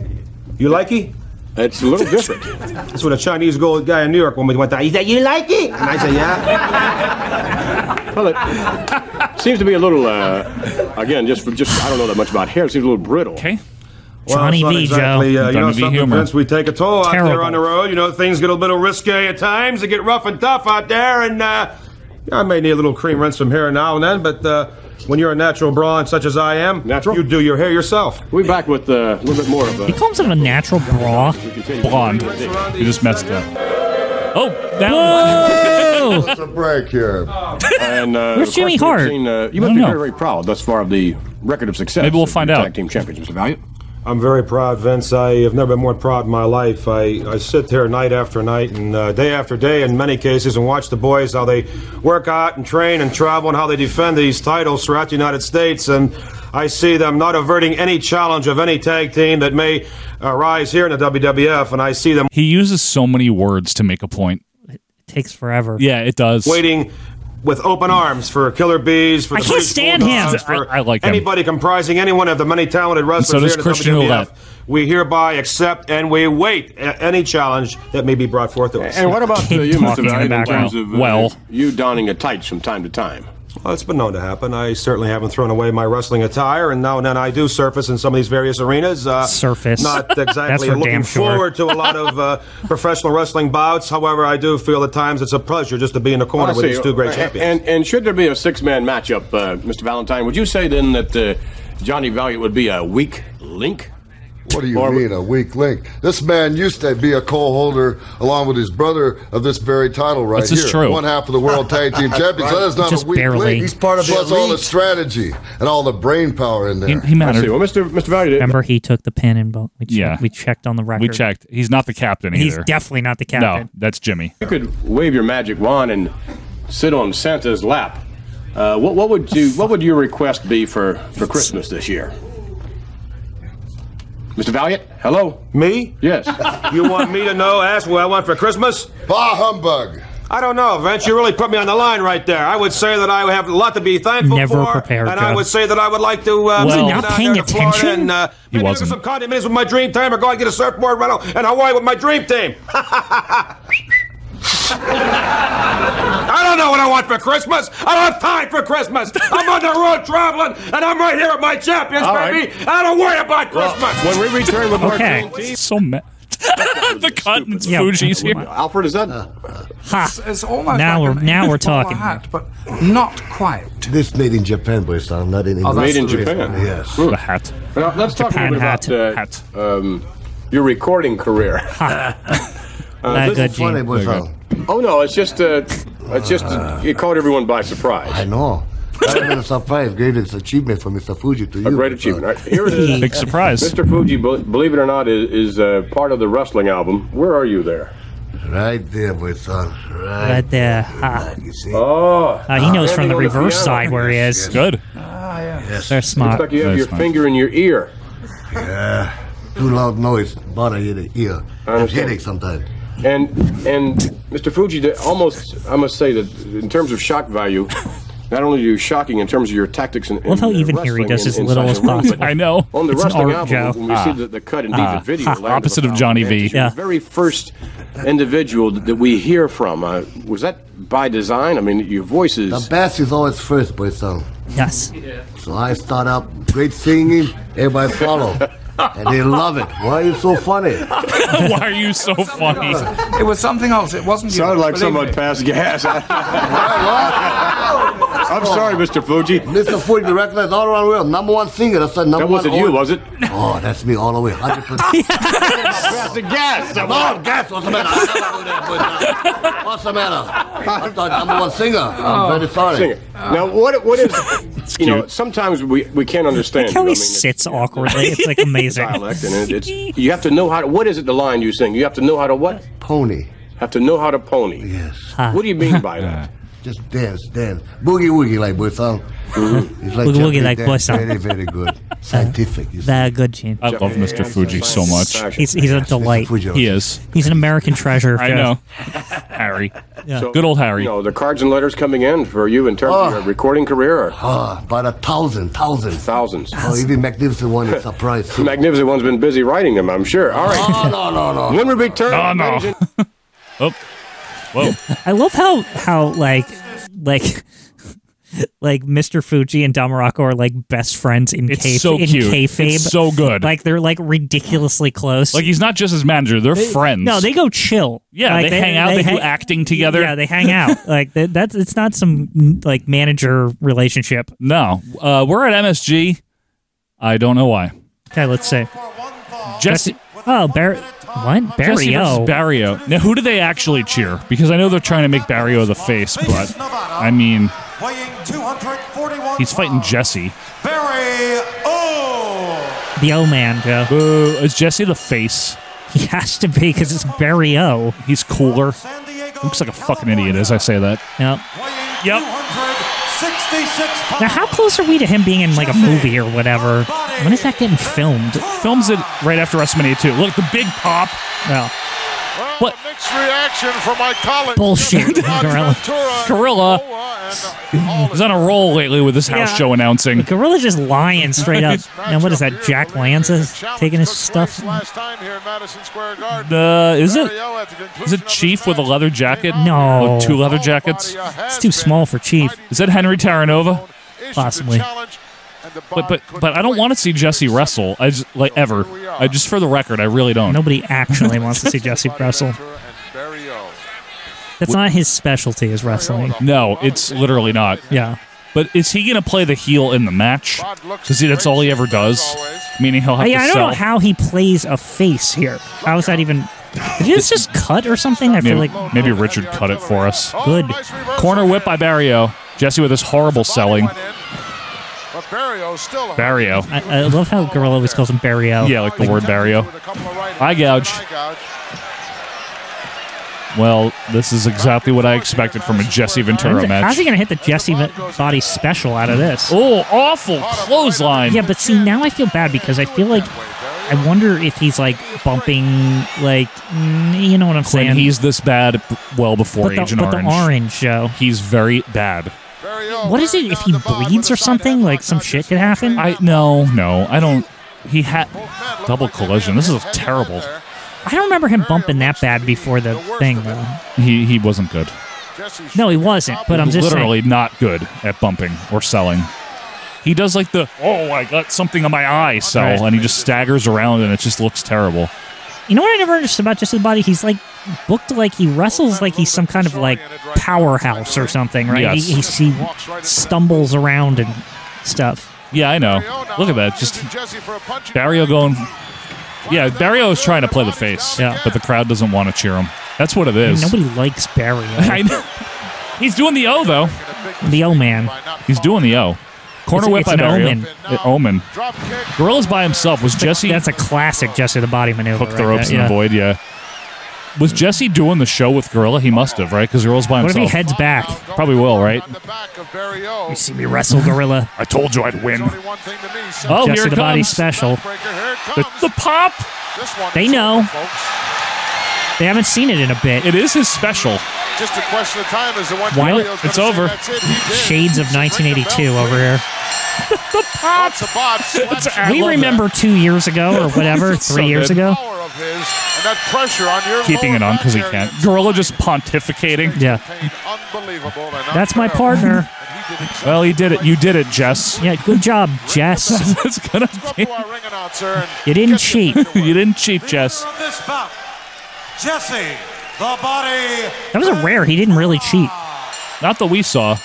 Speaker 14: You like it?
Speaker 7: it's a little different.
Speaker 14: That's what a Chinese gold guy in New York when we went down. He said, "You like it?" And I said, "Yeah."
Speaker 7: Well, it seems to be a little. Uh, again, just just I don't know that much about hair. It seems a little brittle.
Speaker 2: Okay.
Speaker 1: Johnny
Speaker 14: well,
Speaker 1: V,
Speaker 14: it's not exactly,
Speaker 1: Joe.
Speaker 14: Uh, you know
Speaker 2: Johnny V
Speaker 14: something,
Speaker 2: humor.
Speaker 14: Vince? We take a toll out there
Speaker 1: Terrible.
Speaker 14: on the road. You know things get a little risque at times. They get rough and tough out there, and uh, I may need a little cream rinse from here now and then. But uh, when you're a natural brawn such as I am,
Speaker 7: Natural?
Speaker 14: you do your hair yourself.
Speaker 7: We'll be back with uh, a little bit more of
Speaker 1: He
Speaker 7: a.
Speaker 1: calls it a natural bra.
Speaker 7: Continue.
Speaker 2: Blonde. You just messed up. Oh, that one.
Speaker 9: It's a break here.
Speaker 7: And, uh,
Speaker 1: Where's
Speaker 7: of course,
Speaker 1: Jimmy
Speaker 7: we've
Speaker 1: Hart?
Speaker 7: seen, uh,
Speaker 2: I
Speaker 7: you must
Speaker 2: don't
Speaker 7: be
Speaker 2: know.
Speaker 7: very, very proud thus far of the record of success.
Speaker 2: Maybe we'll
Speaker 7: of the
Speaker 2: find out.
Speaker 7: Tag team championships, Mr. Valiant.
Speaker 14: I'm very proud, Vince. I have never been more proud in my life. I, I sit there night after night and uh, day after day in many cases and watch the boys how they work out and train and travel and how they defend these titles throughout the United States. And I see them not averting any challenge of any tag team that may arise here in the WWF. And I see them
Speaker 2: He uses so many words to make a point.
Speaker 1: Takes forever.
Speaker 2: Yeah, it does.
Speaker 14: waiting with open arms for Killer Bees,
Speaker 1: I
Speaker 14: for the
Speaker 1: can't
Speaker 14: British
Speaker 1: stand
Speaker 14: Bulldogs,
Speaker 1: him.
Speaker 14: for
Speaker 2: I- I like him.
Speaker 14: anybody comprising any one of the many talented
Speaker 2: so does
Speaker 14: wrestlers here in
Speaker 2: Christian
Speaker 14: the WWF.
Speaker 2: Ouellette.
Speaker 14: We hereby accept and we await a- any challenge that may be brought forth to us.
Speaker 7: And what about uh,
Speaker 1: Kid
Speaker 7: you, Mr.
Speaker 1: talking in the
Speaker 7: Valiant, in
Speaker 1: background.
Speaker 7: terms of uh,
Speaker 2: Well.
Speaker 7: you donning a tights from time to time?
Speaker 14: Well, it's been known to happen. I certainly haven't thrown away my wrestling attire, and now and then I do surface in some of these various arenas. Uh,
Speaker 1: Surface.
Speaker 14: Not
Speaker 1: That's
Speaker 14: exactly
Speaker 1: for
Speaker 14: looking
Speaker 1: damn sure.
Speaker 14: forward to a lot of uh, professional wrestling bouts. However, I do feel at times it's a pleasure just to be in the corner
Speaker 7: I
Speaker 14: with
Speaker 7: see.
Speaker 14: these two great
Speaker 7: And-
Speaker 14: champions.
Speaker 7: And, and should there be a six-man matchup, uh, Mr. Valentine, would you say then that uh, Johnny Valiant would be a weak link?
Speaker 9: What do you
Speaker 7: Or-
Speaker 9: mean, a weak link? This man used to be a co-holder along with his brother of this very title right
Speaker 2: This
Speaker 9: here.
Speaker 2: is true.
Speaker 9: One half of the world tag team champions. That is not
Speaker 1: Just
Speaker 9: a weak
Speaker 1: barely.
Speaker 9: link.
Speaker 1: He's
Speaker 9: part
Speaker 15: of the
Speaker 9: Plus all the
Speaker 15: elite.
Speaker 9: strategy and all the brain power in there.
Speaker 1: He, he
Speaker 7: I see.
Speaker 1: mattered.
Speaker 7: Well, Mr. Mr. Valiant,
Speaker 1: Remember, he took the pin and bo- we, checked,
Speaker 2: Yeah.
Speaker 1: we checked on the record.
Speaker 2: We checked. He's not the captain
Speaker 1: He's
Speaker 2: either.
Speaker 1: definitely not the
Speaker 2: no,
Speaker 1: captain.
Speaker 2: that's Jimmy.
Speaker 7: you could wave your magic wand and sit on Santa's lap. Uh, what, what would you What would your request be for, for Christmas this year, Mr. Valiant? Hello.
Speaker 14: me?
Speaker 7: Yes.
Speaker 14: You want me to know? Ask what I want for Christmas?
Speaker 9: bah humbug.
Speaker 14: I don't know, Vince. You really put me on the line right there. I would say that I have a lot to be thankful
Speaker 1: Never
Speaker 14: for,
Speaker 1: prepared,
Speaker 14: and I
Speaker 1: Joe.
Speaker 14: would say that I would like to. Uh,
Speaker 2: Was he
Speaker 14: go
Speaker 2: not
Speaker 14: down
Speaker 1: paying
Speaker 14: there to Florida
Speaker 1: attention?
Speaker 14: And, uh,
Speaker 2: He
Speaker 14: maybe look
Speaker 2: wasn't.
Speaker 14: at some condominiums with my dream time, or go out and get a surfboard rental in Hawaii with my dream team. I don't know what I want for Christmas. I don't have time for Christmas. I'm on the road traveling, and I'm right here at my champions,
Speaker 2: All right.
Speaker 14: baby. I don't worry about Christmas.
Speaker 7: When we return with more
Speaker 2: Okay.
Speaker 7: TNT.
Speaker 2: So mad. the continent's Fuji's here.
Speaker 7: Alfred, is that?
Speaker 1: Ha.
Speaker 15: It's, it's almost
Speaker 1: Now
Speaker 15: like
Speaker 1: we're-
Speaker 15: an
Speaker 1: now we're
Speaker 15: info
Speaker 1: talking.
Speaker 15: Hat, but not quite.
Speaker 16: This made in Japan, boys, son, not in England.
Speaker 7: Oh, made in Japan.
Speaker 16: Yes.
Speaker 7: Hmm.
Speaker 2: hat.
Speaker 7: Now, let's talk
Speaker 16: Japan
Speaker 7: a little bit about uh, Um, your recording career. Uh,
Speaker 16: Not
Speaker 7: this
Speaker 16: good,
Speaker 7: is
Speaker 16: Gene. Funny, boy, Not
Speaker 7: Oh no, it's just uh, it's just uh, it caught everyone by surprise.
Speaker 16: I know. That was a surprise, greatest achievement for Mr. Fuji to you.
Speaker 7: A great achievement. All right, here it is.
Speaker 2: Big surprise.
Speaker 7: Mr. Fuji, be- believe it or not, is, is uh, part of the wrestling album. Where are you there?
Speaker 16: Right there, boy, son. Right.
Speaker 1: Right there. uh, Ha.
Speaker 7: Oh,
Speaker 1: Uh, he knows from the
Speaker 7: Standing on
Speaker 1: reverse
Speaker 7: piano.
Speaker 1: side where he is.
Speaker 2: Good.
Speaker 15: Ah, yeah.
Speaker 1: They're smart.
Speaker 7: Looks like you have your finger in your ear.
Speaker 16: Yeah. Too loud noise bother you to hear. It's headache sometimes.
Speaker 7: And and Mr. Fuji, the- almost I must say that in terms of shock value, not only are you shocking in terms of your tactics and
Speaker 1: Love how even here he does as little as possible.
Speaker 2: I know.
Speaker 7: On the
Speaker 2: It's an
Speaker 7: wrestling
Speaker 2: art,
Speaker 7: album,
Speaker 2: Joe.
Speaker 7: when we
Speaker 2: Ah.
Speaker 7: see the, the cut and
Speaker 2: Ah.
Speaker 7: the video,
Speaker 2: Ha.
Speaker 7: Land the
Speaker 2: Opposite of
Speaker 7: Thousand
Speaker 2: Johnny
Speaker 7: Dances,
Speaker 2: V.
Speaker 7: you're
Speaker 2: Yeah.
Speaker 7: The very first individual that we hear from uh, was that by design? I mean, your voice is
Speaker 16: The best is always first, boy, son.
Speaker 1: Yes.
Speaker 16: So I start up, great singing, everybody follow. and they love it. Why are you so funny?
Speaker 2: Why are you so funny?
Speaker 15: It was something else. It wasn't.
Speaker 7: Sounded
Speaker 15: you,
Speaker 7: like
Speaker 15: believe
Speaker 7: someone
Speaker 15: me.
Speaker 7: passed gas. I'm sorry, Mr. Fuji.
Speaker 16: Mr. Fuji, be recognized all around the world. Number one singer. That's the number
Speaker 7: That wasn't
Speaker 16: one
Speaker 7: you,
Speaker 16: order.
Speaker 7: was it?
Speaker 16: Oh, that's me all the way. 100%.
Speaker 7: Pass the gas.
Speaker 16: oh, guess what's the matter? I never do that, boy, son. What's the matter? I'm the number one singer.
Speaker 1: Oh.
Speaker 16: I'm very sorry.
Speaker 7: Singer. Oh, Now, what what is you know? Sometimes we, we can't understand.
Speaker 1: Like how
Speaker 7: you. I
Speaker 1: he
Speaker 7: mean, it's
Speaker 1: sits awkwardly. It's like amazing.
Speaker 7: dialect, and it, it's you have to know how. To, what is it? The line you sing. You have to know how to what?
Speaker 16: Pony.
Speaker 7: Have to know how to pony.
Speaker 16: Yes.
Speaker 7: What do you mean by that?
Speaker 16: Just dance, dance. Boogie woogie like boy song. It's
Speaker 1: Mm-hmm. Boogie woogie
Speaker 16: Japanese
Speaker 1: like boy
Speaker 16: dance.
Speaker 1: song.
Speaker 16: Very, very good. Scientific. you see.
Speaker 1: Very good, Gene.
Speaker 2: I love Mr. Fuji so much.
Speaker 1: He's, he's a delight.
Speaker 2: He is.
Speaker 1: He's an American treasure.
Speaker 2: I
Speaker 1: Joe.
Speaker 2: know. Harry.
Speaker 7: So,
Speaker 2: Good old Harry.
Speaker 7: You know, the cards and letters coming in for you in terms of your recording career are
Speaker 16: Ah, about a thousand, thousand.
Speaker 7: thousands.
Speaker 16: Oh, even magnificent one is surprised.
Speaker 7: The Magnificent One's been busy writing them, I'm sure. All right.
Speaker 16: no, no, no.
Speaker 7: When we return,
Speaker 2: No, no.
Speaker 7: ladies and-
Speaker 2: Oh. Whoa.
Speaker 1: I love how how like like like Mr. Fuji and Damarako are like best friends in
Speaker 2: It's
Speaker 1: K
Speaker 2: so
Speaker 1: in
Speaker 2: cute.
Speaker 1: kayfabe.
Speaker 2: It's so good.
Speaker 1: Like they're like ridiculously close.
Speaker 2: Like, he's not just his manager, they're friends.
Speaker 1: no, they go chill.
Speaker 2: Yeah,
Speaker 1: Like,
Speaker 2: they, hang out, they, do
Speaker 1: hang-
Speaker 2: acting together.
Speaker 1: Yeah, they hang out. like that, that's it's not some like manager relationship.
Speaker 2: No. Uh, we're at MSG. I don't know why.
Speaker 1: Okay, let's see.
Speaker 2: Jesse.
Speaker 1: Oh, Bar- what?
Speaker 2: Jesse versus
Speaker 1: Barrio.
Speaker 2: Barrio. Now, who do they actually cheer? Because I know they're trying to make Barrio the face, but I mean,
Speaker 9: Weighing 241
Speaker 2: he's fighting Jesse.
Speaker 9: Barry O.
Speaker 1: the O man, Joe.
Speaker 2: Boo. Is Jesse the face?
Speaker 1: He has to be because it's Barrio.
Speaker 2: He's cooler. Looks like a fucking idiot as I say that.
Speaker 1: Yep.
Speaker 2: Yep.
Speaker 9: 266
Speaker 1: Now, how close are we to him being in like a movie or whatever? When is that getting filmed?
Speaker 2: Films it right after WrestleMania 2. Look, the big pop.
Speaker 1: Well,
Speaker 2: What?
Speaker 9: Mixed reaction from my colleague.
Speaker 1: bullshit, Gorilla.
Speaker 2: Gorilla is on a roll lately with this house
Speaker 1: Yeah.
Speaker 2: show announcing.
Speaker 1: Gorilla just lying straight up. now, what is that? Jack Lanza taking his stuff?
Speaker 9: Last time here in Madison Square Garden.
Speaker 2: Uh, is it
Speaker 9: Barrio at the conclusion
Speaker 2: is it Chief with a leather jacket?
Speaker 1: No.
Speaker 2: With two leather jackets?
Speaker 1: It's too small for Chief,
Speaker 2: Is that Henry Taranova?
Speaker 1: possibly.
Speaker 2: But but but I don't want to see Jesse wrestle. I just, like ever. I just for the record, I really don't.
Speaker 1: Nobody actually wants to see Jesse wrestle. That's not his specialty, is wrestling.
Speaker 2: No, it's literally not.
Speaker 1: Yeah.
Speaker 2: But is he gonna play the heel in the match? Because that's all he ever does. Meaning he'll have
Speaker 1: I,
Speaker 2: to
Speaker 1: I don't
Speaker 2: sell.
Speaker 1: know how he plays a face here. How is that even? Did this just cut or something? I feel
Speaker 2: Maybe,
Speaker 1: like
Speaker 2: maybe Richard cut it for us.
Speaker 1: good.
Speaker 2: Corner whip by Barrio. Jesse with his horrible selling.
Speaker 9: But Barrio still
Speaker 2: Barrio.
Speaker 1: I, I love how Gorilla always calls him Barrio.
Speaker 2: Yeah, like the word Barrio. Eye gouge. Well, this is exactly what I expected from a Jesse Ventura
Speaker 1: How's, how's
Speaker 2: match.
Speaker 1: he gonna hit the Jesse Va- body special out of this?
Speaker 2: Oh, awful clothesline.
Speaker 1: Yeah, but see, now I feel bad because I feel like I wonder if he's like bumping, like mm, you know what
Speaker 2: When
Speaker 1: I'm saying.
Speaker 2: he's this bad b- well before
Speaker 1: but the,
Speaker 2: Agent
Speaker 1: but the
Speaker 2: Orange.
Speaker 1: orange show.
Speaker 2: He's very bad.
Speaker 1: What is it if he bleeds or something? Like some shit could happen.
Speaker 2: I no, no, I don't. He had double collision. This is terrible.
Speaker 1: I don't remember him bumping that bad before the thing, though.
Speaker 2: He he wasn't good.
Speaker 1: No, he wasn't, but I'm just saying.
Speaker 2: literally not good at bumping or selling. He does like the oh I got something on my eye sell,
Speaker 1: Right.
Speaker 2: and he just staggers around, and it just looks terrible.
Speaker 1: You know what I never understood about Justin Body? He's like booked like he wrestles like he's some kind of like powerhouse or something, right? He,
Speaker 2: Yes.
Speaker 1: he, he stumbles around and stuff.
Speaker 2: Yeah, I know. Look at that. Just Barrio going. Yeah, Barrio is trying to play the face, yeah. but the crowd doesn't want to cheer him. That's what it is.
Speaker 1: Nobody likes Barrio.
Speaker 2: I know. He's doing the O though.
Speaker 1: The O man.
Speaker 2: He's doing the O. Corner
Speaker 1: It's-
Speaker 2: whip
Speaker 1: it's
Speaker 2: by
Speaker 1: an
Speaker 2: Barrio.
Speaker 1: omen.
Speaker 2: Uh, omen. Gorillas by himself was Jesse.
Speaker 1: That's a classic Jesse the Body maneuver.
Speaker 2: hook
Speaker 1: right
Speaker 2: the ropes
Speaker 1: there,
Speaker 2: in the
Speaker 1: yeah.
Speaker 2: void. Yeah. Was Jesse doing the show with Gorilla? He must have, right? Because Gorilla's by
Speaker 1: What if
Speaker 2: himself.
Speaker 1: he heads back?
Speaker 2: Probably will, right?
Speaker 1: You see me wrestle Gorilla.
Speaker 2: I told you I'd win.
Speaker 1: Oh,
Speaker 2: Oh,
Speaker 1: Jesse
Speaker 2: here it
Speaker 1: the Body
Speaker 2: comes.
Speaker 1: special.
Speaker 2: The, the pop.
Speaker 1: They know. They haven't seen it in a bit.
Speaker 2: It is his special.
Speaker 9: Just a question of time is the one.
Speaker 1: Why
Speaker 9: Barrio's
Speaker 1: not?
Speaker 9: gonna
Speaker 1: It's
Speaker 9: say
Speaker 1: over.
Speaker 9: That's it. He did.
Speaker 1: Shades of 1982 over here.
Speaker 9: the pop. That's a bob. Slaps him.
Speaker 1: we remember two years ago or whatever,
Speaker 2: It's
Speaker 1: three
Speaker 2: so
Speaker 1: years
Speaker 2: good.
Speaker 1: ago.
Speaker 9: Power of his, and that pressure on your
Speaker 2: Keeping
Speaker 9: lower
Speaker 2: it on because he
Speaker 9: back
Speaker 2: can't. Gorilla just pontificating.
Speaker 1: Yeah.
Speaker 9: Unbelievable. And
Speaker 1: That's my partner.
Speaker 2: Well, he did it. You did it, Jess.
Speaker 1: Yeah, good job, Jess.
Speaker 2: That's gonna be.
Speaker 1: You didn't cheat.
Speaker 2: you didn't cheat, Jess.
Speaker 17: This bout, Jesse, the body.
Speaker 1: That was a rare. He didn't really cheat.
Speaker 2: Not that we saw.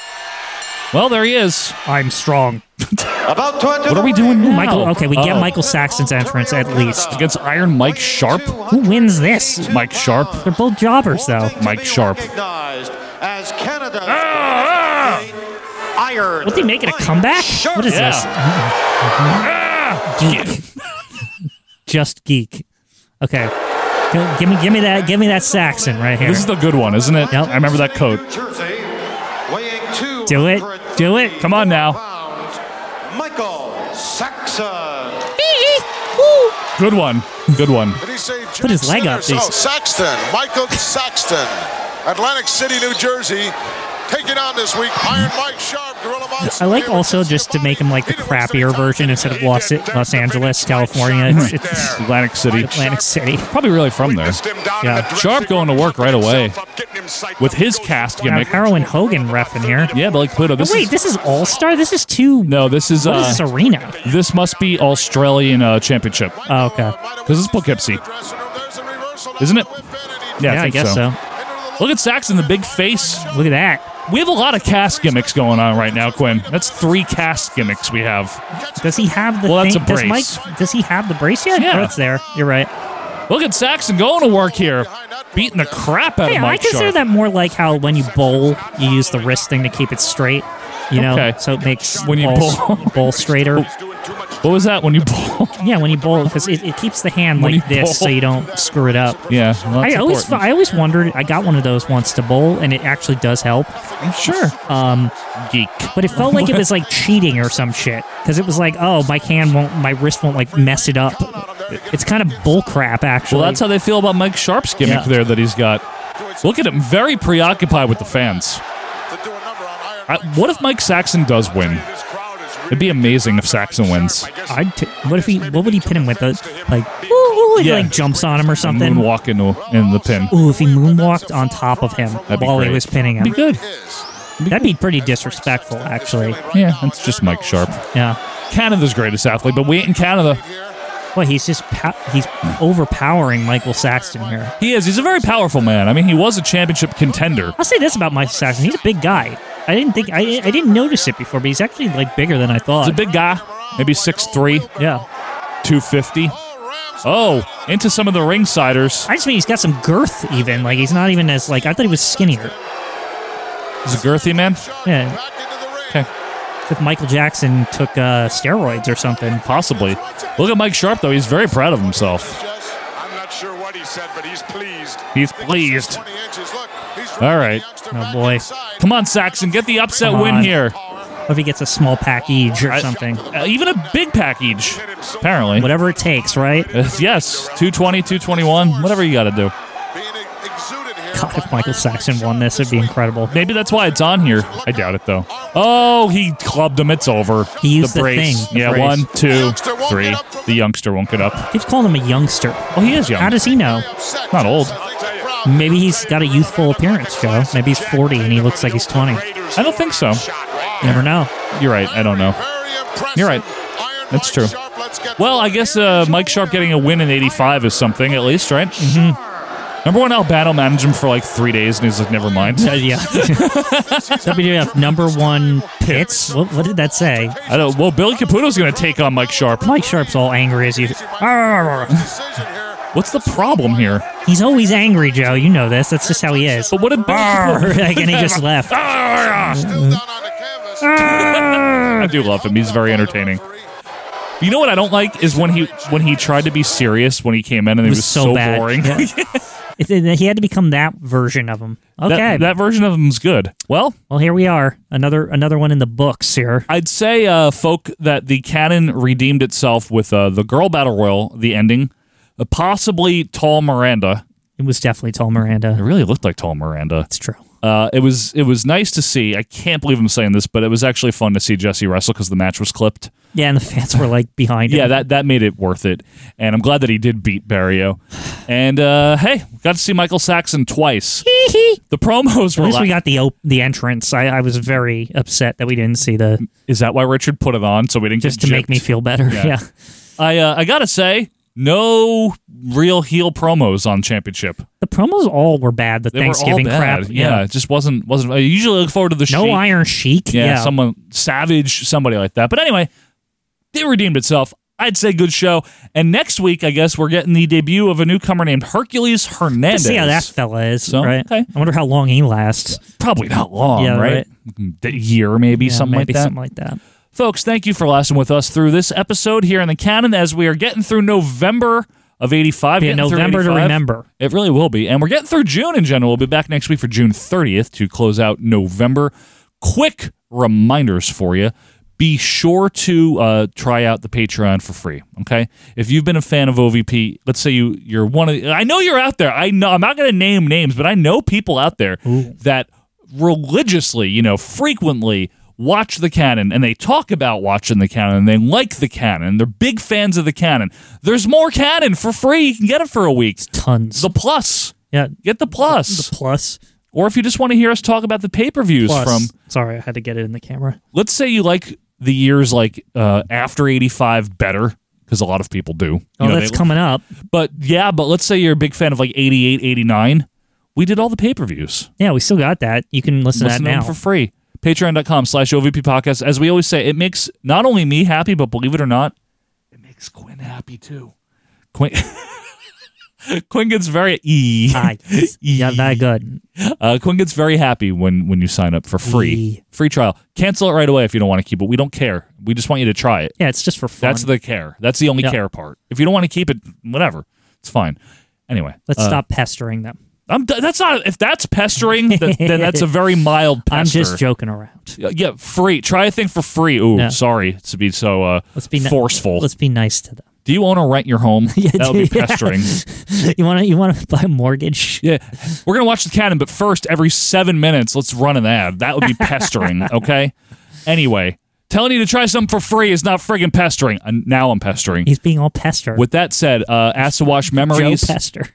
Speaker 2: Well, there he is.
Speaker 1: I'm strong.
Speaker 17: About to enter
Speaker 2: What
Speaker 17: the
Speaker 2: are we
Speaker 17: ring.
Speaker 2: doing now?
Speaker 1: Michael. Okay, we get
Speaker 2: Oh.
Speaker 1: Michael Saxon's entrance at least.
Speaker 2: against Iron Mike Sharp.
Speaker 1: Who wins this?
Speaker 2: Mike Sharp.
Speaker 1: They're both jobbers though.
Speaker 2: Mike Sharp.
Speaker 17: Recognized as Canada's
Speaker 1: Ah,
Speaker 17: iron.
Speaker 1: What they making a comeback? What is
Speaker 2: Ah!
Speaker 1: this? Geek. Just geek. Okay. Gi- Give me, give me that, give me that Saxon right here.
Speaker 2: This is the good one, isn't it? I remember that coat.
Speaker 17: Jersey, weighing two
Speaker 1: Do it, do it.
Speaker 2: Come on now.
Speaker 17: pounds, Michael Saxon.
Speaker 2: Good one. Good one.
Speaker 1: Put his leg up.
Speaker 9: Oh, Saxton, Michael Saxton, Atlantic City, New Jersey, taking on this week Iron Mike Sharp, Gorilla Monster.
Speaker 1: I like also just to make him like the crappier version instead of Los, Los Angeles, California. It's, it's
Speaker 2: Atlantic City.
Speaker 1: Atlantic City.
Speaker 2: Probably really from there.
Speaker 1: Yeah.
Speaker 2: Sharp going to work right away with his cast
Speaker 1: Now,
Speaker 2: gimmick.
Speaker 1: Heroin Hogan ref in here.
Speaker 2: Yeah, but like Pluto, this
Speaker 1: Oh, wait,
Speaker 2: is
Speaker 1: this is All Star. This is too.
Speaker 2: no, this is uh,
Speaker 1: What is this arena?
Speaker 2: This must be Australian uh, Championship.
Speaker 1: Oh, okay.
Speaker 2: Because it's Poughkeepsie, isn't it? Yeah,
Speaker 1: Yeah, I
Speaker 2: think
Speaker 1: guess so.
Speaker 2: Look at Saxon, the big face.
Speaker 1: Look at that.
Speaker 2: We have a lot of cast gimmicks going on right now, Quinn. That's three cast gimmicks we have.
Speaker 1: Does he have the
Speaker 2: Well,
Speaker 1: thing?
Speaker 2: that's a
Speaker 1: Does,
Speaker 2: brace.
Speaker 1: Mike, does he have the brace yet?
Speaker 2: Yeah.
Speaker 1: Oh, it's there. You're right.
Speaker 2: Look at Saxon going to work here, beating the crap out
Speaker 1: Hey,
Speaker 2: of
Speaker 1: I
Speaker 2: Mike
Speaker 1: consider
Speaker 2: Sharp.
Speaker 1: that more like how when you bowl, you use the wrist thing to keep it straight. You know,
Speaker 2: Okay.
Speaker 1: so it makes
Speaker 2: When you
Speaker 1: balls-
Speaker 2: bowl.
Speaker 1: bowl straighter.
Speaker 2: What was that when you bowl?
Speaker 1: Yeah, when you bowl, because it, it keeps the hand
Speaker 2: When
Speaker 1: like
Speaker 2: you
Speaker 1: this, so
Speaker 2: bowl.
Speaker 1: you don't screw it up.
Speaker 2: Yeah, well,
Speaker 1: I
Speaker 2: that's
Speaker 1: always,
Speaker 2: important.
Speaker 1: I always wondered. I got one of those once to bowl, and it actually does help.
Speaker 2: I'm sure.
Speaker 1: Um,
Speaker 2: Geek.
Speaker 1: but it felt like it was like cheating or some shit, because it was like, oh, my hand won't, my wrist won't like mess it up. It's kind of bull crap, actually.
Speaker 2: Well, that's how they feel about Mike Sharp's gimmick
Speaker 1: Yeah.
Speaker 2: there that he's got. Look at him, very preoccupied with the fans. I, what if Mike Saxon does win? It'd be amazing if Saxon wins.
Speaker 1: I'd t- what if he? What would he pin him with? A, like, ooh, ooh, and,
Speaker 2: Yeah.
Speaker 1: like jumps on him or something.
Speaker 2: Moonwalk into in the pin.
Speaker 1: Ooh, if he moonwalked on top of him
Speaker 2: be
Speaker 1: while he
Speaker 2: great.
Speaker 1: was pinning him,
Speaker 2: Be good.
Speaker 1: That'd be pretty disrespectful, actually.
Speaker 2: Yeah, that's just Mike Sharp.
Speaker 1: Yeah.
Speaker 2: Canada's greatest athlete, but we ain't in Canada.
Speaker 1: Well, he's just pow- he's overpowering Michael Saxton here.
Speaker 2: He is. He's a very powerful man. I mean, he was a championship contender.
Speaker 1: I'll say this about Michael Saxton: he's a big guy. I didn't think I, I didn't notice it before, but he's actually like bigger than I thought.
Speaker 2: He's a big guy, maybe 6'3,
Speaker 1: yeah.
Speaker 2: 250. Oh, into some of the ringsiders.
Speaker 1: I just mean he's got some girth, even like he's not even as like I thought he was skinnier.
Speaker 2: He's a girthy man.
Speaker 1: Yeah.
Speaker 2: Okay.
Speaker 1: If Michael Jackson took uh, steroids or something,
Speaker 2: possibly. Look at Mike Sharp, though. He's very proud of himself.
Speaker 9: I'm not sure what he said, but he's pleased.
Speaker 2: He's pleased. All right.
Speaker 1: Oh boy.
Speaker 2: Come on, Saxon. Get the upset
Speaker 1: Come
Speaker 2: win
Speaker 1: on.
Speaker 2: here.
Speaker 1: What if he gets a small package or something?
Speaker 2: Uh, even a big package, apparently.
Speaker 1: Whatever it takes, right?
Speaker 2: yes. 220, 221, whatever you got to do.
Speaker 1: God, if Michael Saxon won this, it'd be incredible.
Speaker 2: Maybe that's why it's on here. I doubt it though. Oh, he clubbed him. It's over. He
Speaker 1: used the
Speaker 2: brace.
Speaker 1: thing, the
Speaker 2: yeah,
Speaker 1: brace.
Speaker 2: one, two, three. The youngster won't get up.
Speaker 1: Keeps calling him a youngster.
Speaker 2: Oh, he is young.
Speaker 1: How does he know?
Speaker 2: Not old.
Speaker 1: Maybe he's got a youthful appearance, Joe. Maybe he's 40 and he looks like he's 20.
Speaker 2: I don't think so.
Speaker 1: Never know.
Speaker 2: You're right. I don't know. You're right. That's true. Well, I guess uh, Mike Sharp getting a win in '85 is something, at least, right? Mm-hmm. Remember when Albano managed him for like three days and he's like, never mind?
Speaker 1: Uh, yeah. WWF number one pits. What, what did that say?
Speaker 2: I don't. Well, Billy Caputo's going to take on Mike Sharp.
Speaker 1: Mike Sharp's all angry as you.
Speaker 2: What's the problem here?
Speaker 1: He's always angry, Joe. You know this. That's just how he is. But
Speaker 2: what did
Speaker 1: like, and he just left.
Speaker 2: I do love him. He's very entertaining. You know what I don't like is when he when he tried to be serious when he came in and it was, so,
Speaker 1: bad.
Speaker 2: boring.
Speaker 1: Yeah. It- it- he had to become that version of him. Okay.
Speaker 2: That, that version of him's good. Well,
Speaker 1: well, here we are. Another another one in the books here.
Speaker 2: I'd say, uh, folk, that the canon redeemed itself with uh, the girl battle royal, the ending, uh, possibly Tall Miranda.
Speaker 1: It was definitely Tall Miranda.
Speaker 2: It really looked like Tall Miranda. It's
Speaker 1: true.
Speaker 2: Uh, it was it was nice to see. I can't believe I'm saying this, but it was actually fun to see Jesse wrestle because the match was clipped.
Speaker 1: Yeah, and the fans were like behind him.
Speaker 2: Yeah, that that made it worth it, and I'm glad that he did beat Barrio. And uh, hey, got to see Michael Saxon twice. the promos
Speaker 1: At
Speaker 2: were.
Speaker 1: least we
Speaker 2: la-
Speaker 1: got the op- the entrance. I, I was very upset that we didn't see the
Speaker 2: Is that why Richard put it on so we didn't
Speaker 1: just
Speaker 2: get
Speaker 1: to make
Speaker 2: gypped?
Speaker 1: me feel better.
Speaker 2: Yeah.
Speaker 1: Yeah.
Speaker 2: I uh, I gotta say, no real heel promos on Championship.
Speaker 1: the promos all were bad. The
Speaker 2: They
Speaker 1: Thanksgiving
Speaker 2: were all bad.
Speaker 1: crap.
Speaker 2: Yeah, it just wasn't wasn't. I usually look forward to the
Speaker 1: no
Speaker 2: Sheik.
Speaker 1: Iron Sheik.
Speaker 2: Yeah,
Speaker 1: Yeah,
Speaker 2: someone savage, somebody like that. But anyway, it redeemed itself. I'd say good show. And next week, I guess we're getting the debut of a newcomer named Hercules
Speaker 1: Let's
Speaker 2: Hernandez.
Speaker 1: see how that fella is.
Speaker 2: So,
Speaker 1: right.
Speaker 2: okay.
Speaker 1: I wonder how long he lasts.
Speaker 2: Probably not long,
Speaker 1: Yeah,
Speaker 2: right? A year, maybe
Speaker 1: Yeah,
Speaker 2: something
Speaker 1: maybe
Speaker 2: like that.
Speaker 1: Something like that.
Speaker 2: Folks, thank you for lasting with us through this episode here in the canon as we are getting through November of 85.
Speaker 1: Be a
Speaker 2: getting through
Speaker 1: November to
Speaker 2: 85.
Speaker 1: remember.
Speaker 2: It really will be. And we're getting through June in general. We'll be back next week for June 30th to close out November. Quick reminders for you. Be sure to uh, try out the Patreon for free. Okay, if you've been a fan of OVP, let's say you you're one of I know you're out there. I know I'm not going to name names, but I know people out there that religiously, you know, frequently watch the canon and they talk about watching the canon and they like the canon. They're big fans of the canon. There's more canon for free. You can get it for a week.
Speaker 1: Tons.
Speaker 2: The plus.
Speaker 1: Yeah.
Speaker 2: Get the plus.
Speaker 1: The plus.
Speaker 2: Or if you just want to hear us talk about the pay-per-views
Speaker 1: Plus.
Speaker 2: from
Speaker 1: Sorry, I had to get it in the camera.
Speaker 2: let's say you like the years like uh, after 85 better because a lot of people do. You
Speaker 1: Oh,
Speaker 2: know,
Speaker 1: that's
Speaker 2: they-
Speaker 1: coming up.
Speaker 2: But yeah, but let's say you're a big fan of like 88, 89. We did all the pay-per-views.
Speaker 1: Yeah, we still got that. You can listen,
Speaker 2: Listen
Speaker 1: to
Speaker 2: to
Speaker 1: that
Speaker 2: them
Speaker 1: now.
Speaker 2: for free. Patreon.com slash OVP podcast. As we always say, it makes not only me happy, but believe it or not, it makes Quinn happy too. Quinn, Quinn gets very e.
Speaker 1: yeah, that good.
Speaker 2: Uh, Quinn gets very happy when when you sign up for free
Speaker 1: E.
Speaker 2: free trial. Cancel it right away if you don't want to keep it. We don't care. We just want you to try it.
Speaker 1: Yeah, it's just for fun.
Speaker 2: That's the care. That's the only
Speaker 1: Yeah.
Speaker 2: care part. If you don't want to keep it, whatever, it's fine. Anyway,
Speaker 1: Let's
Speaker 2: uh,
Speaker 1: stop pestering them.
Speaker 2: I'm, d- that's not if that's pestering. th- then that's a very mild. Pester.
Speaker 1: I'm just joking around.
Speaker 2: Yeah, yeah, free. Try a thing for free. Ooh,
Speaker 1: Yeah.
Speaker 2: sorry to be so uh,
Speaker 1: Let's be ni-
Speaker 2: forceful.
Speaker 1: Let's be nice to them.
Speaker 2: Do you want to rent your home?
Speaker 1: Yeah,
Speaker 2: that would be
Speaker 1: yeah.
Speaker 2: pestering.
Speaker 1: you want to you want to buy a mortgage?
Speaker 2: Yeah, we're gonna watch the cannon, but first, every seven minutes, let's run an ad. That would be pestering. okay. Anyway, telling you to try something for free is not friggin' pestering. Uh, now I'm pestering.
Speaker 1: He's being all pester.
Speaker 2: With that said, uh, ask to wash
Speaker 1: Joe
Speaker 2: memories.
Speaker 1: Pester.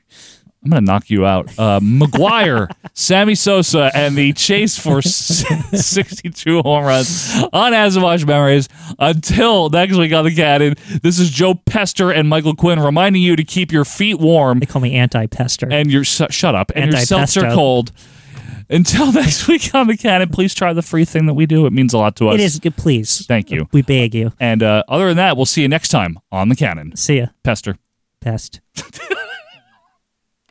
Speaker 2: I'm gonna knock you out. Uh, McGuire, Sammy Sosa, and the chase for s- 62 home runs on Azamash Memories. Until next week on the Cannon, this is Joe Pester and Michael Quinn reminding you to keep your feet warm
Speaker 1: They call me anti-pester.
Speaker 2: and your su- shut up and your seltzer
Speaker 1: Anti-pesto.
Speaker 2: cold. Until next week on the Cannon, please try the free thing that we do. It means a lot to us.
Speaker 1: it is good. Please,
Speaker 2: Thank you.
Speaker 1: we beg you.
Speaker 2: And uh, other than that, we'll see you next time on the Cannon.
Speaker 1: See ya,
Speaker 2: Pester.
Speaker 1: pest.